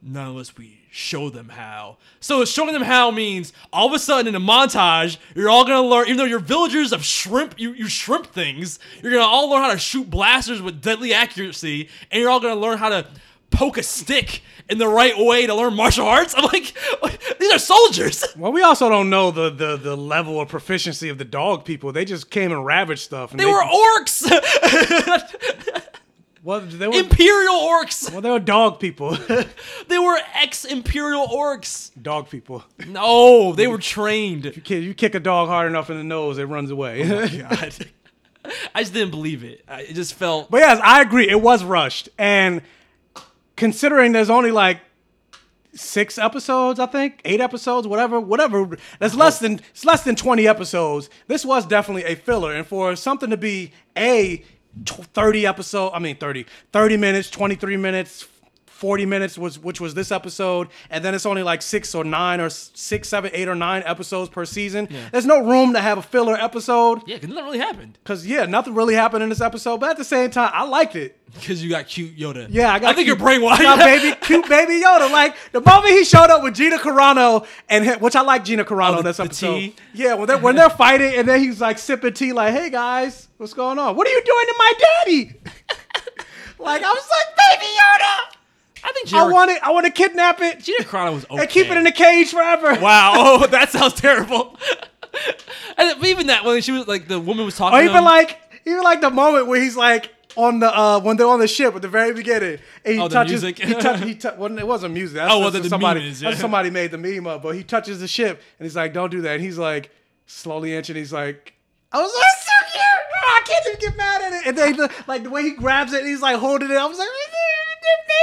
B: not unless we show them how. So showing them how means all of a sudden in a montage, you're all gonna learn, even though you're villagers of shrimp, you, you shrimp things, you're gonna all learn how to shoot blasters with deadly accuracy, and you're all gonna learn how to poke a stick in the right way to learn martial arts. I'm like, these are soldiers.
C: Well, we also don't know the, the the level of proficiency of the dog people. They just came and ravaged stuff. And
B: They were orcs.
C: well, they were
B: Imperial orcs.
C: Well, they were dog people.
B: they were ex-imperial orcs.
C: dog people.
B: No, they were trained.
C: You kick, you kick a dog hard enough in the nose, it runs away.
B: Oh God. I just didn't believe it. I, it just felt.
C: but yes, I agree. It was rushed, and considering there's only like six episodes, I think eight episodes, whatever, whatever. That's less than it's less than twenty episodes. This was definitely a filler, and for something to be a tw- thirty episode, I mean 30, 30 minutes, twenty three minutes. 40 minutes was which was this episode and then it's only like six or nine or s- six seven eight or nine episodes per season there's no room to have a filler episode
B: Yeah, 'cause nothing really happened.
C: Cause yeah, nothing really happened in this episode, but at the same time, I liked it.
B: Because you got cute Yoda.
C: Yeah, I got.
B: I think
C: cute-
B: you're brainwashed.
C: got baby, cute baby Yoda. Like the moment he showed up with Gina Carano, and he- which I like Gina Carano. in
B: Oh, the-
C: this
B: the
C: episode.
B: tea?
C: Yeah, when they're when they're fighting, and then he's like sipping tea, like, "Hey guys, what's going on? What are you doing to my daddy?" like I was like, "Baby Yoda,
B: I think
C: I
B: Gina,
C: want it. I want to kidnap it
B: Gina Carano was okay.
C: and keep it in a cage forever."
B: Wow. Oh, that sounds terrible. and even that when she was like the woman was talking.
C: Or
B: to
C: even
B: him.
C: like even like the moment where he's like on the uh when they're on the ship at the very beginning and he
B: Oh, the
C: touches
B: music.
C: he touches he tou- well, it wasn't music that's
B: Oh, well,
C: just
B: the- the
C: somebody
B: meme is,
C: that's
B: yeah.
C: somebody made the meme up but he touches the ship and he's like don't do that and he's like slowly inching he's like I was like "It's so cute Oh, I can't even get mad at it and then the- like the way he grabs it he's like holding it I was like the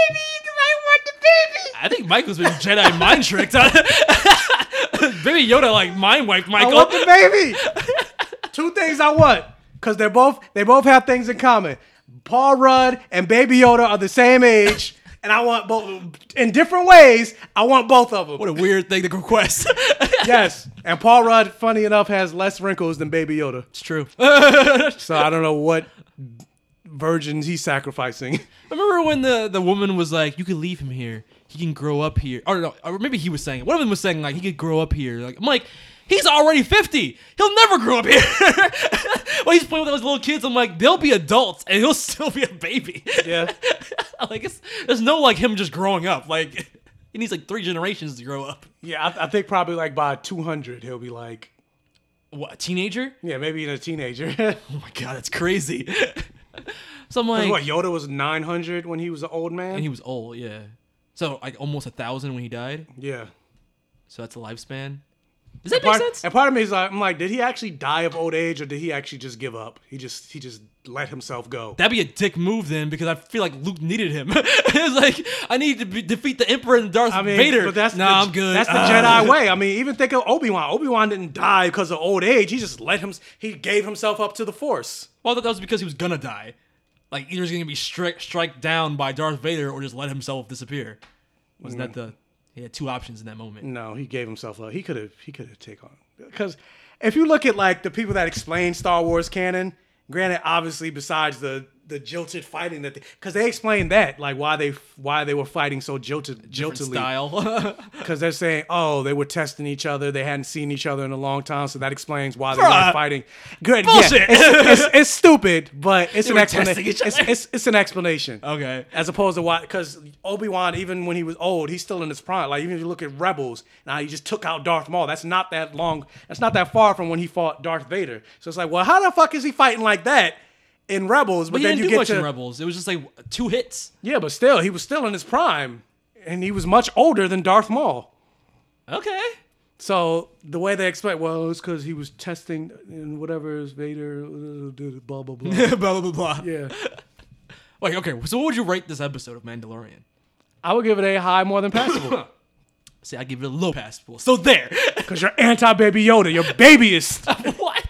C: baby I want the baby
B: I think Michael's been Jedi mind tricked. Baby Yoda like mind wiped
C: I
B: Michael.
C: want the baby. Two things I want, cause they're both they both have things in common. Paul Rudd and Baby Yoda are the same age, and I want both in different ways. I want both of them.
B: what a weird thing to request.
C: yes, and Paul Rudd, funny enough, has less wrinkles than Baby Yoda.
B: it's true.
C: So I don't know what virgins he's sacrificing.
B: Remember when the, the woman was like, "You could leave him here. He can grow up here." Or no, or maybe he was saying it. One of them was saying like, "He could grow up here." Like I'm like, he's already fifty. He'll never grow up here. Well, he's playing with those little kids. I'm like, they'll be adults and he'll still be a baby.
C: Yeah.
B: like, it's, there's no like him just growing up. Like, he needs like three generations to grow up.
C: Yeah, I, I think probably like by 200, he'll be like,
B: What, a teenager?
C: yeah, maybe even a teenager.
B: oh my God, that's crazy. so I'm like,
C: what, Yoda was 900 when he was an old man?
B: and he was old, yeah. So like almost a thousand when he died.
C: Yeah.
B: So that's a lifespan. Does that
C: And
B: make
C: part,
B: sense?
C: And part of me is like, I'm like, did he actually die of old age, or did he actually just give up? He just he just let himself go.
B: That'd be a dick move then, because I feel like Luke needed him. it's like I need to be, defeat the Emperor and Darth
C: I mean,
B: Vader.
C: but that's
B: nah,
C: the,
B: I'm good.
C: That's the
B: Ah.
C: Jedi way. I mean, even think of Obi Wan. Obi Wan didn't die because of old age. He just let him. He gave himself up to the Force.
B: Well, I thought that was because he was gonna die. Like either he's gonna be stri- strike down by Darth Vader or just let himself disappear. Wasn't
C: Mm.
B: that the? He had two options in that moment.
C: No, he gave himself up. He could have. He could have taken on. Because if you look at like the people that explain Star Wars canon, granted, obviously, besides the the jilted fighting that, because they, explain that like why they why they were fighting so jilted
B: Different
C: jiltedly.
B: style.
C: Because they're saying, oh, they were testing each other. They hadn't seen each other in a long time, so that explains why they
B: Bruh.
C: were fighting. Good, yeah,
B: Bullshit.
C: it's, it's, it's stupid, but it's
B: They
C: an
B: were testing
C: explanation.
B: each
C: It's,
B: other.
C: it's, it's an explanation.
B: Okay.
C: As opposed to why, because Obi Wan, even when he was old, he's still in his prime. Like even if you look at Rebels, now he just took out Darth Maul. That's not that long. That's not that far from when he fought Darth Vader. So it's like, well, how the fuck is he fighting like that in Rebels?
B: but, he
C: then
B: didn't
C: you
B: do
C: get
B: much
C: to
B: in Rebels. It was just like two hits.
C: yeah, but still, he was still in his prime, and he was much older than Darth Maul.
B: Okay.
C: So the way they explain, well, it's because he was testing and whatever is Vader, uh, did blah blah blah.
B: blah blah blah. blah.
C: Yeah,
B: Wait. Okay. So what would you rate this episode of Mandalorian?
C: I would give it a high more than passable
B: See, I give it a low passable. So there.
C: because you're anti Baby Yoda. Your baby is.
B: what?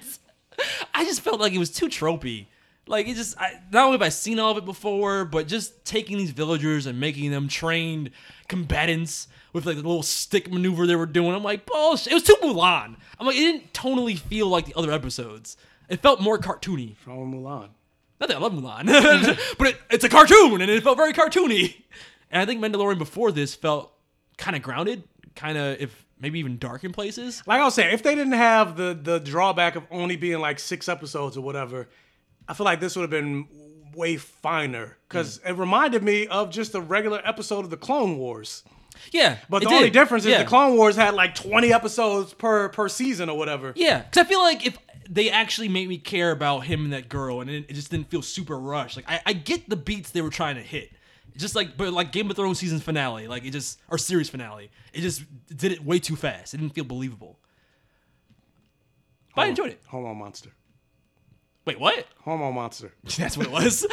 B: I just felt like it was too tropey. Like it just I, not only have I seen all of it before, but just taking these villagers and making them trained combatants with like the little stick maneuver they were doing. I'm like, bullshit. It was too Mulan. I'm like, it didn't tonally feel like the other episodes. It felt more cartoony.
C: From Mulan.
B: Not that I love Mulan, but it, it's a cartoon, and it felt very cartoony. And I think Mandalorian before this felt kind of grounded, kind of if maybe even dark in places.
C: Like I was saying, if they didn't have the the drawback of only being like six episodes or whatever, I feel like this would have been way finer because
B: Mm.
C: it reminded me of just a regular episode of the Clone Wars.
B: Yeah,
C: But
B: it
C: the only
B: did.
C: difference is
B: Yeah.
C: the Clone Wars had like 20 episodes per per season or whatever.
B: Yeah, because I feel like if they actually made me care about him and that girl, and it, it just didn't feel super rushed. Like I, I get the beats they were trying to hit, just like but like Game of Thrones season finale, like it just or series finale, it just did it way too fast. It didn't feel believable. But I enjoyed it.
C: Homo monster.
B: Wait, what?
C: Homo monster.
B: That's what it was.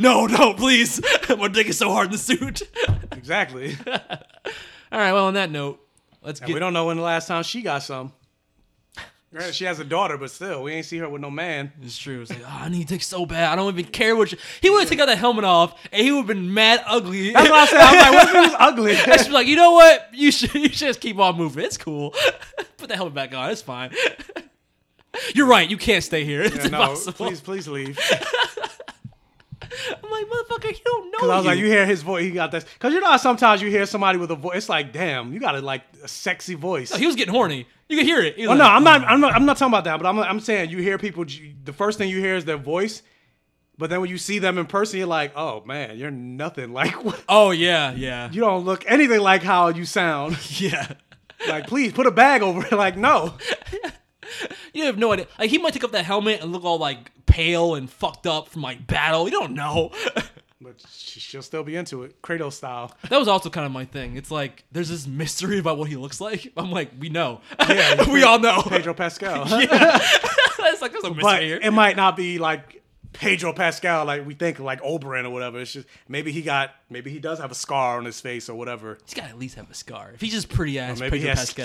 B: no, no, please. My dick is so hard in the suit.
C: Exactly.
B: All right. Well, on that note, let's
C: And
B: get.
C: we don't know when the last time she got some. Granted, she has a daughter, but still, we ain't see her with no man.
B: It's true. It's like, oh, I need dick so bad. I don't even care what. You- he would have taken that helmet off, and he would have been mad ugly.
C: That's what I said. I was like, what if it was ugly?
B: I should be like, you know what? You should you should just keep on moving. It's cool. Put the helmet back on. It's fine. You're right. You can't stay here. It's
C: Yeah, no,
B: impossible.
C: please, please leave.
B: I'm like, motherfucker, you don't know.
C: Because I was like, you hear his voice, he got this. Because you know how sometimes you hear somebody with a voice, it's like, damn, you got a, like a sexy voice.
B: No, he was getting horny. You could hear it. He was
C: Oh no,
B: like,
C: I'm not, I'm not. I'm not talking about that. But I'm. I'm saying you hear people. The first thing you hear is their voice, but then when you see them in person, you're like, oh man, you're nothing like. What?
B: Oh yeah, yeah,
C: You don't look anything like how you sound.
B: yeah.
C: Like, please put a bag over it. Like, no.
B: You have no idea. Like he might take off that helmet and look all like pale and fucked up from like battle. You don't know.
C: But she- she'll still be into it, Kratos style.
B: That was also kind of my thing. It's like there's this mystery about what he looks like. I'm like, we know. we all know.
C: Pedro Pascal.
B: yeah. it's like there's a mystery
C: But
B: here.
C: it might not be like Pedro Pascal, like we think, like Oberon or whatever. It's just maybe he got, maybe he does have a scar on his face or whatever.
B: He's got to at least have a scar. If he's just pretty ass,
C: maybe he
B: Pedro
C: has
B: Pascal.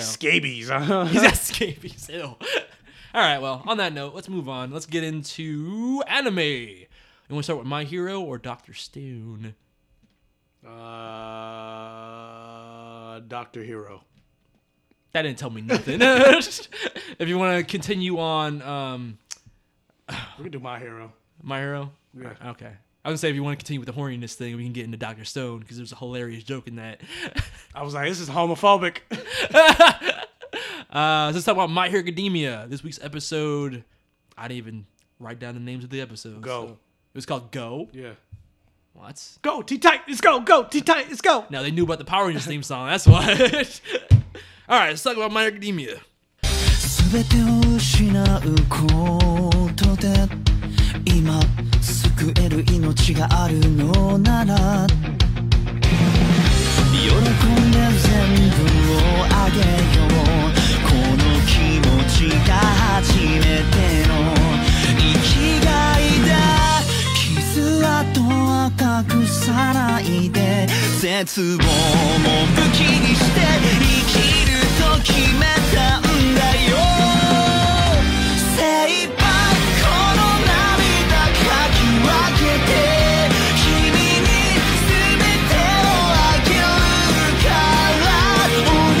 C: scabies.
B: he's got scabies. Ew. all right. Well, on that note, let's move on. Let's get into anime. You want to start with My Hero or Doctor Stone?
C: Uh, Doctor Hero.
B: That didn't tell me nothing. if you want to continue on, um,
C: We can do My Hero.
B: My Hero.
C: Yeah.
B: Okay. I was gonna say if you want to continue with the horniness thing, we can get into Doctor Stone because there's a hilarious joke in that.
C: I was like, this is homophobic.
B: Uh, so let's talk about My Hero Academia. This week's episode, I didn't even write down the names of the episodes.
C: Go.
B: so- It was called Go.
C: Yeah.
B: What?
C: Go T tight. Let's go. Go T tight. Let's go.
B: Now they knew about the Power Rangers theme song. That's why. All right, let's talk about My Academia.
N: 全てを失うことで今救える命があるのなら喜んで全部をあげようこの気持ちが初めての生きがいだ傷跡は隠さないで絶望も武器にして生きると決めたんだよ精一杯この涙かき分けて君に全てをあげるからお願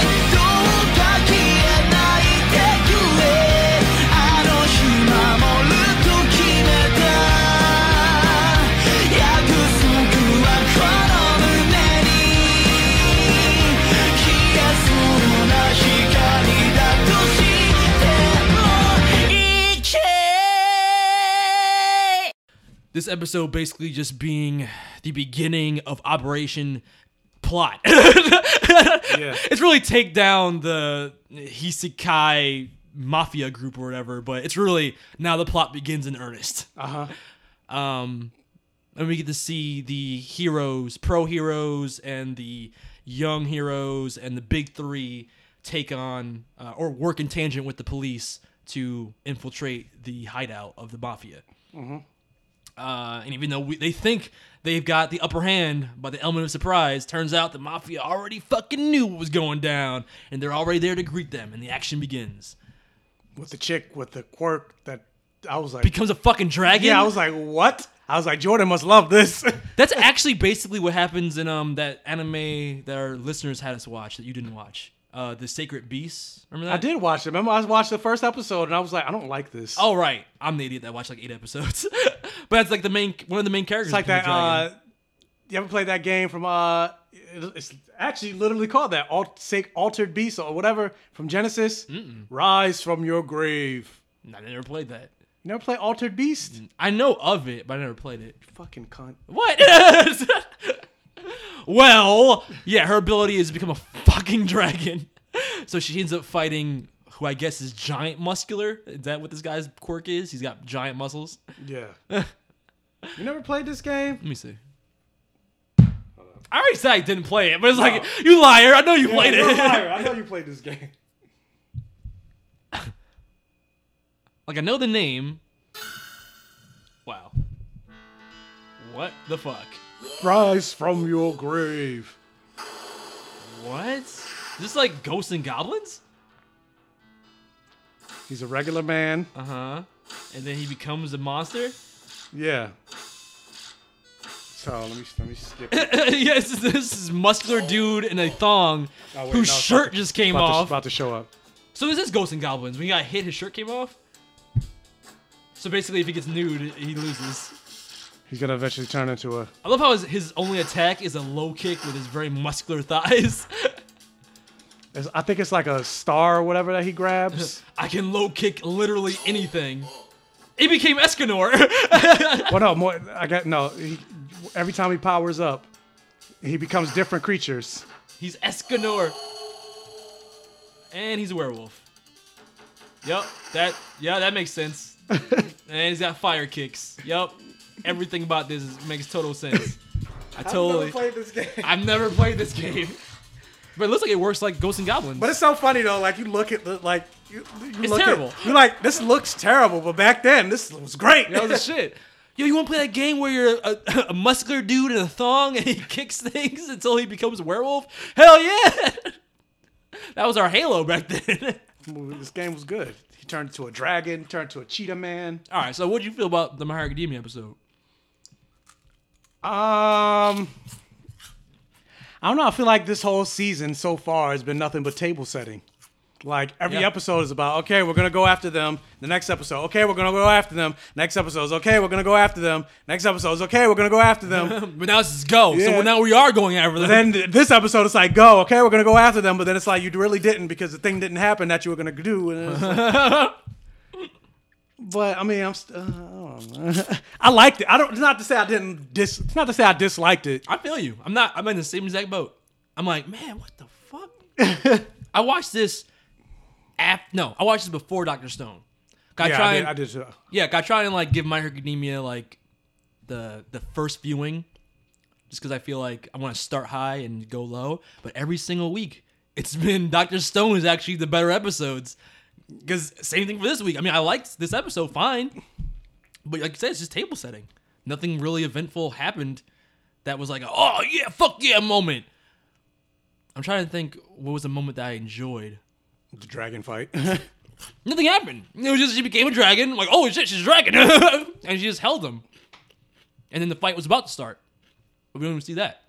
N: いどうか消えないでくれあの日守ると決めた約束はこの胸に刻まれてる消えそうな光だとしてもいけ
B: This episode basically just being the beginning of Operation Plot. It's really take down the Hisekai mafia group or whatever, but it's really now the plot begins in earnest. huh.
C: Uh
B: Um, and we get to see the heroes, pro heroes, and the young heroes, and the big three take on uh, or work in tangent with the police to infiltrate the hideout of the mafia.
C: Mm-hmm.
B: Uh, and even though we, they think they've got the upper hand by the element of surprise, turns out the mafia already fucking knew what was going down, and they're already there to greet them, and the action begins.
C: With the chick with the quirk that I was like
B: becomes a fucking dragon.
C: Yeah, I was like, what? I was like, Jordan must love this.
B: That's actually basically what happens in um that anime that our listeners had us watch that you didn't watch. Uh, the Sacred Beasts. Remember that?
C: I did watch it. Remember, I watched the first episode and I was like, I don't like this.
B: Oh right, I'm the idiot that watched like eight episodes. but that's like the main one of the main characters.
C: It's like
B: becomes
C: that.
B: a dragon.
C: Uh, you ever played that game from? Uh, it- it's actually literally called that Alt- Sac- Altered Beast or whatever from Genesis. Rise from your grave.
B: I never played that.
C: You never play Altered Beast?
B: I know of it, but I never played it.
C: Fucking cunt.
B: What? well, yeah, her ability is to become a fucking dragon. So she ends up fighting who I guess is giant muscular. Is that what this guy's quirk is? He's got giant muscles.
C: Yeah. you never played this game?
B: Let me see. I already said I didn't play it, but it's like you liar. I know you
C: Yeah,
B: played
C: you're a
B: it.
C: liar. I know you played this game.
B: like I know the name. Wow. What the fuck?
C: Rise from your grave.
B: What? Is this like ghosts and goblins?
C: He's a regular man.
B: Uh huh. And then he becomes a monster.
C: Yeah. So let me let me skip.
B: yes, this is muscular dude in a thong
C: Oh, wait, no,
B: whose
C: it's about
B: shirt
C: to-
B: just came
C: about to-
B: off.
C: about to show up.
B: So is this Ghosts and Goblins? When he got hit, his shirt came off. So basically, if he gets nude, he loses.
C: He's gonna eventually turn into a.
B: I love how his, his only attack is a low kick with his very muscular thighs.
C: it's- I think it's like a star or whatever that he grabs.
B: I can low kick literally anything. It became Escanor.
C: well, no, more. I got no. He, every time he powers up, he becomes different creatures.
B: he's Escanor. And he's a werewolf. Yep, that yeah, that makes sense. and he's got fire kicks. Yep. Everything about this is, makes total sense. I totally
C: this game.
B: I've never played this game. But it looks like it works like Ghosts and Goblins.
C: But it's so funny though. Like you look at the like. You, you
B: It's
C: look at-
B: terrible.
C: you're like, this looks terrible, but back then this was great.
B: That was the shit. Yo, you want to play that game where you're a, a muscular dude in a thong and he kicks things until he becomes a werewolf? Hell yeah! That was our Halo back then.
C: this game was good. He turned into a dragon. Turned to a cheetah man.
B: All right, so what do you feel about the My Hero Academia episode?
C: Um, I don't know. I feel like this whole season so far has been nothing but table setting. Like every
B: Yeah.
C: episode is about, okay, we're gonna go after them. The next episode, okay, we're gonna go after them. Next episode is okay, we're gonna go after them. Next episode is okay, we're gonna go after them.
B: but now it's just go. So now we are going after them.
C: Then th- this episode is like, go, okay, we're gonna go after them. But then it's like you really didn't because the thing didn't happen that you were gonna do. And it's like- But I mean, I'm. St- uh, I don't know. I liked it. I don't. It's not to say I didn't dis. It's not to say I disliked it.
B: I feel you. I'm not. I'm in the same exact boat. I'm like, man, what the fuck? I watched this. Af- no, I watched this before Doctor Stone. Got
C: Yeah, I
B: try
C: did-
B: and-
C: I did, uh,
B: Yeah, got try and like give My Hero Academia like the the first viewing, just because I feel like I want to start high and go low. But every single week, it's been Doctor Stone is actually the better episodes. Because same thing for this week. I mean, I liked this episode fine, but like you said, it's just table setting. Nothing really eventful happened that was like, a, oh yeah, fuck yeah moment. I'm trying to think what was the moment that I enjoyed.
C: The dragon fight.
B: Nothing happened. It was just she became a dragon. Like, oh shit, she's a dragon, and she just held him. And then the fight was about to start, but we don't even see that.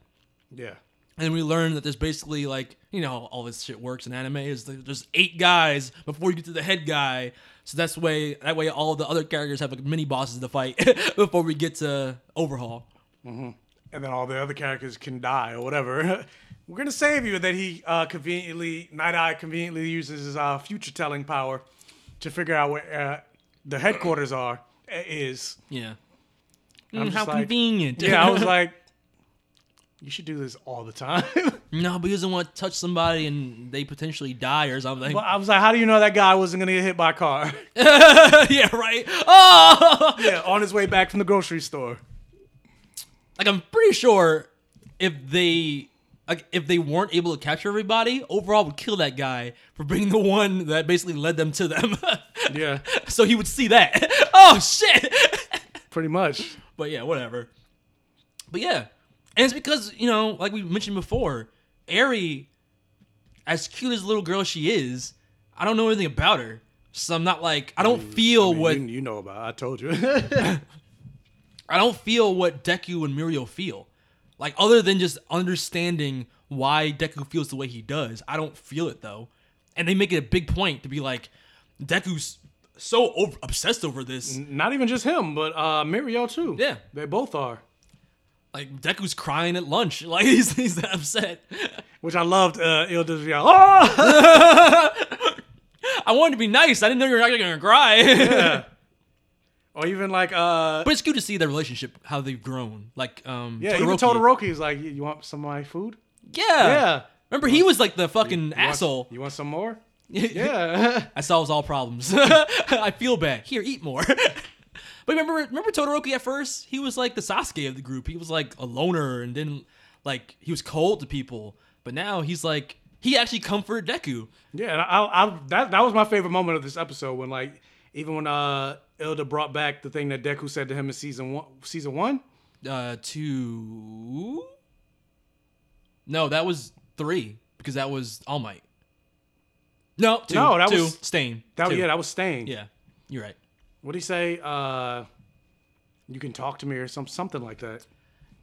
C: Yeah.
B: And then we learned that there's basically like you know how all this shit works in anime is there- there's eight guys before you get to the head guy. So that's way that way all the other characters have like mini bosses to fight before we get to overhaul.
C: hmm And then all the other characters can die or whatever. We're gonna save you. That he uh, conveniently, Night Eye conveniently uses his uh, future telling power to figure out where uh, the headquarters are. uh, Is
B: Yeah.
C: And I'm
B: Mm, how
C: just like-
B: convenient.
C: Yeah, I was like, you should do this all the time.
B: no, but he doesn't want to touch somebody and they potentially die or something.
C: Well, I was like, how do you know that guy wasn't gonna get hit by a car?
B: yeah, right. Oh,
C: yeah, on his way back from the grocery store.
B: like I'm pretty sure if they like if they weren't able to capture everybody, overall would kill that guy for being the one that basically led them to them.
C: yeah.
B: So he would see that. oh shit.
C: Pretty much.
B: But yeah, whatever. But yeah. And it's because, you know, like we mentioned before, Ari, as cute as little girl she is, I don't know anything about her. So I'm not like I don't feel what
C: you know about. I told you.
B: I don't feel what Deku and Muriel feel. Like other than just understanding why Deku feels the way he does, I don't feel it though. And they make it a big point to be like, Deku's so over- obsessed over this.
C: Not even just him, but uh, Muriel too. Yeah, they both are.
B: Like Deku's crying at lunch. Like he's, he's that upset.
C: Which I loved. Uh, Il Desiel. Oh!
B: I wanted to be nice. I didn't know you were not gonna cry.
C: Yeah. Or even like, uh,
B: but it's good to see their relationship, how they've grown. Like, um,
C: Yeah, even Todoroki is like, you you want some of my food?
B: Yeah.
C: Yeah.
B: Remember, he was like the fucking asshole.
C: You want some more?
B: yeah. I solves all problems. I feel bad. Here, eat more. but remember, remember Todoroki at first? He was like the Sasuke of the group. He was like a loner and then like he was cold to people. But now he's like he actually comforted Deku.
C: Yeah, and I, I that that was my favorite moment of this episode when like even when uh Ilda brought back the thing that Deku said to him in season one season one.
B: Uh two No, that was three because that was All Might. No, two,
C: no, that
B: two,
C: was
B: Stain.
C: That
B: two.
C: yeah, that was Stain.
B: Yeah, you're right.
C: What do you say? Uh, you can talk to me or some something like that.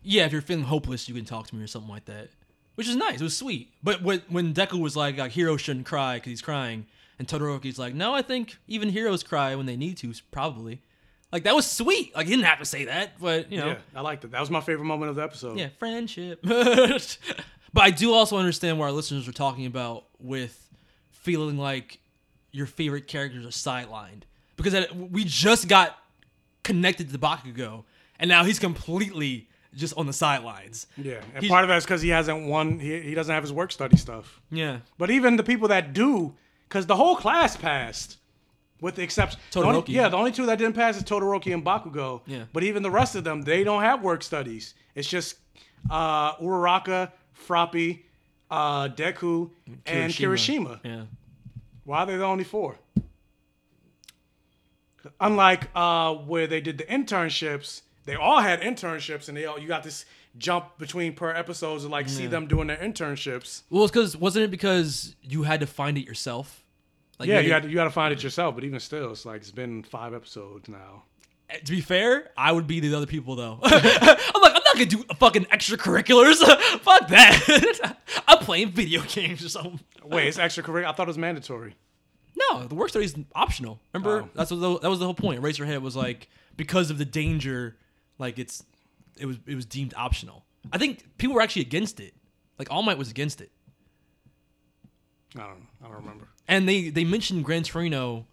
B: Yeah, if you're feeling hopeless, you can talk to me or something like that, which is nice. It was sweet. But when when Deku was like, like Hero shouldn't cry because he's crying, and Todoroki's like, no, I think even heroes cry when they need to, probably. Like that was sweet. Like he didn't have to say that, but you know,
C: Yeah, I liked it. That was my favorite moment of the episode.
B: yeah, friendship. but I do also understand what our listeners are talking about with feeling like your favorite characters are sidelined because that, we just got connected to Bakugo, and now he's completely just on the sidelines.
C: Yeah, and
B: He's-
C: part of that's because he hasn't won. He, he doesn't have his work study stuff.
B: Yeah.
C: But even the people that do, because the whole class passed, with the exception. the only-
B: Todoroki.
C: yeah, the only two that didn't pass is Todoroki and Bakugo.
B: Yeah.
C: But even the rest of them, they don't have work studies. It's just uh, Uraraka, Froppy, uh, Deku, and Kirishima.
B: Yeah.
C: Why are they the only four? Unlike uh, where they did the internships, they all had internships, and they all you got this jump between per episodes to like see
B: Yeah.
C: them doing their internships.
B: Well, it's because wasn't it because you had to find it yourself?
C: yeah, you
B: didn't-
C: got to, you got to find it yourself. But even still, it's like it's been five episodes now.
B: To be fair, I would be the other people though. I'm like, I'm not gonna do fucking extracurriculars. Fuck that. I'm playing video games or something.
C: Wait, it's extracurricular. I thought it was mandatory.
B: No, the work study is optional.
C: Oh.
B: Remember, that's what the, that was the whole point. Eraserhead was like because of the danger, like it's it was it was deemed optional. I think people were actually against it. Like All Might was against it.
C: I don't. I don't remember.
B: And they they mentioned Gran Torino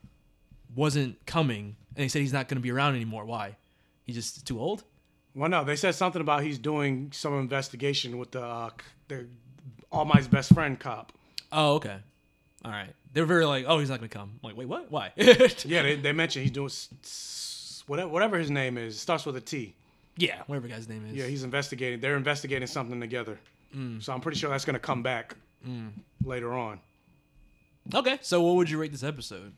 B: wasn't coming And they said he's not going to be around anymore. Why? He's just too old?
C: Well, no, they said something about he's doing some investigation with the uh, the All Might's best friend cop.
B: Oh, okay. All right. They're very like, oh, he's not going to come. I'm like, wait, what? Why?
C: yeah, they, they mentioned he's doing s- s- whatever whatever his name is. It starts with a T.
B: yeah, whatever guy's name is.
C: Yeah, he's investigating. They're investigating something together.
B: Mm.
C: So I'm pretty sure that's going to come back
B: Mm.
C: later on.
B: Okay, so what would you rate this episode?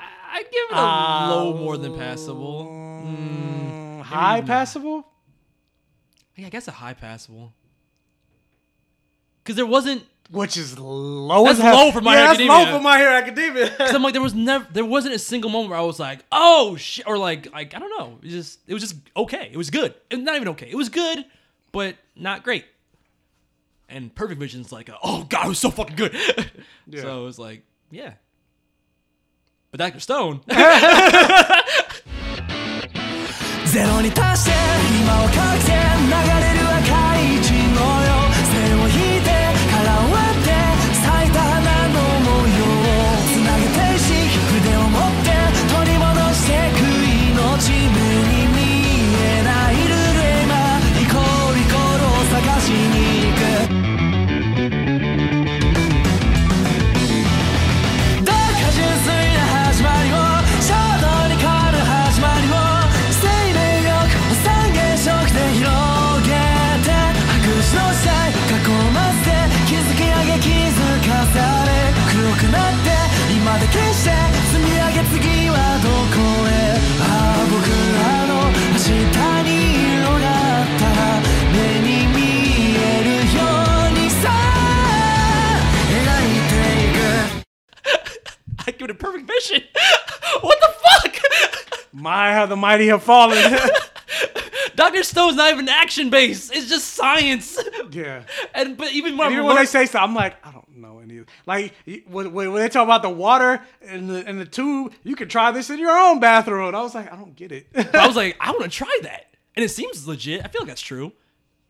B: I give it a low more than passable. Mm,
C: High
B: maybe-
C: passable?
B: Yeah, I guess a high passable. Because there wasn't.
C: Which is low
B: that's
C: as hell.
B: low for my
C: Yeah, that's
B: academia.
C: low for My Hero Academia.
B: Because I'm like, there was never, there wasn't a single moment where I was like, oh shit, or like, like I don't know, it just, it was just okay. It was good. It- not even okay. It was good, but not great. And Perfect Vision's like, a, oh god, it was so fucking good. So it was like, yeah. But Dr. Stone.
N: ゼロに達して今をかけて流れる赤い血のよ線を引いてからを割って咲いた花の模様つなげてし筆を持って取り戻してく命目に見えないルレマイコーリコーを探しに行くどうか純粋な始まりを衝動に変わる始まりを生命力を三原色で広げて白紙の死体囲ませて築き上げ気づかされ黒くなって今だけして積み上げ次はどこへああ僕らの明日に色があったら目に見えるようにさ描いていく
B: I give it a perfect vision. what the fuck?
C: My how the mighty have fallen.
B: Dr. Stone's not even action based. It's just science.
C: yeah.
B: And but even
C: And
B: when,
C: even
B: I'm
C: when they
B: learn-
C: say so, I'm like, I don't know any. of Like you- when, when when they talk about the water and the and the tube, you could try this in your own bathroom. I was like, I don't get it.
B: But I was like, I want to try that. And it seems legit. I feel like that's true.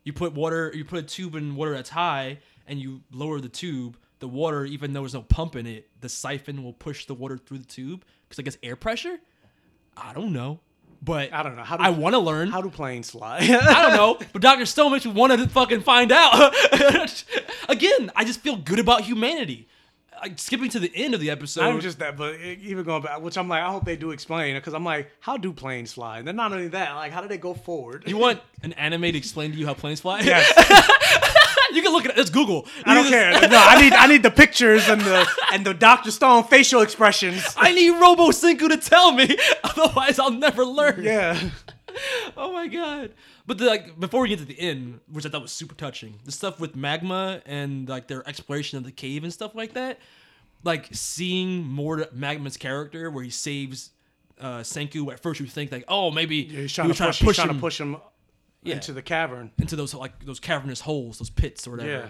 B: You put water, you put a tube in water that's high, and you lower the tube. The water, even though there's no pump in it, the siphon will push the water through the tube because I guess air pressure. I don't know, but
C: I don't know. How
B: I want to learn.
C: How do planes fly?
B: I don't know, but Doctor Stone makes me want to fucking find out. Again, I just feel good about humanity. Like skipping to the end of the episode.
C: Not even just that, but e- even going back, which I'm like, I hope they do explain because I'm like, how do planes fly? And then not only that, like, how do they go forward?
B: You want an anime to explain to you how planes fly?
C: Yes.
B: you can look at it. It's Google.
C: I don't care. No, I need I need the pictures and the and the Doctor Stone facial expressions.
B: I need Robo Senku to tell me, otherwise I'll never learn.
C: Yeah.
B: oh my god. But the, like before we get to the end, which I thought was super touching, the stuff with magma and like their exploration of the cave and stuff like that, like seeing more magma's character where he saves uh, Senku. At first you think like, oh maybe
C: He's
B: he
C: trying,
B: was
C: to, push, he's trying to push him
B: Yeah.
C: into the cavern.
B: into those like those cavernous holes, those pits or whatever.
C: Yeah.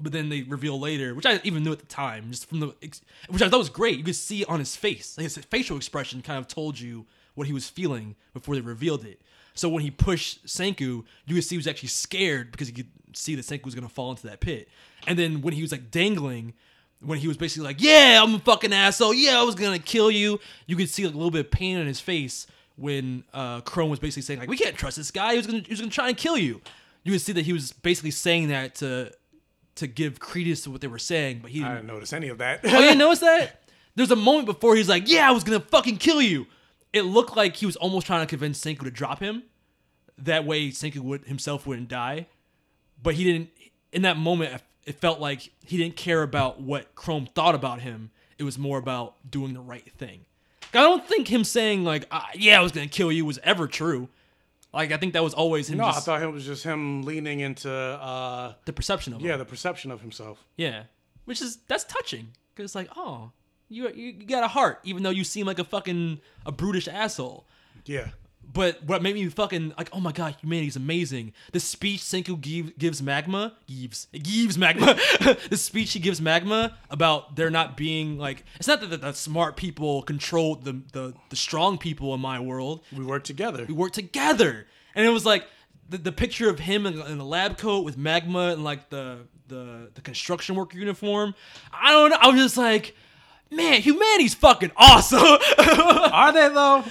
B: But then they reveal later, which I even knew at the time, just from the, ex- which I thought was great. You could see it on his face, like his facial expression, kind of told you what he was feeling before they revealed it. So when he pushed Senku, you could see he was actually scared because he could see that Senku was gonna fall into that pit. And then when he was like dangling, when he was basically like, "Yeah, I'm a fucking asshole. Yeah, I was gonna kill you." You could see like, a little bit of pain on his face when uh, Crone was basically saying like, "We can't trust this guy. He was gonna, he was gonna try and kill you." You could see that he was basically saying that to to give credence to what they were saying, but he
C: I
B: didn't.
C: didn't notice any of that.
B: oh, you didn't notice that? There's a moment before he's like, "Yeah, I was gonna fucking kill you." It looked like he was almost trying to convince Senku to drop him. That way, Senku would himself wouldn't die. But he didn't. In that moment, it felt like he didn't care about what Chrome thought about him. It was more about doing the right thing. I don't think him saying like, ah, "Yeah, I was gonna kill you" was ever true. Like I think that was always him.
C: no, I
B: just,
C: thought it was just him leaning into uh,
B: the perception of
C: yeah, the perception of himself.
B: Yeah, which is that's touching because like, oh, you, you you got a heart, even though you seem like a fucking a brutish asshole.
C: Yeah.
B: But what made me fucking like, oh my god, humanity's amazing. The speech Senku give, gives Magma, gives, gives Magma. the speech he gives Magma about there not being like, it's not that the, the smart people control the, the the strong people in my world.
C: We work together.
B: We work together, and it was like the, the picture of him in, in the lab coat with Magma and like the the the construction worker uniform. I don't know. I was just like, man, humanity's fucking awesome. Are
C: they though?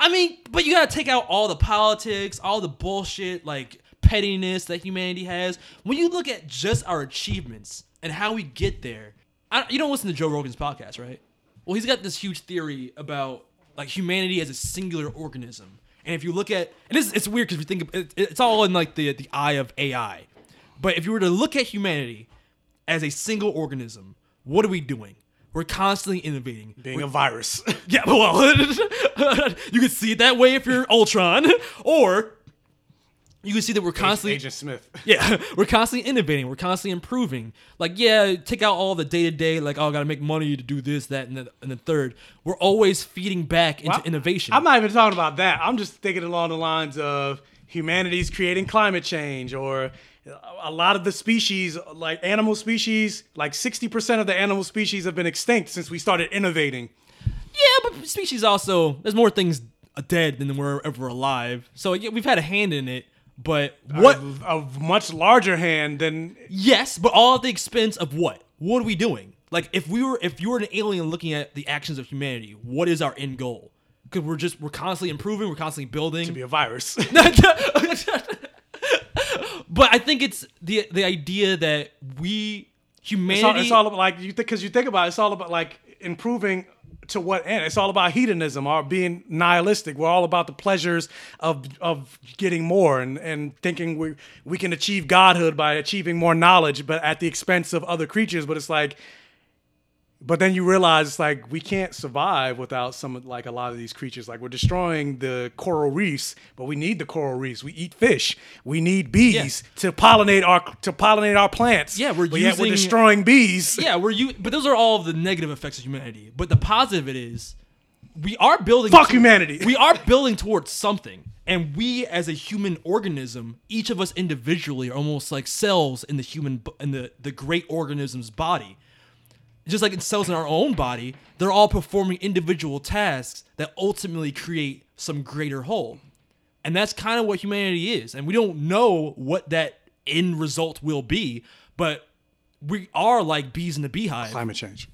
B: I mean, but you gotta take out all the politics, all the bullshit, like pettiness that humanity has. When you look at just our achievements and how we get there, I, you don't listen to Joe Rogan's podcast, right? Well, he's got this huge theory about like humanity as a singular organism, and if you look at and this, it's weird because we think of- it, it's all in like the the eye of AI, but if you were to look at humanity as a single organism, what are we doing? We're constantly innovating.
C: Being a virus.
B: Yeah, well, you can see it that way if you're Ultron, or you can see that we're constantly
C: Agent Smith.
B: yeah, we're constantly innovating. We're constantly improving. Like, yeah, take out all the day to day, like, oh, I gotta make money to do this, that, and the, and the third. We're always feeding back into
C: Well,
B: innovation.
C: I'm not even talking about that. I'm just thinking along the lines of humanity's creating climate change or a lot of the species like animal species like 60% of the animal species have been extinct since we started innovating
B: yeah, but species also, there's more things dead than we're ever alive. So yeah, we've had a hand in it, but what?
C: A, much larger hand than.
B: Yes, but all at the expense of what? What are we doing? Like, if we were, if you were an alien looking at the actions of humanity, what is our end goal? Because we're just, we're constantly improving, we're constantly building. To be
C: a virus.
B: but I think it's the the idea that we
C: it's
B: humanity.
C: all, it's all about like you because you think about it, it's all about like improving to what end it's all about hedonism or being nihilistic we're all about the pleasures of of getting more and and thinking we we can achieve godhood by achieving more knowledge but at the expense of other creatures but it's like but then you realize it's like we can't survive without some of- like a lot of these creatures like we're destroying the coral reefs but we need the coral reefs we eat fish we need bees to pollinate our to pollinate our plants
B: yeah, we're
C: but
B: using
C: yet we're destroying bees
B: Yeah, we're you. But those are all the negative effects of humanity. But the positive it is, we are building.
C: Fuck humanity.
B: We are building towards something, and we as a human organism, each of us individually, are almost like cells in the human bo- in the the great organism's body. Just like in cells in our own body, they're all performing individual tasks that ultimately create some greater whole. And that's kind of what humanity is. And we don't know what that end result will be, but we are like bees in the beehive. Climate
C: change.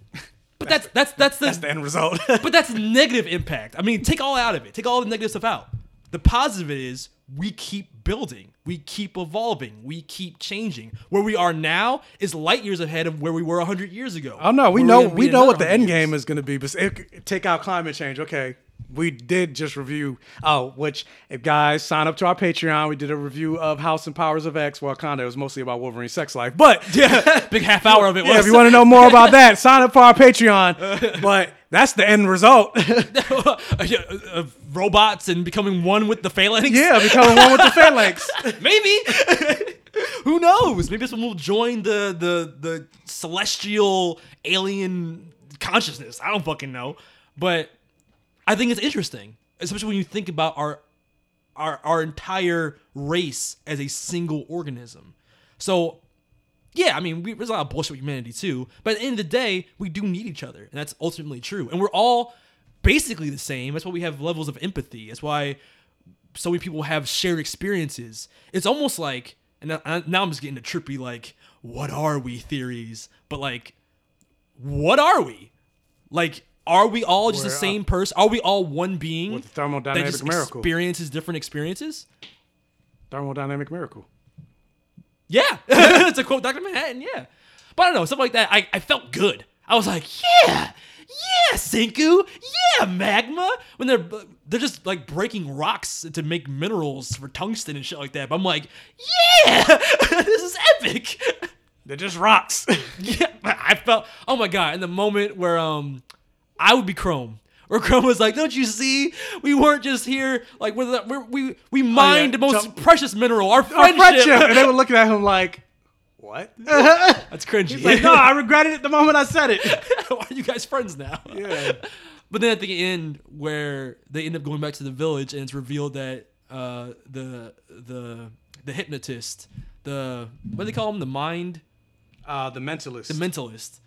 B: But that's that's that's the, that's
C: the end result.
B: but that's negative impact. I mean, take all out of it. Take all the negative stuff out. The positive is we keep building, we keep evolving, we keep changing. Where we are now is light years ahead of where we were hundred years ago.
C: I don't know. Oh, We
B: Where
C: know
B: we're gonna be
C: we
B: in
C: know
B: another
C: what the
B: 100
C: end game is going to be. But it, take out climate change. Okay, we did just review. Oh, which if guys sign up to our Patreon, we did a review of House and Powers of X. Well, kinda, it was mostly about Wolverine's sex life, but
B: yeah, big half hour of it.
C: yeah,
B: was.
C: if you want to know more about that, sign up for our Patreon. But that's the end result.
B: of robots and becoming one with the phalanx.
C: yeah, becoming one with the phalanx.
B: Maybe. Who knows? Maybe this one will join the the the celestial alien consciousness. I don't fucking know, but I think it's interesting, especially when you think about our our our entire race as a single organism. So, yeah, I mean, we, there's a lot of bullshit with humanity too. But at the end of the day, we do need each other, and that's ultimately true. And we're all basically the same. That's why we have levels of empathy. That's why so many people have shared experiences. It's almost like, and I- I- now I'm just getting the trippy like, what are we theories? But like, what are we? Like, are we all just
C: We're,
B: the
C: uh,
B: same person? Are we all one being
C: With the
B: that
C: thermodynamic
B: just
C: miracle.
B: experiences different experiences?
C: Thermodynamic miracle.
B: Yeah, it's a quote, Doctor Manhattan. Yeah, but I don't know, stuff like that. I, I felt good. I was like, yeah, yeah, Senku, yeah, magma. When they're they're just like breaking rocks to make minerals for tungsten and shit like that. But I'm like, yeah, this is epic.
C: They're just rocks.
B: yeah, I felt. Oh my god! In the moment where um, I would be Chrome. Where Chrome was like, "Don't you see? We weren't just here. Like we're the, we're, we we mined the most
C: Tell-
B: precious mineral, our
C: Oh, Our
B: friendship."
C: friendship, and they were looking at him like, "What?"
B: That's cringy.
C: He's like, "No, I regretted it the moment I said it."
B: Why are you guys friends now?
C: Yeah.
B: But then at the end, where they end up going back to the village, and it's revealed that uh, the the the hypnotist, the what do they call him, the mind,
C: uh, the mentalist,
B: the mentalist,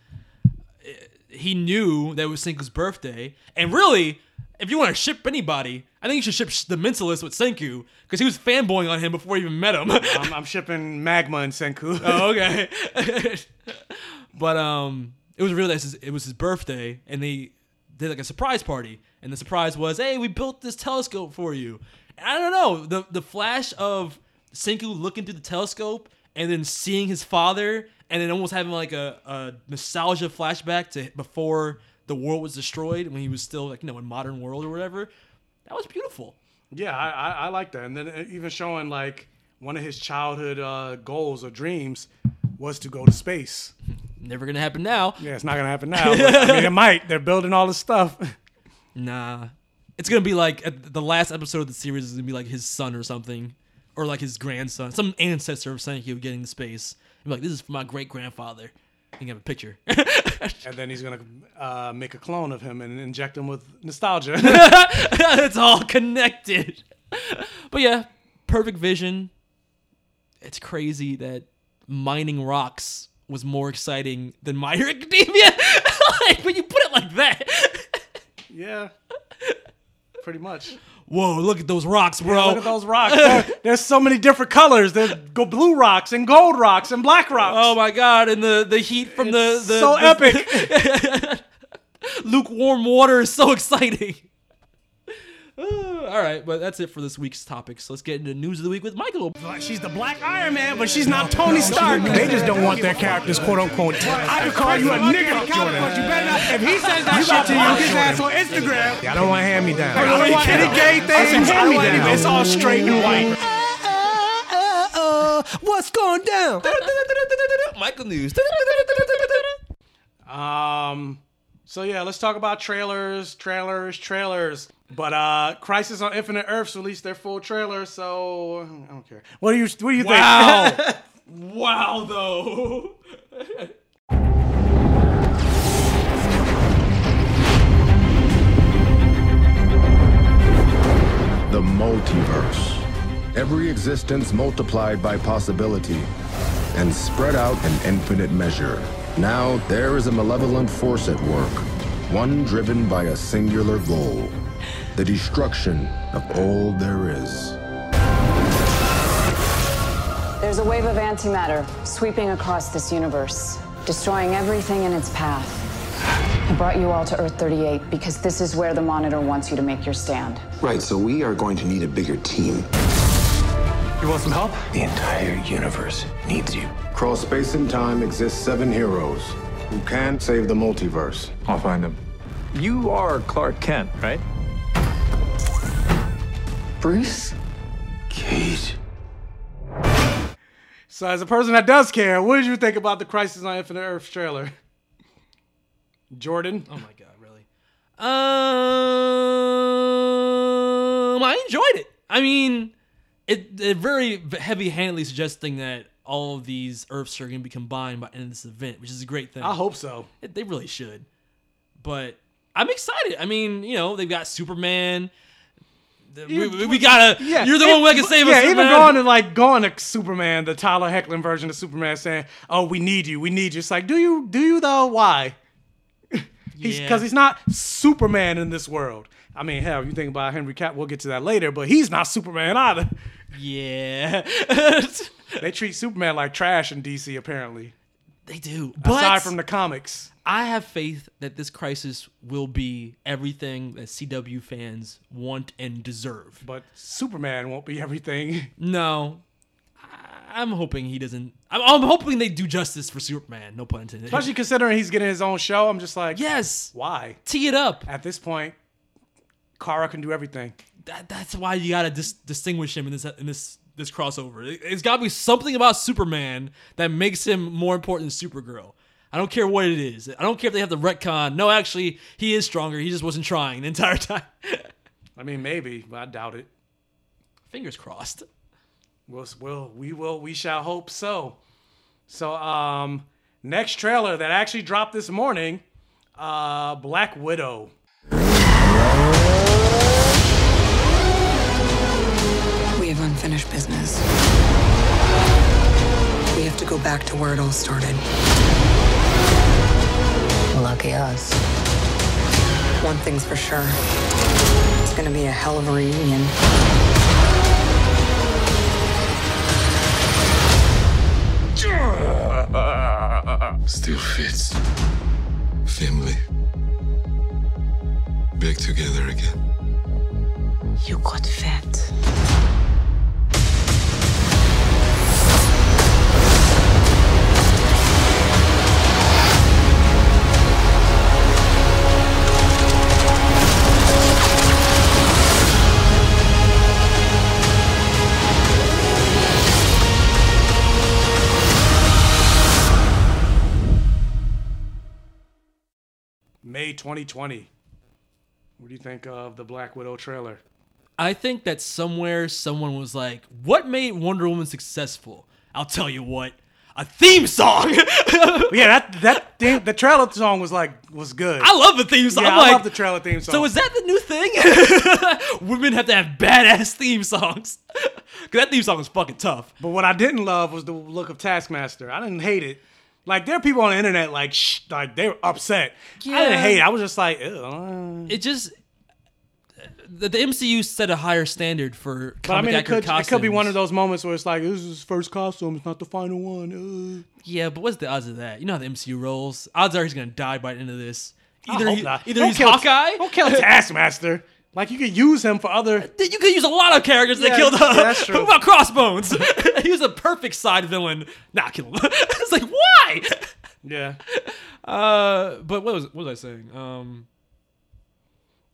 B: eh, he knew that it was Cinco's birthday, and really, if you want to ship anybody, I think you should ship the Mentalist with Senku because he was fanboying on him before you even met him.
C: I'm, I'm shipping Magma and Senku.
B: oh, okay. but um, it was real that his- it was his birthday, and they did like a surprise party, and the surprise was, "Hey, we built this telescope for you." And I don't know the the flash of Senku looking through the telescope and then seeing his father, and then almost having like a, a nostalgia flashback to before the world was destroyed when he was still like you know in modern world or whatever. That was beautiful.
C: Yeah, I, I, I like that. And then uh, even showing like one of his childhood uh, goals or dreams was to go to space.
B: Never gonna happen now.
C: Yeah, it's not gonna happen now. but, I mean, it might. They're building all this stuff.
B: Nah. It's gonna be like at the last episode of the series is gonna be like his son or something, or like his grandson, some ancestor of Senku getting the space. He'll be like, "This is for my great grandfather." You have a picture.
C: and then he's gonna uh, make a clone of him and inject him with nostalgia.
B: it's all connected. But yeah, perfect vision. It's crazy that mining rocks was more exciting than My Hero Academia. like when you put it like that.
C: yeah, pretty much.
B: Whoa, look at those rocks, bro.
C: Yeah, look at those rocks. There- there's so many different colors. There's go blue rocks and gold rocks and black rocks.
B: Oh my god, and the the heat from Oh, the, the
C: so
B: the- lukewarm water is so exciting. Uh, all right, but that's it for this week's topics. Let's get into news of the week with Michael.
C: She's the Black Iron Man, but she's not Tony Stark. They just don't want their characters, quote unquote. I could call you a nigga, Jordan. You better not. If he says that shit to you, get his ass on Instagram.
L: Yeah, I don't want hand me down.
C: I don't want any gay things. I don't want any- It's all straight and white.
B: uh, what's going down? Michael news.
C: Um. So yeah, let's talk about trailers, trailers, trailers. But uh, Crisis on Infinite Earths released their full trailer, so I don't care. What do you What do you
B: Wow.
C: think?
B: wow, though.
O: The multiverse. Every existence multiplied by possibility and spread out in infinite measure. Now there is a malevolent force at work, one driven by a singular goal the destruction of all there is.
P: There's a wave of antimatter sweeping across this universe, destroying everything in its path. I brought you all to Earth 38 because this is where the monitor wants you to make your stand.
Q: Right, so we are going to need a bigger team.
O: You want some help?
Q: The entire universe needs you.
O: Across space and time exist seven heroes who can save the multiverse. I'll find them.
Q: You are Clark Kent, right?
O: Bruce?
Q: Kate.
C: so as a person that does care, what did you think about the Crisis on Infinite Earths trailer? Jordan. Oh
B: my god, really? Um, I enjoyed it. I mean, it, it very heavy-handedly suggesting that all of these Earths are going to be combined by end of this event, which is a great thing.
C: I hope so.
B: It- they really should. But I'm excited. I mean, you know, they've got Superman. The- We, we- we gotta. you're the
C: e-
B: one that can save
C: yeah,
B: us.
C: even
B: Superman.
C: going to like going to Superman, the Tyler Hecklin version of Superman, saying, "Oh, we need you, we need you." It's like, do you, do you though? Why? He's
B: Yeah.
C: because he's not Superman in this world. I mean, hell, you think about Henry Cap. We'll get to that later, but he's not Superman either.
B: Yeah,
C: they treat Superman like trash in DC. Apparently,
B: they do.
C: aside
B: But-
C: from the comics.
B: I have faith that this crisis will be everything that CW fans want and deserve.
C: But Superman won't be everything.
B: No, I- I'm hoping he doesn't. I'm, I'm hoping they do justice for Superman. No pun intended.
C: Especially considering he's getting his own show, I'm just like,
B: yes,
C: why
B: tee it up?
C: At this point, Kara can do everything.
B: That, that's why you gotta dis- distinguish him in this in this this crossover. It, has gotta be something about Superman that makes him more important than Supergirl. I don't care what it is. I don't care if they have the retcon. No, actually, he is stronger. He just wasn't trying the entire time.
C: I mean, maybe, but I doubt it.
B: Fingers crossed.
C: We'll, we'll, we will, we shall hope so. So, um, next trailer that actually dropped this morning, uh, Black Widow.
G: We have unfinished business. We have to go back to where it all started. Lucky us. One thing's for sure It's gonna be a hell of a reunion.
R: Still fits. Family. Back together again.
G: You got fat.
C: May 2020. What do you think of the Black Widow trailer?
B: I think that somewhere someone was like, "What made Wonder Woman successful?" I'll tell you what, a theme song.
C: yeah, that that thing, the trailer song was like was good.
B: I love the theme song.
C: Yeah,
B: I'm
C: I
B: like,
C: love the trailer theme song.
B: So is that the new thing? Women have to have badass theme songs. 'Cause that theme song is fucking tough.
C: But what I didn't love was the look of Taskmaster. I didn't hate it. Like there are people on the internet like shh, like they were upset. I
B: Yeah.
C: didn't hate it. I was just like, Ew. uh,
B: It just the, the MCU set a higher standard for comic
C: But I mean, it
B: accurate
C: could, it could be
B: costumes.
C: one of those moments where it's like, this is his first costume. It's not the final one. Uh.
B: Yeah, but what's the odds of that? You know how the MCU rolls. Odds are he's gonna die by the end of this.
C: I
B: Either
C: hope
B: he-
C: not.
B: either
C: Don't
B: he's
C: kill-
B: Hawkeye.
C: Don't kill Taskmaster. Like you could use him for other.
B: You could use a lot of characters that
C: Yeah,
B: killed
C: yeah,
B: him.
C: that's true.
B: What about Crossbones? he was a perfect side villain. Nah, kill him. it's like why?
C: Yeah.
B: Uh, but what was what was I saying? Um,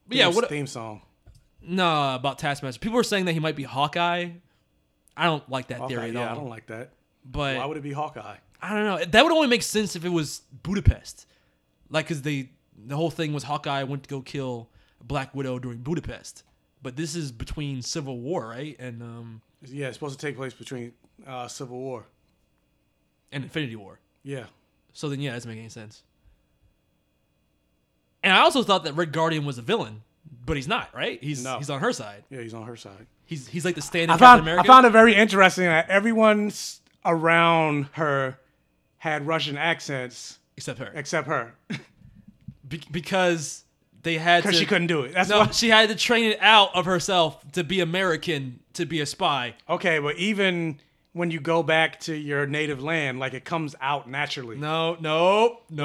B: but yeah,
C: Theme-
B: what
C: theme song?
B: Nah, about Taskmaster. People were saying that he might be Hawkeye. I don't like that theory
C: Hawkeye,
B: at
C: yeah,
B: all.
C: I don't like that.
B: But
C: Why would it be Hawkeye?
B: I don't know. That would only make sense if it was Budapest, like because they the whole thing was Hawkeye went to go kill Black Widow during Budapest. But this is between Civil War, right? And um,
C: Yeah, it's supposed to take place between uh, Civil War.
B: and Infinity War.
C: Yeah.
B: So then, yeah, it doesn't make any sense. And I also thought that Red Guardian was a villain, but he's not, right? He's he's on her side.
C: Yeah, he's on her side.
B: He's he's like the stand-in
C: I
B: Captain
C: found, I
B: America.
C: found it very interesting that everyone's around her had Russian accents.
B: Except her.
C: Except her.
B: Be- because they had
C: 'Cause
B: to-
C: she couldn't do it. That's
B: no,
C: why-
B: she had to train it out of herself to be American to be a spy.
C: Okay, but even when you go back to your native land, like it comes out naturally.
B: No, no, no.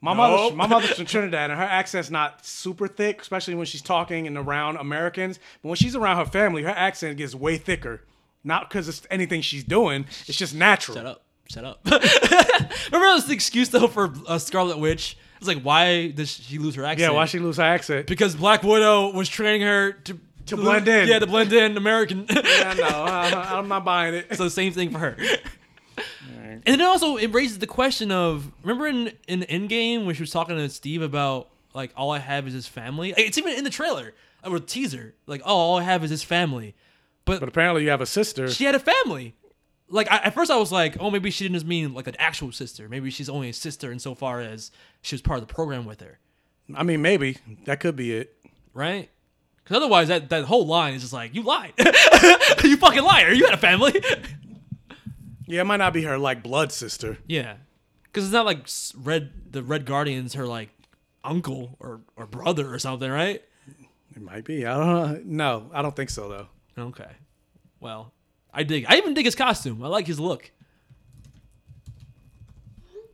C: my
B: no.
C: mother, my mother's from Trinidad, and her accent's not super thick, especially when she's talking and around Americans. But when she's around her family, her accent gets way thicker. Not because it's anything she's doing; it's just natural. Shut
B: up! Shut up! Remember this excuse though for uh, Scarlet Witch? It's like why does she lose her accent?
C: Yeah, why she lose her accent?
B: Because Black Widow was training her to
C: To blend in.
B: Yeah, to blend in American.
C: yeah, no, I, I'm not buying it.
B: So same thing for her. And then also it raises the question of remember in in Endgame when she was talking to Steve about like all I have is his family. It's even in the trailer or the teaser like oh all I have is his family. But
C: but apparently you have a sister.
B: She had a family. Like I, at first I was like oh maybe she didn't just mean like an actual sister. Maybe she's only a sister insofar as she was part of the program with her,
C: I mean, maybe that could be it.
B: right? Because otherwise that that whole line is just like you lied. you fucking liar. You had a family.
C: Yeah, it might not be her like blood sister.
B: Yeah, because it's not like s- red. The Red Guardians her like uncle or or brother or something, right?
C: It might be. I don't know. No, I don't think so though.
B: Okay. Well, I dig. I even dig his costume. I like his look.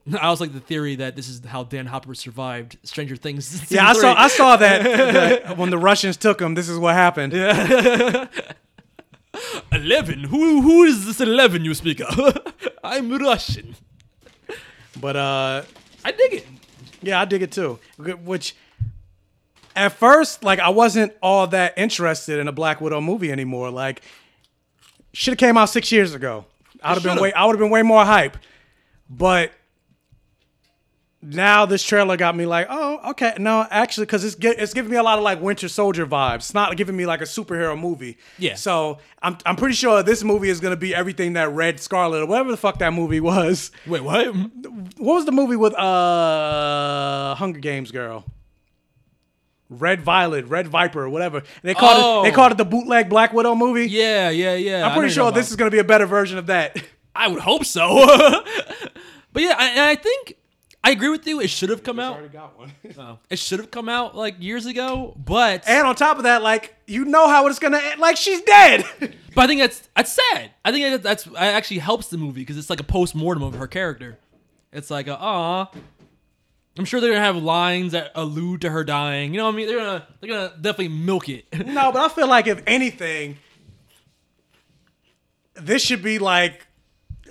B: I also like the theory that this is how Dan Hopper survived Stranger Things. season
C: Yeah, I saw.
B: three.
C: I saw that, that when the Russians took him. This is what happened.
B: eleven. Who who is this eleven you speak of? I'm Russian.
C: But uh,
B: I dig it.
C: Yeah, I dig it too. Which, at first, like I wasn't all that interested in a Black Widow movie anymore. Like, should have came out six years ago. I'd have been
B: should've.
C: way. I would have been way more hype. But now this trailer got me like, oh, okay, no, actually, because it's gi- it's giving me a lot of like Winter Soldier vibes. It's not giving me like a superhero movie.
B: Yeah.
C: So I'm I'm pretty sure this movie is gonna be everything that Red Scarlet or whatever the fuck that movie was.
B: Wait, what?
C: What was the movie with uh Hunger Games girl? Red Violet, Red Viper, whatever. And they called it
B: Oh.
C: they called it the bootleg Black Widow movie.
B: Yeah, yeah, yeah.
C: I'm
B: I know
C: pretty
B: you're
C: sure
B: talking
C: this is gonna be a better version of that.
B: I would hope so. but yeah, I, and I think I agree with you. It should have come out. Oh. It should have come out like years ago, but
C: and on top of that, like you know how it's gonna end. Like she's dead.
B: but I think that's that's sad. I think that that's that actually helps the movie because it's like a post mortem of her character. It's like a ah. I'm sure they're gonna have lines that allude to her dying. You know what I mean? They're gonna they're gonna definitely milk it.
C: no, but I feel like if anything, this should be like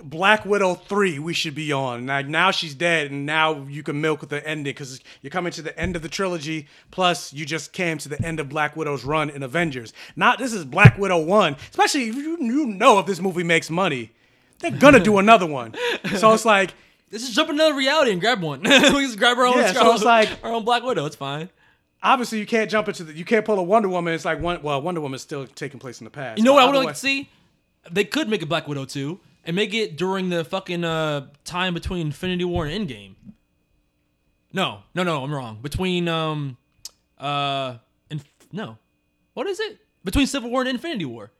C: Black Widow three. We should be on like now. She's dead, and now you can milk the ending because you're coming to the end of the trilogy. Plus, you just came to the end of Black Widow's run in Avengers. Not this is Black Widow one. Especially if you, you know if this movie makes money, they're gonna do another one. So it's like.
B: Let's just jump into another reality and grab one. we just grab our own.
C: Yeah, so
B: Scarlet-
C: it's like-
B: our own Black Widow. It's fine.
C: Obviously, you can't jump into the. You can't pull a Wonder Woman. It's like one. Well, Wonder Woman's still taking place in the past.
B: You know what I
C: But
B: would
C: either
B: like to see? They could make a Black Widow 2 and make it during the fucking uh, time between Infinity War and Endgame. No, no, no, I'm wrong. Between um uh and no. What is it? Between Civil War and Infinity War.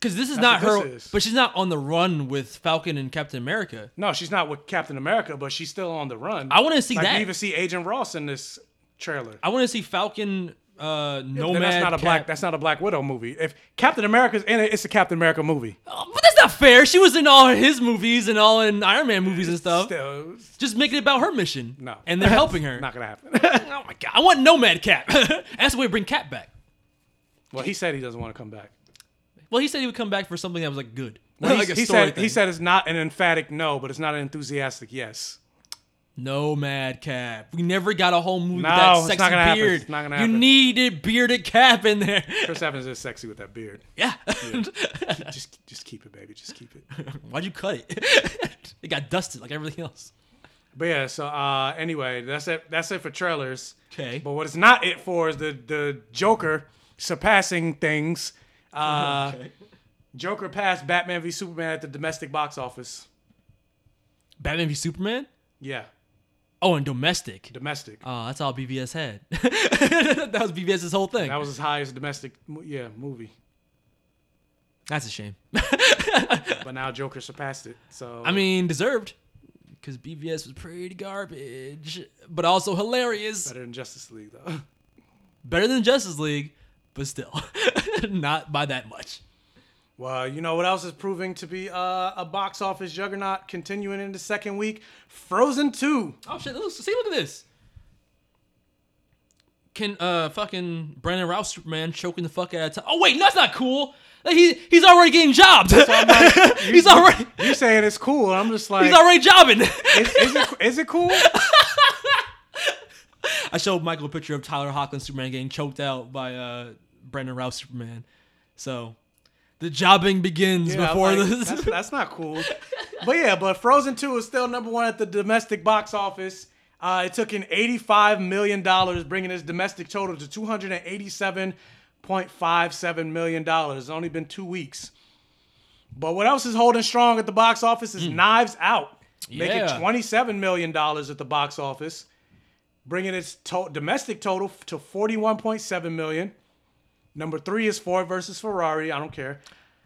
B: Cuz this is not
C: That's what
B: her
C: this is.
B: but she's not on the run with Falcon and Captain America.
C: No, she's not with Captain America, but she's still on the run.
B: I wanna see
C: like,
B: that.
C: You even see Agent Ross in this trailer.
B: I want to see Falcon uh
C: No,
B: Nomad
C: that's not a
B: Cap-
C: black. That's not a Black Widow movie. If Captain America's in it, it's a Captain America movie.
B: Oh, But that's not fair. She was in all his movies and all in Iron Man movies and stuff.
C: Still-
B: Just make it about her mission.
C: No.
B: Oh. And they're helping her.
C: not gonna happen.
B: oh my god. I want Nomad Cap. that's the way to bring Cap back.
C: Well, he said he doesn't want to come back.
B: Well, he said he would come back for something that was like good.
C: Well,
B: like
C: he,
B: a
C: he
B: story
C: said
B: thing.
C: he said it's not an emphatic no, but it's not an enthusiastic yes.
B: Nomad Cap. We never got a whole movie with
C: No,
B: that
C: it's
B: sexy
C: not gonna happen.
B: beard.
C: It's not gonna
B: You
C: happen.
B: needed bearded Cap in there.
C: Chris Evans is sexy with that beard.
B: Yeah.
C: just just keep it, baby. Just keep it.
B: Why'd you cut it? it got dusted like everything else.
C: But yeah, so uh anyway, that's it that's it for trailers.
B: Okay.
C: But what it's not it for is the the Joker surpassing things. Uh
B: Okay.
C: Joker passed Batman v Superman at the domestic box office.
B: Batman v Superman?
C: Yeah.
B: Oh, and domestic.
C: Domestic.
B: Oh, that's all BVS had. that was BVS's whole thing.
C: That was as high as domestic mo- yeah, movie.
B: That's a shame.
C: But now Joker surpassed it. So
B: I mean, deserved. Because BVS was pretty garbage, but also hilarious.
C: better than Justice League though.
B: Better than Justice League, but still, not by that much.
C: Well, you know what else is proving to be uh, a box office juggernaut continuing in the second week? Frozen 2.
B: Oh shit! Look, see, look at this. Can uh fucking Brandon Routh Superman choking the fuck out of? T- oh wait, no, that's not cool. Like, he he's already getting jobbed. he's already
C: You saying it's cool. I'm just like
B: he's already jobbing.
C: is, is it, is it cool?
B: I showed Michael a picture of Tyler Hoechlin Superman getting choked out by uh Brandon Routh Superman. So the jobbing begins
C: Yeah,
B: before
C: like,
B: this.
C: That's, that's not cool. But yeah, but Frozen 2 is still number one at the domestic box office. Uh, it took in $85 million, bringing its domestic total to $287.57 million. It's only been two weeks. But what else is holding strong at the box office is Knives Out, making
B: Yeah.
C: $27 million at the box office, bringing its to- domestic total f- to $41.7 million. Number three is Ford versus Ferrari. I don't care.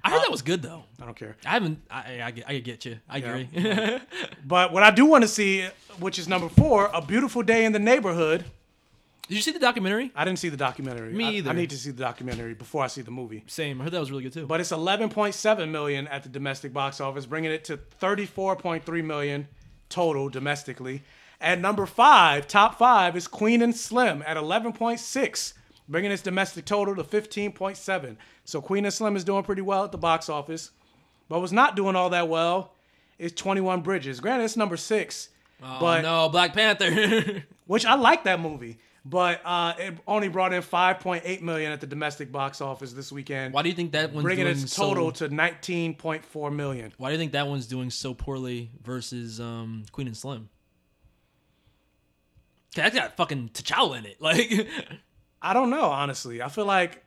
B: I heard that was good though.
C: I don't care.
B: I haven't. I I, I get, I get you. I agree.
C: But what I do want to see, which is number four, A Beautiful Day in the Neighborhood.
B: Did you see the documentary?
C: I didn't see the documentary.
B: Me
C: I-
B: either.
C: I, need to see the documentary before I see the movie.
B: Same. I heard that was really good too.
C: But it's 11.7 million at the domestic box office, bringing it to 34.3 million total domestically. At number five, top five is Queen and Slim at 11.6, bringing its domestic total to 15.7. So Queen and Slim is doing pretty well at the box office. But what's not doing all that well is 21 Bridges. Granted, it's number six,
B: oh
C: but
B: no, Black Panther.
C: which I like that movie, but uh, it only brought in 5.8 million at the domestic box office this weekend,
B: Why do you think that one's
C: bringing
B: doing
C: its total
B: So,
C: to 19.4 million.
B: why do you think that one's doing so poorly versus um Queen and Slim? 'Cause That's got fucking T'Challa in it. Like,
C: I don't know, honestly. I feel like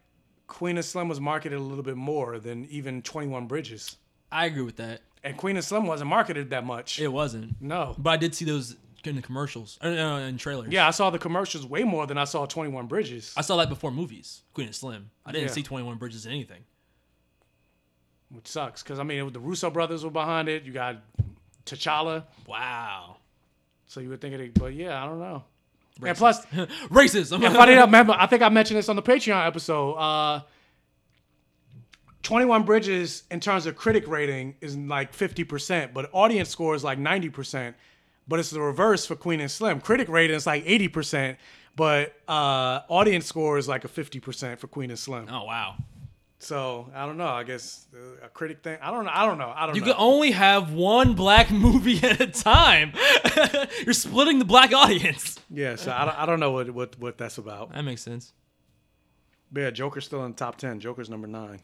C: Queen of Slim was marketed a little bit more than even 21 Bridges,
B: I agree with that.
C: and Queen of Slim wasn't marketed that much.
B: It wasn't.
C: No,
B: But I did see those in the commercials uh, uh, in trailers.
C: yeah, I saw the commercials way more than I saw 21 Bridges.
B: I saw that before movies. Queen and Slim. I didn't
C: Yeah.
B: see Twenty One Bridges in anything.
C: which sucks because I mean the Russo brothers were behind it. You got T'Challa,
B: Wow.
C: So you would think it, but yeah, I don't know. And
B: Racist.
C: plus,
B: Racism.
C: if I didn't remember, I think I mentioned this on the Patreon episode. Uh, Twenty One Bridges, in terms of critic rating, is like fifty percent, but audience score is like ninety percent. But it's the reverse for Queen and Slim. Critic rating is like eighty percent, but uh, audience score is like a fifty percent for Queen and Slim.
B: Oh wow!
C: So I don't know. I guess uh, a critic thing. I don't know. I don't know. I don't
B: You
C: know.
B: can only have one black movie at a time. You're splitting the black audience.
C: yeah, so I don't, I don't know what, what what that's about.
B: That makes sense.
C: But yeah, Joker's still in the top ten. Joker's number nine.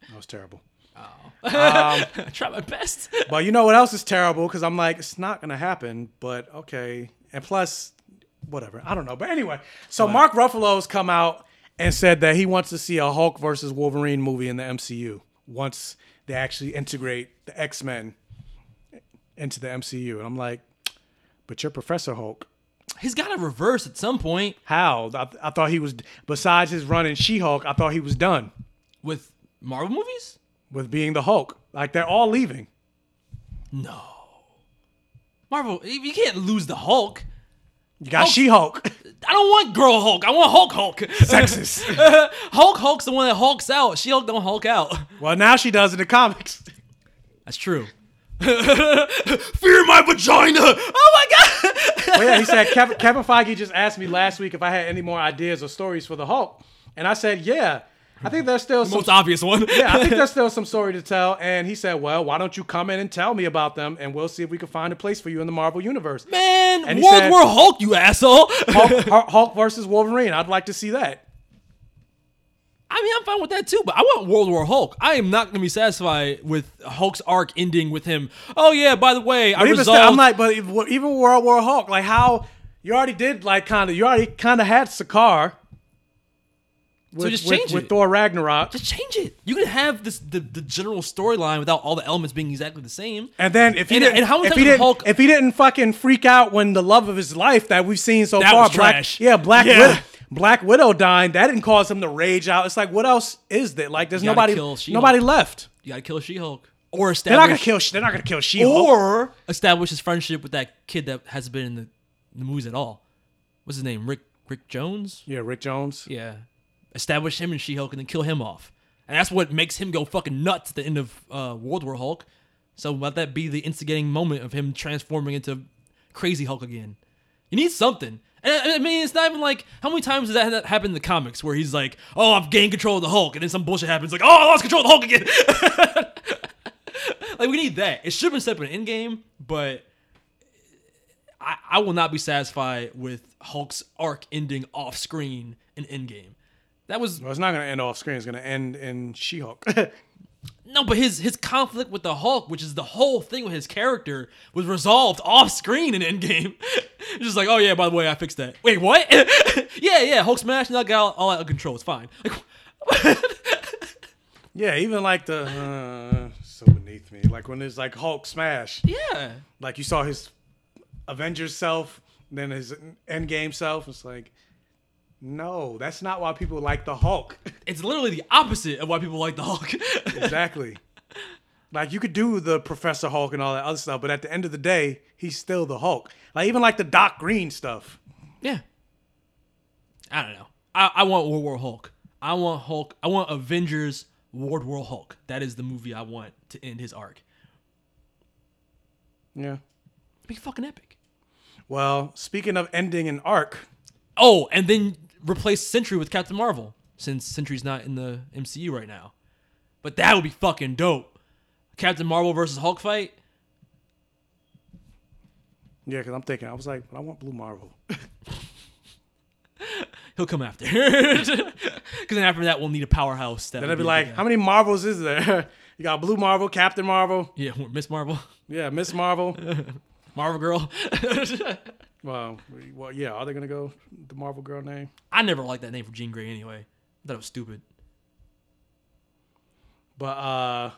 C: That was terrible. Um,
B: I try my best.
C: but you know what else is terrible? Because I'm like, it's not gonna happen. But okay, and plus, whatever. I don't know. But anyway, so Mark Ruffalo's come out and said that he wants to see a Hulk versus Wolverine movie in the MCU once they actually integrate the X Men into the MCU. And I'm like, but you're Professor Hulk.
B: He's got to reverse at some point.
C: How? I, I thought he was. Besides his run in She Hulk, I thought he was done
B: With Marvel movies?
C: with being the Hulk. Like they're all leaving.
B: No. Marvel, you you can't lose the Hulk.
C: You got She Hulk.
B: I don't want girl Hulk. I want Hulk Hulk.
C: Sexist.
B: Hulk Hulk's the one that hulks out. She Hulk don't hulk out.
C: Well, now she does in the comics.
B: That's true. Fear my vagina. Oh my god.
C: Well, yeah, he said Kevin, Kevin Feige just asked me last week if I had any more ideas or stories for the Hulk, and I said, yeah. I think there's still
B: The
C: some
B: most obvious one.
C: yeah, I think there's still some story to tell. And he said, well, why don't you come in and tell me about them, and we'll see if we can find a place for you in the Marvel universe.
B: Man,
C: And he
B: World
C: said-
B: War Hulk, you asshole.
C: Hulk, Hulk- Hulk versus Wolverine. I'd like to see that.
B: I mean, I'm fine with that too, but I want World War Hulk. I am not going to be satisfied with Hulk's arc ending with him. Oh yeah, by the way, I
C: But even
B: resolved.
C: still, I'm like, but if- what- even World War Hulk, like how you already did, like kind of, you already kind of had Sakaar. With,
B: just
C: with-
B: change
C: with
B: it.
C: Thor Ragnarok.
B: just change it. You can have this the, the general storyline without all the elements being exactly the same.
C: And then if he
B: And-
C: didn't,
B: and how many
C: if
B: times
C: he
B: did
C: didn't,
B: Hulk-
C: if he didn't fucking freak out when the love of his life that we've seen so
B: That
C: far,
B: was
C: Black,
B: trash.
C: yeah, Black
B: Yeah.
C: Widow, Black Widow dying, that didn't cause him to rage out. It's like, what else is there? Like, there's
B: You gotta
C: nobody,
B: kill She-Hulk.
C: nobody left.
B: You got to kill She Hulk or
C: They're not gonna
B: establish
C: kill. They're not gonna kill She.
B: or establish his friendship with that kid that hasn't been in the, the movies at all. What's his name? Rick Rick Jones.
C: yeah, Rick Jones.
B: Yeah. Establish him and She Hulk and then kill him off. And that's what makes him go fucking nuts at the end of uh, World War Hulk. So let that be the instigating moment of him transforming into Crazy Hulk again. You need something. And I I mean, it's not even like how many times does that happen in the comics where he's like, "Oh, I've gained control of the Hulk," and then some bullshit happens, like, "Oh, I lost control of the Hulk again." like we need that. It should have been set up in Endgame, but I, I will not be satisfied with Hulk's arc ending off screen in Endgame. That was
C: Well, it's not gonna end off screen. It's gonna end in She Hulk.
B: no, but his his conflict with the Hulk, which is the whole thing with his character, was resolved off screen in Endgame. It's Just like, oh yeah, by the way, I fixed that. Wait, what? yeah, yeah, Hulk smash, now got all, all out of control. It's fine. Like,
C: yeah, even like the uh, so beneath me, like when it's like Hulk smash,
B: yeah,
C: like you saw his Avengers self, then his Endgame self. It's like, no, that's not why people like the Hulk.
B: it's literally the opposite of why people like the Hulk.
C: exactly. Like you could do the Professor Hulk and all that other stuff, but at the end of the day, he's still the Hulk. Like even like the Doc Green stuff.
B: Yeah. I don't know. I, I want World War Hulk. I want Hulk. I want Avengers World War Hulk. That is the movie I want to end his arc.
C: Yeah.
B: Be fucking epic.
C: Well, speaking of ending an arc,
B: Oh, and then replace Sentry with Captain Marvel since Sentry's not in the MCU right now. But that would be fucking dope. Captain Marvel versus Hulk fight.
C: yeah, because I'm thinking, I was like, I want Blue Marvel.
B: He'll come after. Because then after that, we'll need a powerhouse. That
C: Then
B: would
C: I'd be
B: a good
C: like,
B: guy.
C: how many Marvels is there? you got Blue Marvel, Captain Marvel,
B: yeah, Miss Marvel,
C: yeah, Miss Marvel.
B: Marvel Girl.
C: well, well, yeah, are they gonna go the Marvel girl name?
B: I never liked that name for Jean Grey anyway. I thought it was stupid.
C: But uh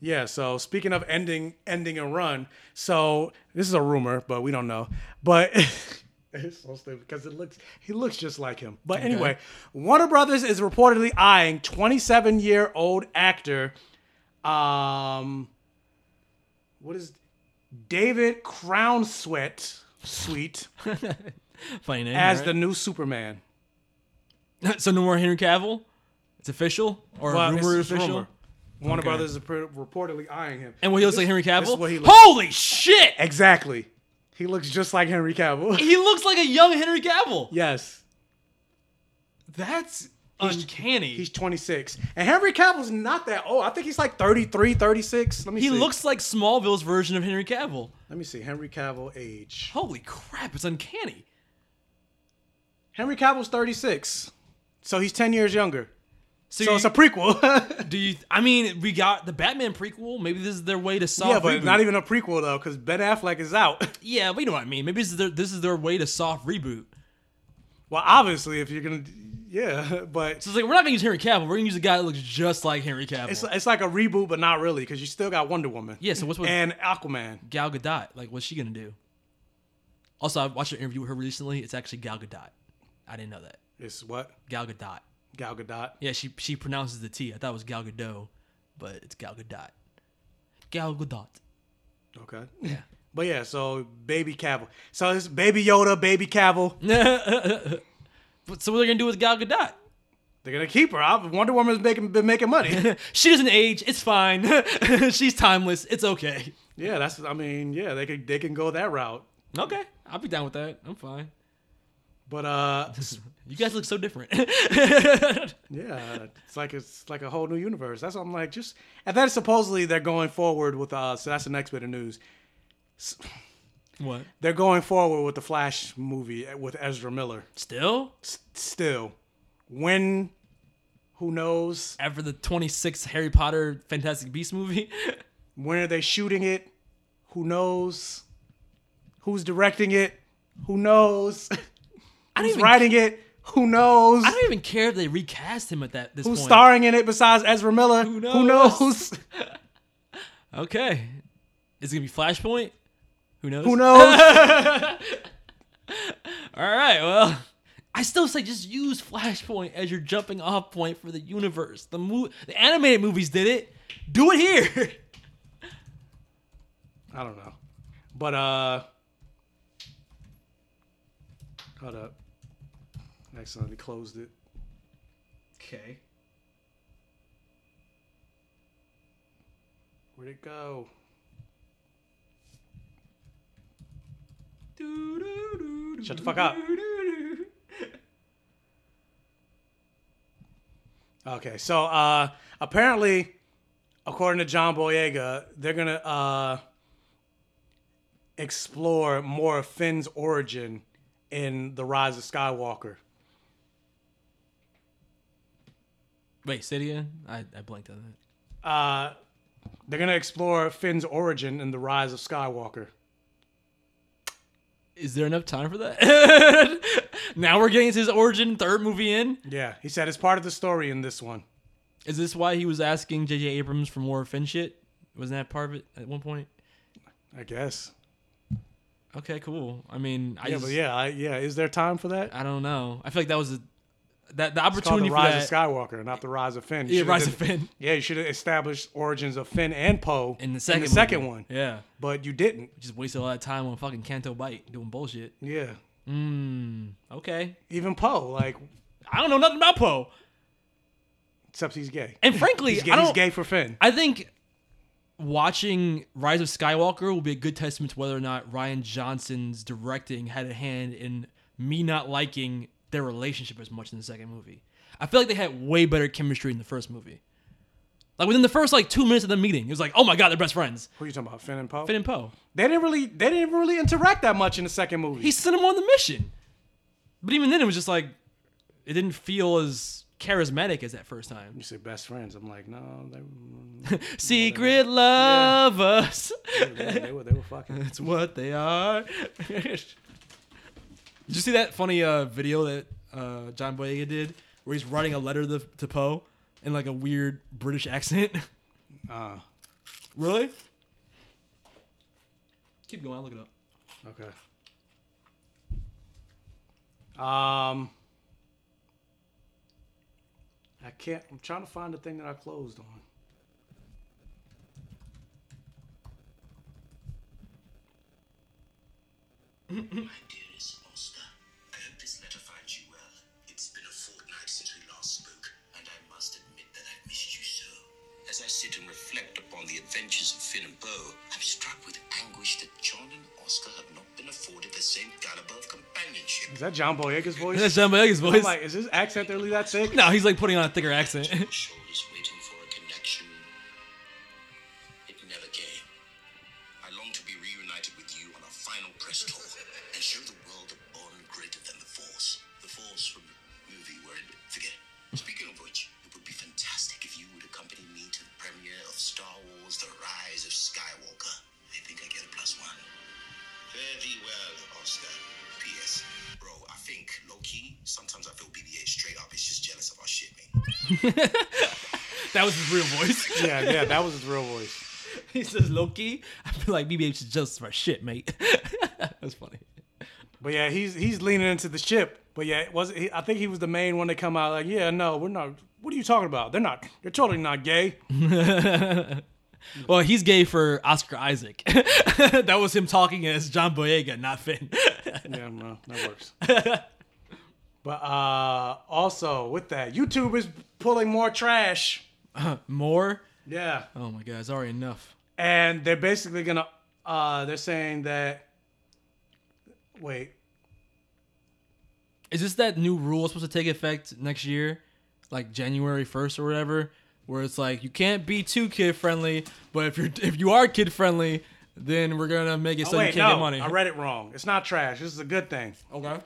C: yeah, so speaking of ending ending a run, so this is a rumor, but we don't know. But it's so stupid because it looks he looks just like him. But
B: Okay.
C: anyway, Warner Brothers is reportedly eyeing 27 year old actor um what is David Crown Sweat Sweet
B: Funny name.
C: as
B: right?
C: the new Superman.
B: so no more Henry Cavill. It's official or
C: Well, it's-
B: rumor
C: it's
B: official.
C: rumor. Warner
B: Okay.
C: Brothers is pr- reportedly eyeing him.
B: And what he looks
C: This-
B: like, Henry
C: this is
B: Cavill?
C: what he
B: Holy shit!
C: Exactly. He looks just like Henry Cavill.
B: He looks like a young Henry Cavill.
C: yes.
B: That's
C: uncanny. He's 26. And Henry Cavill's not that old. I think he's like 33, 36. Let me
B: He
C: see.
B: looks like Smallville's version of Henry Cavill.
C: Let me see. Henry Cavill age.
B: Holy crap, it's uncanny.
C: Henry Cavill's 36. So he's 10 years younger.
B: So
C: So,
B: you-
C: it's a prequel.
B: Do you? I mean, we got the Batman prequel. Maybe this is their way to solve.
C: yeah, but
B: reboot.
C: not e even a prequel though, because Ben Affleck is out.
B: Yeah, but you know what I mean. Maybe this is their this is their way to soft reboot.
C: Well, obviously, if you're gonna, yeah, but
B: so it's like we're not gonna use Henry Cavill. We're gonna use a guy that looks just like Henry Cavill.
C: It's it's like a reboot, but not really, because you still got Wonder Woman.
B: yeah. So what's with
C: and Aquaman?
B: Gal Gadot? Like, what's she gonna do? Also, I watched an interview with her recently. It's actually Gal Gadot. I didn't know that.
C: It's what
B: Gal Gadot.
C: Gal Gadot.
B: Yeah, she she pronounces the T. I thought it was Gal Gadot, but it's Gal Gadot. Gal Gadot.
C: Okay. Yeah. But yeah, so Baby Cavill. So it's Baby Yoda, Baby Cavill.
B: Mm. but so what are they gonna do with Gal Gadot?
C: They're gonna keep her. I- Wonder Woman's making been making money.
B: she doesn't age. It's fine. She's timeless. It's okay.
C: Yeah, that's. I mean, yeah, they could they can go that route.
B: Okay, I'll be down with that. I'm fine.
C: But uh,
B: You guys look so different.
C: yeah, it's like it's like a whole new universe. That's what I'm like. Just and then supposedly they're going forward with. Uh, so that's the next bit of news. S-
B: what?
C: They're going forward with the Flash movie eh, with Ezra Miller.
B: Still?
C: S- still. When? Who knows?
B: After the 26th Harry Potter Fantastic Beast movie?
C: When are they shooting it? Who knows? Who's directing it? Who knows?
B: don't
C: Who's
B: even-
C: writing it? Who knows?
B: I don't even care if they recast him at that this
C: Who's
B: point.
C: starring in it besides Ezra Miller? Who knows? Who knows?
B: Okay. Is it gonna be Flashpoint? Who knows?
C: Who knows?
B: All right. Well, I still say just use Flashpoint as your jumping off point for the universe. The mo- the animated movies did it. Do it here.
C: I don't know. But uh Hold up. I accidentally closed it.
B: Okay.
C: Where'd it go? Shut the fuck up. Okay, so uh apparently according to John Boyega, they're gonna uh explore more of Finn's origin in The Rise of Skywalker.
B: Wait, say it again. I, I blanked on that.
C: Uh they're gonna explore Finn's origin in The Rise of Skywalker.
B: Is there enough time for that? now we're getting into his origin, third movie in.
C: Yeah, he said it's part of the story in this one.
B: Is this why he was asking J.J. Abrams for more Finn shit? Wasn't that part of it at one point?
C: I guess.
B: Okay, cool. I mean, I
C: yeah,
B: just,
C: but yeah, I, yeah. Is there time for that?
B: I don't know. I feel like that was a, that the
C: It's called
B: opportunity
C: the Rise
B: for that.
C: of Skywalker, not the Rise of Finn. You
B: Yeah,
C: should've
B: Rise
C: did-
B: of Finn.
C: Yeah, you should have established origins of Finn and Poe
B: in the second, movie.
C: one,
B: Yeah,
C: but you didn't.
B: just wasted a lot of time on fucking Canto Bite doing bullshit.
C: Yeah,
B: Mm, okay.
C: even Poe, like,
B: I don't know nothing about Poe.
C: except he's gay.
B: And frankly,
C: he's gay,
B: I don't,
C: he's gay for Finn.
B: I think watching Rise of Skywalker will be a good testament to whether or not Ryan Johnson's directing had a hand in me not liking their relationship as much in the second movie. I feel like they had way better chemistry in the first movie. Like within the first like two minutes of the meeting, it was like, oh my god, they're best friends.
C: Who are you talking about, Finn and Poe?
B: Finn and Poe.
C: They didn't really, they didn't really interact that much in the second movie.
B: He sent him on the mission, but even then, it was just like it didn't feel as charismatic as that first time.
C: you said best friends. I'm like, no, they,
B: Secret lovers.
C: they, they were, they were fucking.
B: That's what they are. Did you see that funny uh, video that uh, John Boyega did where he's writing a letter to, to Poe in like a weird British accent?
C: Uh,
B: really? Keep going, I'll look it up.
C: Okay. Um, I can't. I'm trying to find the thing that I closed on.
M: My dearest Oscar, I hope this letter finds you well. It's been a fortnight since we last spoke, and I must admit that I've missed you so. As I sit and reflect upon the adventures of Finn and Bo, I'm struck with anguish that John and Oscar have not been afforded the same caliber of companionship.
C: Is that John Boyega's voice?
B: That's John Boyega's
C: I'm
B: voice.
C: like, is his accent really that thick?
B: No, he's like putting on a thicker accent.
M: Shoulders waiting for a connection. It never came. I long to be reunited with you on a final press tour and show the world a bond greater than the Force. The Force from the movie where it. Forget it. Speaking of which, it would be fantastic if you would accompany me to the premiere of Star Wars The Rise of Skywalker. I think I get a plus one. Fare thee well, Oscar. P.S. Bro, I think, low key, sometimes I feel BBA straight up is just jealous of our shit, mate.
B: that was his real voice.
C: Yeah, yeah, that was his real voice.
B: He says Loki. I feel like BBH is just for shit, mate. That's funny.
C: But yeah, he's he's leaning into the ship. But yeah, it was he, I think he was the main one to come out like, yeah, no, we're not. What are you talking about? They're not. They're totally not gay.
B: Well, he's gay for Oscar Isaac. that was him talking as John Boyega, not Finn.
C: yeah, no, that works. But uh also with that, YouTube is pulling more trash.
B: more?
C: Yeah.
B: Oh my god, it's already enough.
C: And they're basically gonna uh they're saying that wait,
B: Is this that new rule supposed to take effect next year, like January first or whatever, where it's like you can't be too kid friendly, but if you're if you are kid friendly, then we're gonna make it
C: Oh,
B: so
C: wait,
B: you
C: no,
B: can't get money.
C: I read it wrong. It's not trash. This is a good thing.
B: Okay.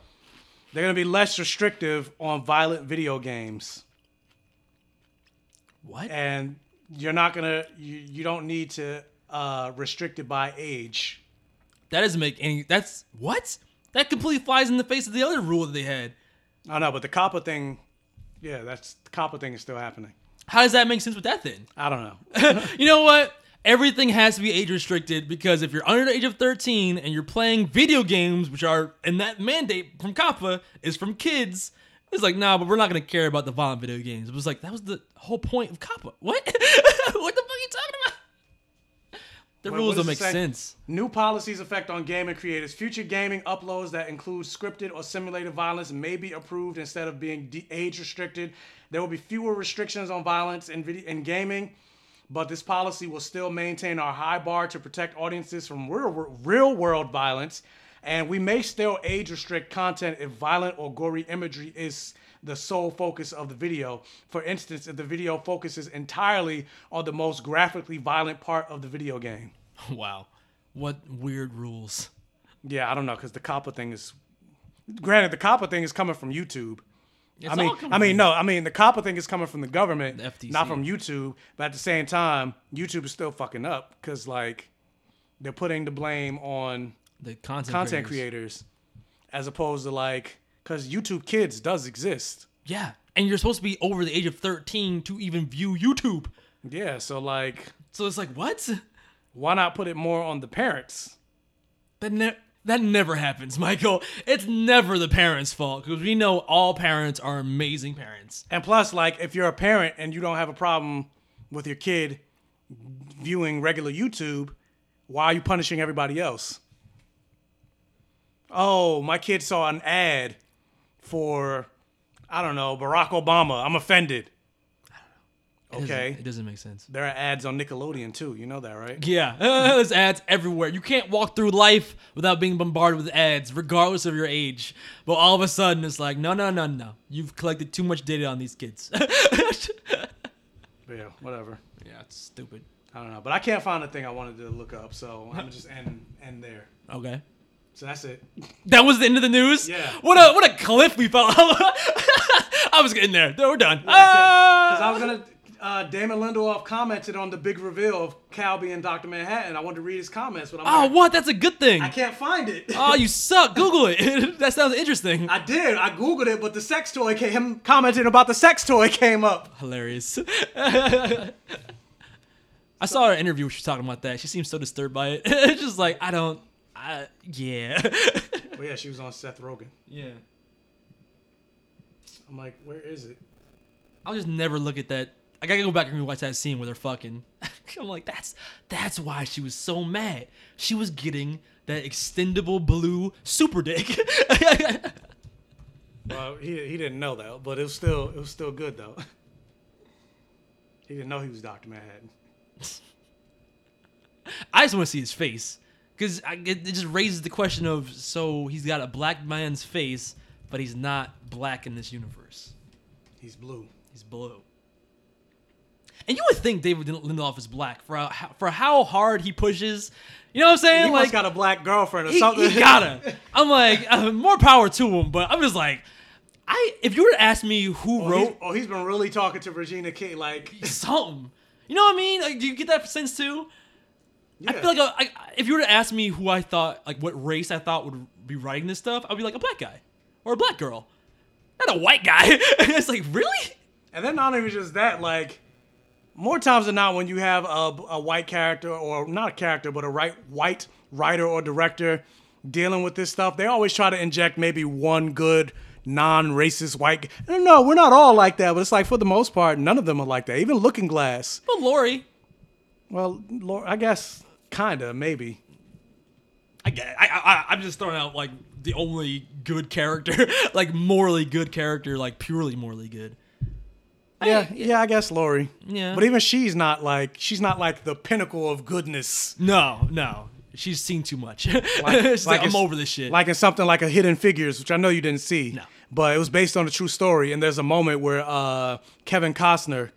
C: They're gonna be less restrictive on violent video games.
B: What?
C: And you're not gonna you, you don't need to uh restrict it by age.
B: That doesn't make any. That's what? That completely flies in the face of the other rule that they had.
C: I know, but the COPPA thing, yeah, that's the COPPA thing is still happening.
B: How does that make sense with that then?
C: I don't know.
B: you know what? Everything has to be age restricted because if you're under the age of 13 and you're playing video games, which are, and that mandate from COPPA is from kids, it's like, nah, but we're not going to care about the violent video games. It was like, that was the whole point of COPPA. What? what the fuck are you talking about? The
C: Wait,
B: rules
C: what does
B: don't
C: it
B: make
C: say?
B: sense.
C: New policies affect on gaming creators. Future gaming uploads that include scripted or simulated violence may be approved instead of being de- age restricted. There will be fewer restrictions on violence in video in gaming, but this policy will still maintain our high bar to protect audiences from real, real world violence. And we may still age restrict content if violent or gory imagery is the sole focus of the video. For instance, if the video focuses entirely on the most graphically violent part of the video game.
B: Wow. What weird rules.
C: Yeah, I don't know because the COPPA thing is. Granted, the COPPA thing is coming from YouTube.
B: It's
C: I mean,
B: all coming
C: I mean,
B: from-
C: no, I mean the COPPA thing is coming from the government,
B: FTC.
C: not from YouTube. But at the same time, YouTube is still fucking up because like they're putting the blame on
B: the content
C: creators. as opposed to like because YouTube Kids does exist.
B: Yeah. And you're supposed to be over the age of 13 to even view YouTube.
C: Yeah, so like,
B: so it's like what?
C: Why not put it more on the parents?
B: That ne- that never happens, Michael. It's never the parents' fault because we know all parents are amazing parents.
C: And plus, like, if you're a parent and you don't have a problem with your kid viewing regular YouTube, why are you punishing everybody else? Oh, my kid saw an ad for, I don't know, Barack Obama. I'm offended.
B: It doesn't-
C: Okay.
B: it doesn't make sense.
C: There are ads on Nickelodeon too. You know that, right?
B: Yeah, there's ads everywhere. You can't walk through life without being bombarded with ads, regardless of your age. But all of a sudden, it's like, no, no, no, no. You've collected too much data on these kids.
C: Yeah, whatever.
B: Yeah, it's stupid.
C: I don't know, but I can't find the thing I wanted to look up, so I'm just end end there.
B: okay.
C: So that's it.
B: That was the end of the news.
C: Yeah.
B: What a what a cliff we fell. I was getting there. We're done.
C: Because I was gonna. Uh, Damon Lindelof commented on the big reveal of Cal being Doctor Manhattan. I wanted to read his comments, but I'm
B: Oh,
C: like,
B: what? That's a good thing.
C: I can't find it.
B: Oh, you suck. Google it. that sounds interesting.
C: I did. I googled it, but the sex toy came. Him commenting about the sex toy came up.
B: Hilarious. I saw her interview where she was talking about that. She seemed so disturbed by it. It's just like, I don't, I, yeah.
C: But yeah, she was on Seth Rogen.
B: Yeah.
C: I'm like, where is it?
B: I'll just never look at that. I I gotta go back and rewatch that scene where they're fucking. I'm like, that's that's why she was so mad. She was getting that extendable blue super dick.
C: Well, he, he didn't know that, but it was still it was still good though. He didn't know he was Doctor Manhattan.
B: I just want to see his face because it, it just raises the question of so he's got a black man's face, but he's not black in this universe.
C: He's blue.
B: He's blue. And you would think David Lindelof is black for how, for how hard he pushes. You know what I'm saying?
C: He
B: like
C: must got a black girlfriend or
B: he,
C: something.
B: he gotta. I'm like uh, more power to him, but I'm just like I. If you were to ask me who
C: Oh, he's,
B: wrote
C: oh, he's been really talking to Regina King. Like,
B: something, you know what I mean? Like, do you get that sense too? I feel like I, I, if you were to ask me who I thought, like what race I thought would be writing this stuff, I'd be like a black guy or a black girl, not a white guy. it's like really?
C: and then not even just that. Like, more times than not, when you have a, a white character or not a character, but a right white writer or director dealing with this stuff, they always try to inject maybe one good non-racist white. g- No, no, we're not all like that, but it's like for the most part, none of them are like that. Even Looking Glass.
B: But Lori,
C: Well, Lord, I guess kinda, maybe.
B: I, get- I, I, I'm just throwing out like the only good character, like morally good character, like purely morally good.
C: Yeah, yeah, I guess Lori.
B: Yeah.
C: But even she's not like she's not like the pinnacle of goodness.
B: No, no, she's seen too much. She's like,
C: in-
B: I'm over this shit.
C: Like in something like a Hidden Figures, which I know you didn't see. No. But it was based on a true story, and there's a moment where uh, Kevin Costner,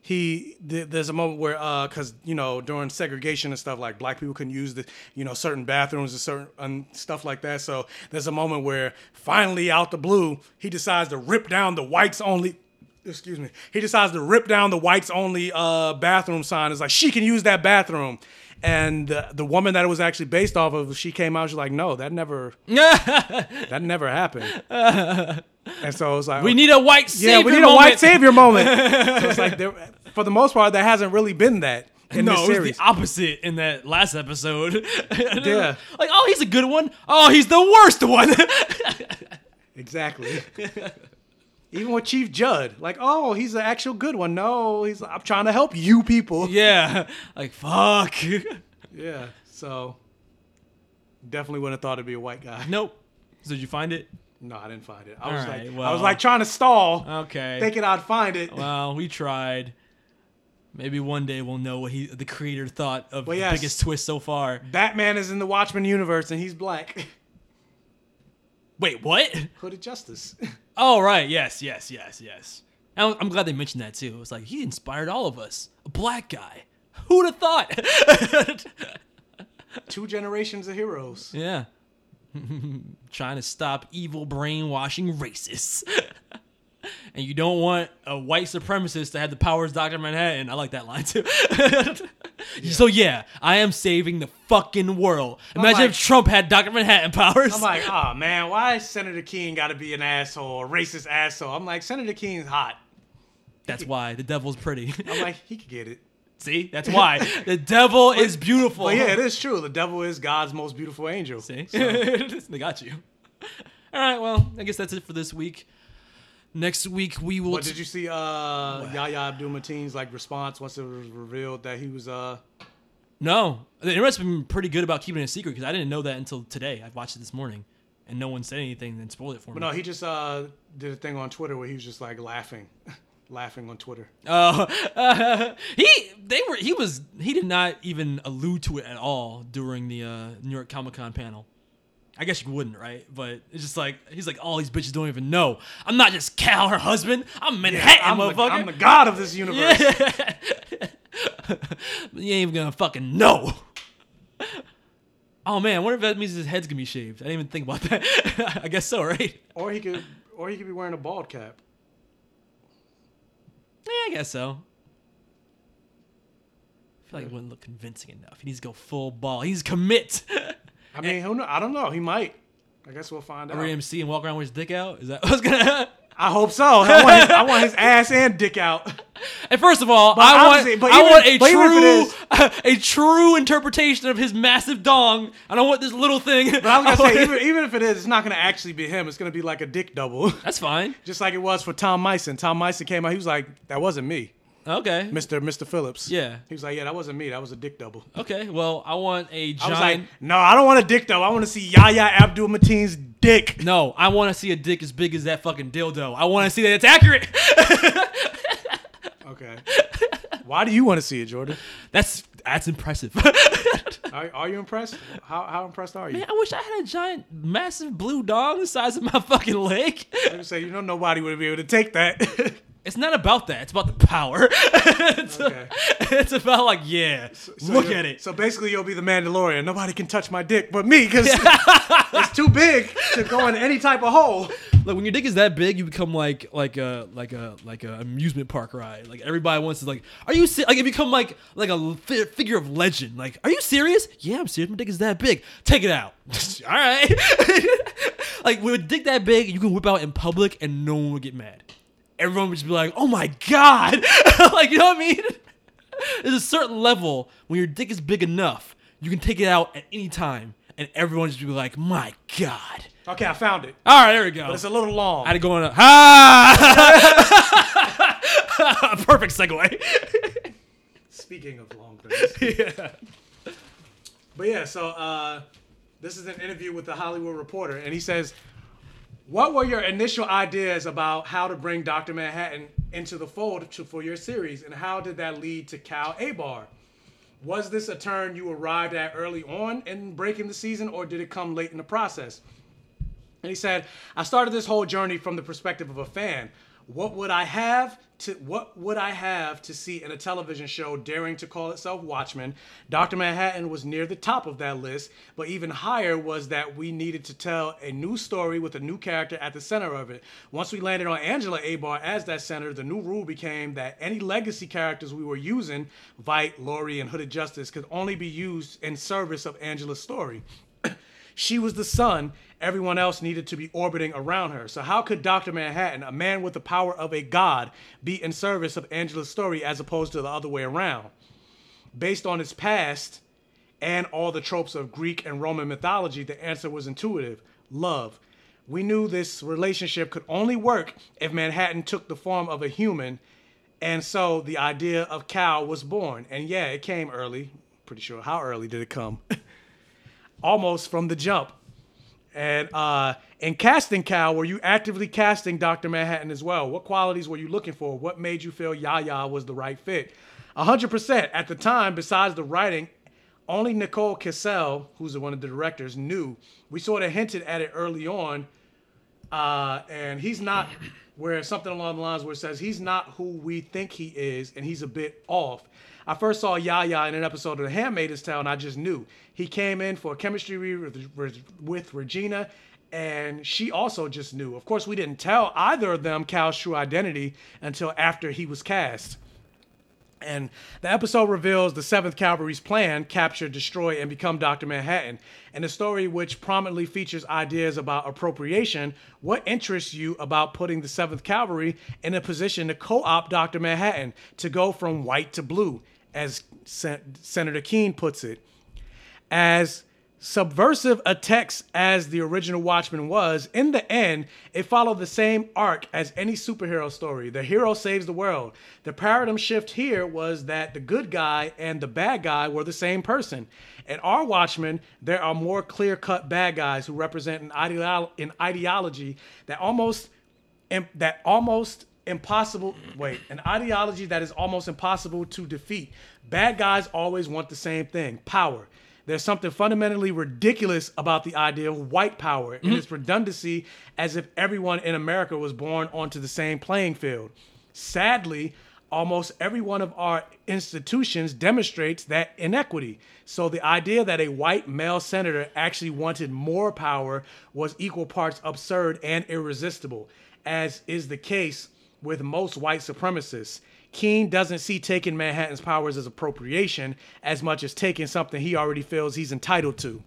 C: he th- there's a moment where because you know during segregation and stuff like black people couldn't use the you know certain bathrooms and certain and stuff like that. So there's a moment where finally out the blue he decides to rip down the whites only. Excuse me. He decides to rip down the whites only uh, bathroom sign. It's like she can use that bathroom. And the, the woman that it was actually based off of, she came out. She's like, "No, that never, that never happened." And so it was like, oh,
B: we need a white savior.
C: yeah, we need a
B: moment.
C: white savior moment. so it's like there, for the most part, there hasn't really been that in
B: no,
C: this
B: it was
C: series.
B: the opposite in that last episode.
C: Yeah.
B: like oh, he's a good one. Oh, he's the worst one.
C: exactly. Even with Chief Judd, like, oh, he's an actual good one. No, he's I'm trying to help you people.
B: Yeah, like fuck.
C: yeah. So definitely wouldn't have thought it'd be a white guy.
B: nope. So did you find it?
C: No, I didn't find it. I
B: All
C: was
B: right,
C: like, I
B: well.
C: was like trying to stall,
B: Okay.
C: thinking I'd find it.
B: Well, we tried. Maybe one day we'll know what he, the creator, thought of
C: Well,
B: the
C: yes.
B: biggest twist so far.
C: Batman is in the Watchmen universe and he's black.
B: Wait, what?
C: Hood of Justice.
B: Oh, right. Yes, yes, yes, yes. I'm I'm glad they mentioned that too. It was like he inspired all of us. A black guy. Who'd have thought?
C: Two generations of heroes.
B: yeah. Trying to stop evil brainwashing racists. and you don't want a white supremacist to have the powers Dr. Manhattan. I like that line too. So yeah, I am saving the fucking world.
C: I'm
B: Imagine
C: like-
B: if Trump had Dr. Manhattan powers.
C: I'm like, oh man, why is Senator King got to be an asshole, a racist asshole? I'm like, Senator King's hot.
B: That's why the devil's pretty.
C: I'm like, he could get it.
B: See, that's why the devil is beautiful.
C: But yeah, it is true. The devil is God's most beautiful angel. Uh-huh. See,
B: they got you. All right, well, I guess that's it for this week. Next week we will.
C: But did you see uh, Yahya Abdul-Mateen's like response once it was revealed that he was uh?
B: no, the internet's been pretty good about keeping it a secret because I didn't know that until today. I watched it this morning, and no one said anything and spoiled it for
C: But
B: me.
C: no, he just uh did a thing on Twitter where he was just like laughing, laughing on Twitter.
B: Oh, he they were he was he did not even allude to it at all during the uh, New York Comic Con panel. I guess you wouldn't, right? But it's just like he's like all these bitches don't even know. I'm not just Cal, her husband. I'm Manhattan,
C: I'm the-
B: motherfucker.
C: I'm the god of this universe.
B: Yeah. you ain't even gonna fucking know. Oh man, I wonder if that means his head's gonna be shaved. I didn't even think about that. I guess so, right?
C: Or he could, or he could be wearing a bald cap.
B: Yeah, I guess so. I feel like it wouldn't look convincing enough. He needs to go full ball. He needs to commit.
C: I mean, who know? I don't know. He might. I guess we'll find out.
B: Or MC and walk around with his dick out? Is that what's gonna
C: I hope so. I want, his, I want his ass and dick out.
B: And first of all,
C: But
B: I want
C: honestly, but
B: I
C: even-
B: want a
C: but even if it
B: true a true interpretation of his massive dong. I don't want this little thing.
C: But I was gonna say, even, even if it is, it's not gonna actually be him. It's gonna be like a dick double,
B: That's fine.
C: just like it was for Tom Meissen. Tom Meissen came out. He was like, "That wasn't me."
B: Okay.
C: Mr. Mr. Phillips.
B: Yeah.
C: He was like, yeah, that wasn't me. That was a dick double.
B: Okay. Well, I want a
C: I
B: giant.
C: was like, no, I don't want a dick double. I want to see Yahya Abdul Mateen's dick.
B: No, I want to see a dick as big as that fucking dildo. I want to see that it's accurate.
C: Okay. Why do you want to see it, Jordan?
B: That's that's impressive.
C: Are, are you impressed? How, how impressed are you?
B: Man, I wish I had a giant, massive blue dog the size of my fucking leg.
C: I would say you know nobody would be able to take that.
B: It's not about that. It's about the power. it's, it's about like, yeah,
C: So
B: look
C: you'll-
B: at it.
C: So basically, you'll be the Mandalorian. Nobody can touch my dick but me because it's too big to go in any type of hole.
B: Look, when your dick is that big, you become like like a like a like a amusement park ride. Like everybody wants to like, are you se-? like you become like like a fi- figure of legend. Like, are you serious? Yeah, I'm serious. My dick is that big. Take it out. All right. like with a dick that big, you can whip out in public and no one would get mad. Everyone would just be like, oh my god. like you know what I mean? There's a certain level when your dick is big enough, you can take it out at any time, and everyone just be like, my god.
C: Okay, I found it.
B: All right, there we go.
C: But it's a little long.
B: Oh. I had to go on a ha. Perfect segue.
C: Speaking of long things. But yeah, so uh, this is an interview with the Hollywood Reporter, and he says, "What were your initial ideas about how to bring Doctor Manhattan into the fold to, for your series, and how did that lead to Cal Abar? Was this a turn you arrived at early on in breaking the season, or did it come late in the process?" And he said, "I started this whole journey from the perspective of a fan. What would I have to what would I have to see in a television show daring to call itself Watchmen? Dr. Manhattan was near the top of that list, but even higher was that we needed to tell a new story with a new character at the center of it. Once we landed on Angela Abar as that center, the new rule became that any legacy characters we were using, Vite, Laurie, and Hooded Justice, could only be used in service of Angela's story. She was the sun everyone else needed to be orbiting around her. So, how could Dr. Manhattan, a man with the power of a god, be in service of Angela's story as opposed to the other way around? Based on his past and all the tropes of Greek and Roman mythology, the answer was intuitive love. We knew this relationship could only work if Manhattan took the form of a human, and so the idea of Cal was born. And yeah, it came early. Pretty sure. How early did it come? Almost from the jump. And uh, in casting Cal, were you actively casting Dr. Manhattan as well? What qualities were you looking for? What made you feel Yaya was the right fit? 100%. At the time, besides the writing, only Nicole Cassell, who's one of the directors, knew. We sort of hinted at it early on. Uh, and he's not where something along the lines where it says he's not who we think he is and he's a bit off. I first saw Yaya in an episode of The Handmaid's Tale and I just knew. He came in for a chemistry read with, with Regina and she also just knew. Of course, we didn't tell either of them Cal's true identity until after he was cast. And the episode reveals the 7th Cavalry's plan capture, destroy, and become Dr. Manhattan. And a story which prominently features ideas about appropriation. What interests you about putting the 7th Cavalry in a position to co opt Dr. Manhattan to go from white to blue, as Sen- Senator Keene puts it? as subversive a text as the original Watchmen was, in the end, it followed the same arc as any superhero story. The hero saves the world. The paradigm shift here was that the good guy and the bad guy were the same person. In our Watchmen, there are more clear cut bad guys who represent an, ideolo- an ideology that almost im- that almost impossible wait an ideology that is almost impossible to defeat bad guys always want the same thing power there's something fundamentally ridiculous about the idea of white power and its redundancy as if everyone in america was born onto the same playing field sadly almost every one of our institutions demonstrates that inequity. So the idea that a white male senator actually wanted more power was equal parts absurd and irresistible, as is the case with most white supremacists. Keene doesn't see taking Manhattan's powers as appropriation as much as taking something he already feels he's entitled to.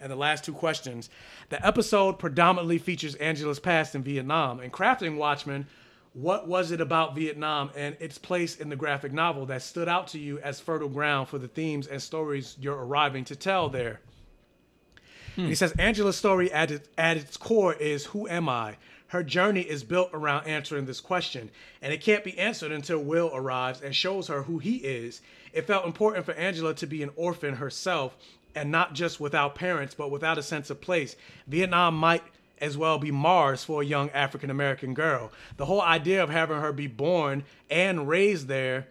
C: And the last two questions. The episode predominantly features Angela's past in Vietnam. In crafting Watchmen, what was it about Vietnam and its place in the graphic novel that stood out to you as fertile ground for the themes and stories you're arriving to tell there? And He says Angela's story at, it, at its core is who am I? her journey is built around answering this question, and it can't be answered until Will arrives and shows her who he is. It felt important for Angela to be an orphan herself, and not just without parents, but without a sense of place. Vietnam might as well be Mars for a young African American girl. The whole idea of having her be born and raised there,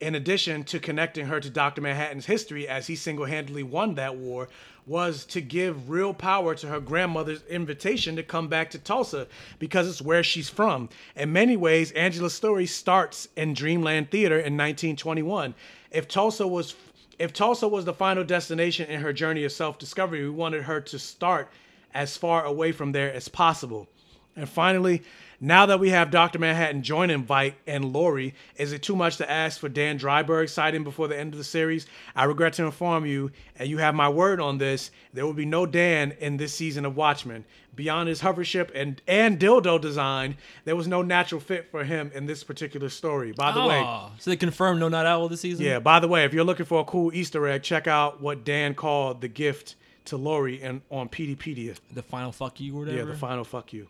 C: in addition to connecting her to Dr. Manhattan's history as he single handedly won that war, was to give real power to her grandmother's invitation to come back to Tulsa because it's where she's from. In many ways, Angela's story starts in Dreamland Theater in 1921. If Tulsa was if Tulsa was the final destination in her journey of self-discovery, we wanted her to start as far away from there as possible. And finally, now that we have Dr. Manhattan join Invite and Lori, is it too much to ask for Dan Dryberg sighting before the end of the series? I regret to inform you, and you have my word on this, there will be no Dan in this season of Watchmen. Beyond his hovership and, and dildo design, there was no natural fit for him in this particular story. By the way,
B: Aw, so they confirmed No Night Owl this season.
C: yeah, by the way, if you're looking for a cool Easter egg, check out what Dan called the gift to Lori and on PDpedia.
B: The final fuck you or
C: Yeah,
B: whatever?
C: the final fuck you.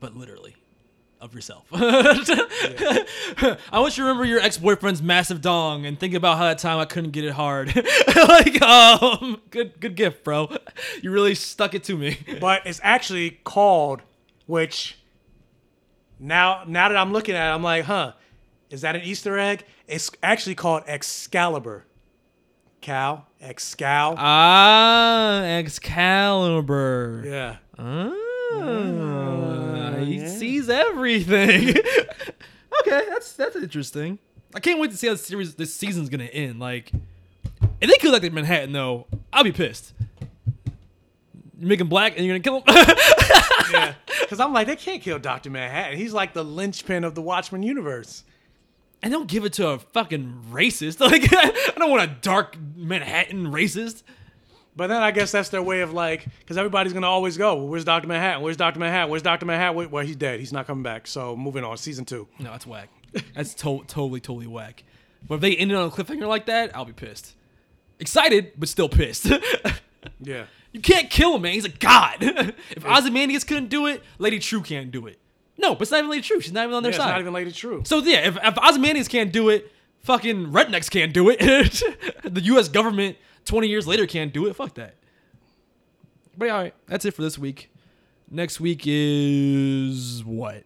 B: but literally of yourself. I want you to remember your ex-boyfriend's massive dong and think about how that time I couldn't get it hard. like, um, good, good gift, bro. You really stuck it to me.
C: but it's actually called which now now that i'm looking at it i'm like huh is that an easter egg it's actually called excalibur cow excal
B: Uh, Ah, Excalibur.
C: Yeah.
B: Ah, he sees everything. okay, that's that's interesting. I can't wait to see how the series this season's gonna end. Like, if they collected Manhattan though, I'll be pissed. You make him black and you're gonna kill him.
C: because i'm like they can't kill dr manhattan he's like the linchpin of the watchmen universe
B: and don't give it to a fucking racist. Like, I don't want a dark Manhattan racist.
C: But then I guess that's their way of like, because everybody's gonna always go, well, "Where's Doctor Manhattan? Where's Doctor Manhattan? Where's Doctor Manhattan?" Where- Well, he's dead. He's not coming back. So moving on, season two.
B: No, that's whack. That's to- totally, totally whack. But if they ended on a cliffhanger like that, I'll be pissed. Excited, but still pissed.
C: yeah.
B: You can't kill him, man. He's a god. if Ozymandias couldn't do it, Lady True can't do it. No, but it's not even Lady True. She's not even on their
C: Yeah, it's
B: side.
C: not even Lady True.
B: So yeah, if, if Ozymandias can't do it, fucking rednecks can't do it. the U.S. government 20 years later can't do it. Fuck that. But yeah, all right, that's it for this week. Next week is what?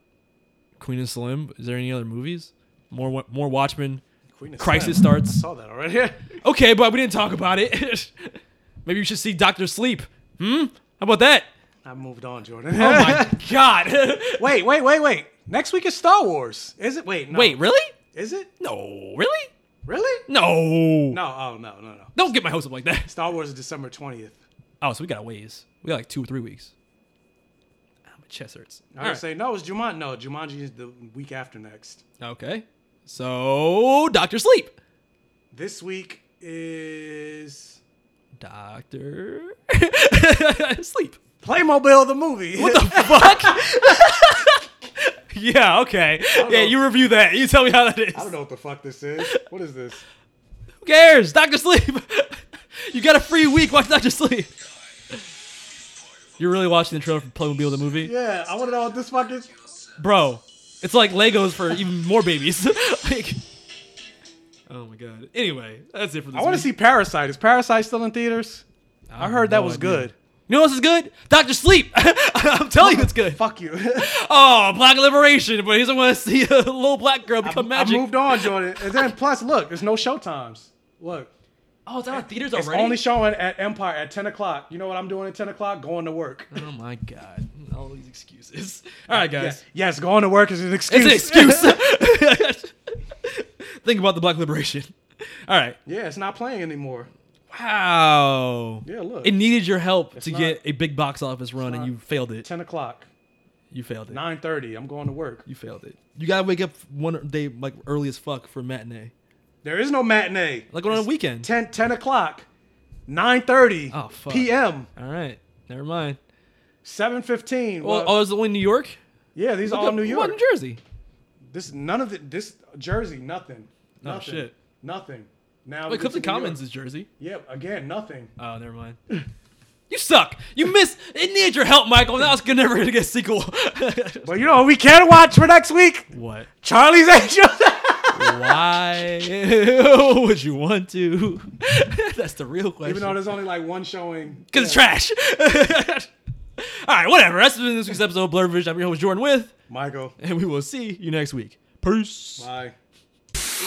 B: Queen of Slim. Is there any other movies? More wa- more Watchmen.
C: Queen of
B: Crisis
C: Slim.
B: starts.
C: I saw that already.
B: okay, but we didn't talk about it. Maybe you should see Doctor Sleep. Hmm. How about that?
C: I moved on, Jordan.
B: Oh my god.
C: wait, wait, wait, wait. Next week is Star Wars. Is it? Wait, no.
B: Wait, really?
C: Is it?
B: No, really?
C: Really?
B: No.
C: No, oh no, no, no.
B: Don't get my hopes up like that.
C: Star Wars is December 20th.
B: Oh, so we got a ways. We got like two or three weeks. Ah, my chest hurts.
C: I would say no, it's Jumanji. No, Jumanji is the week after next.
B: Okay. So Doctor Sleep.
C: This week is
B: Doctor Sleep.
C: Playmobil the movie. What the
B: Yeah, okay. Yeah, you review that. You tell me how that is.
C: I don't know what the fuck this is. What is this?
B: Who cares? Doctor Sleep. you got a free week. Watch Doctor Sleep. You're really watching the trailer for Playmobil the movie?
C: Yeah, I want to know what this fuck is.
B: Bro, it's like Legos for even more babies. like, oh my god. Anyway, that's it for this.
C: I want to
B: week.
C: see Parasite. Is Parasite still in theaters? I,
B: have
C: heard that
B: no
C: was
B: idea.
C: good.
B: You know what else is good? Doctor Sleep. I'm telling you, it's good.
C: Fuck you.
B: Oh, Black Liberation. But here's I want to see a little black girl become magic.
C: I moved on, Jordan. And then plus, look, there's no showtimes. Look.
B: Oh, it's out of theaters
C: It's
B: already.
C: only showing at Empire at 10 o'clock. You know what I'm doing at 10 o'clock? Going to work.
B: oh my god. All these excuses. All right, guys.
C: Yes, yes, going to work is an excuse.
B: It's an excuse. Think about the Black Liberation. All right.
C: yeah, it's not playing anymore.
B: Wow.
C: Yeah, look.
B: It needed your help
C: It's
B: to
C: not-
B: get a big box office run, and you failed it.
C: 10 o'clock,
B: You failed it.
C: 9.30, I'm going to work.
B: You failed it. You gotta wake up one day like early as fuck for matinee,
C: There is no matinee.
B: like on a weekend.
C: 10, 10 o'clock, 9.30
B: Oh fuck.
C: p.m.,
B: All right. Never mind.
C: 7.15.
B: Well,
C: Well,
B: oh, is it only New York?
C: yeah, these are
B: Look
C: all
B: up-
C: New
B: What,
C: York.
B: New Jersey?
C: This None of the, this Jersey, nothing.
B: Oh,
C: nothing,
B: shit.
C: Nothing. Now
B: Wait,
C: we get to
B: Clifton
C: New York.
B: Commons is Jersey.
C: Yep, again, nothing.
B: Oh, never mind. You suck. You missed. It needed your help, Michael. Now it's never gonna get a sequel.
C: But you know what we can watch for next week?
B: What?
C: Charlie's Angels.
B: Why would you want to? That's the real question.
C: Even though there's only like one showing.
B: Cause it's trash. All right, whatever. That's been this week's episode of Blur Vision. I'm your host Jordan with
C: Michael,
B: and we will see you next week. Peace.
C: Bye.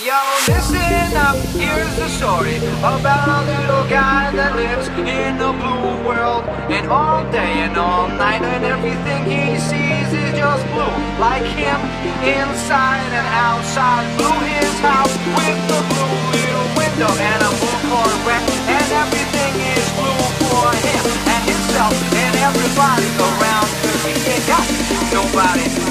A: Yo, listen up, here's the story about a little guy that lives in a blue world. And all day and all night, and everything he sees is just blue. Like him, inside and outside. Blue his house with the blue little window and a blue Corvette. And everything is blue for him and himself and everybody around. Cause he ain't got nobody.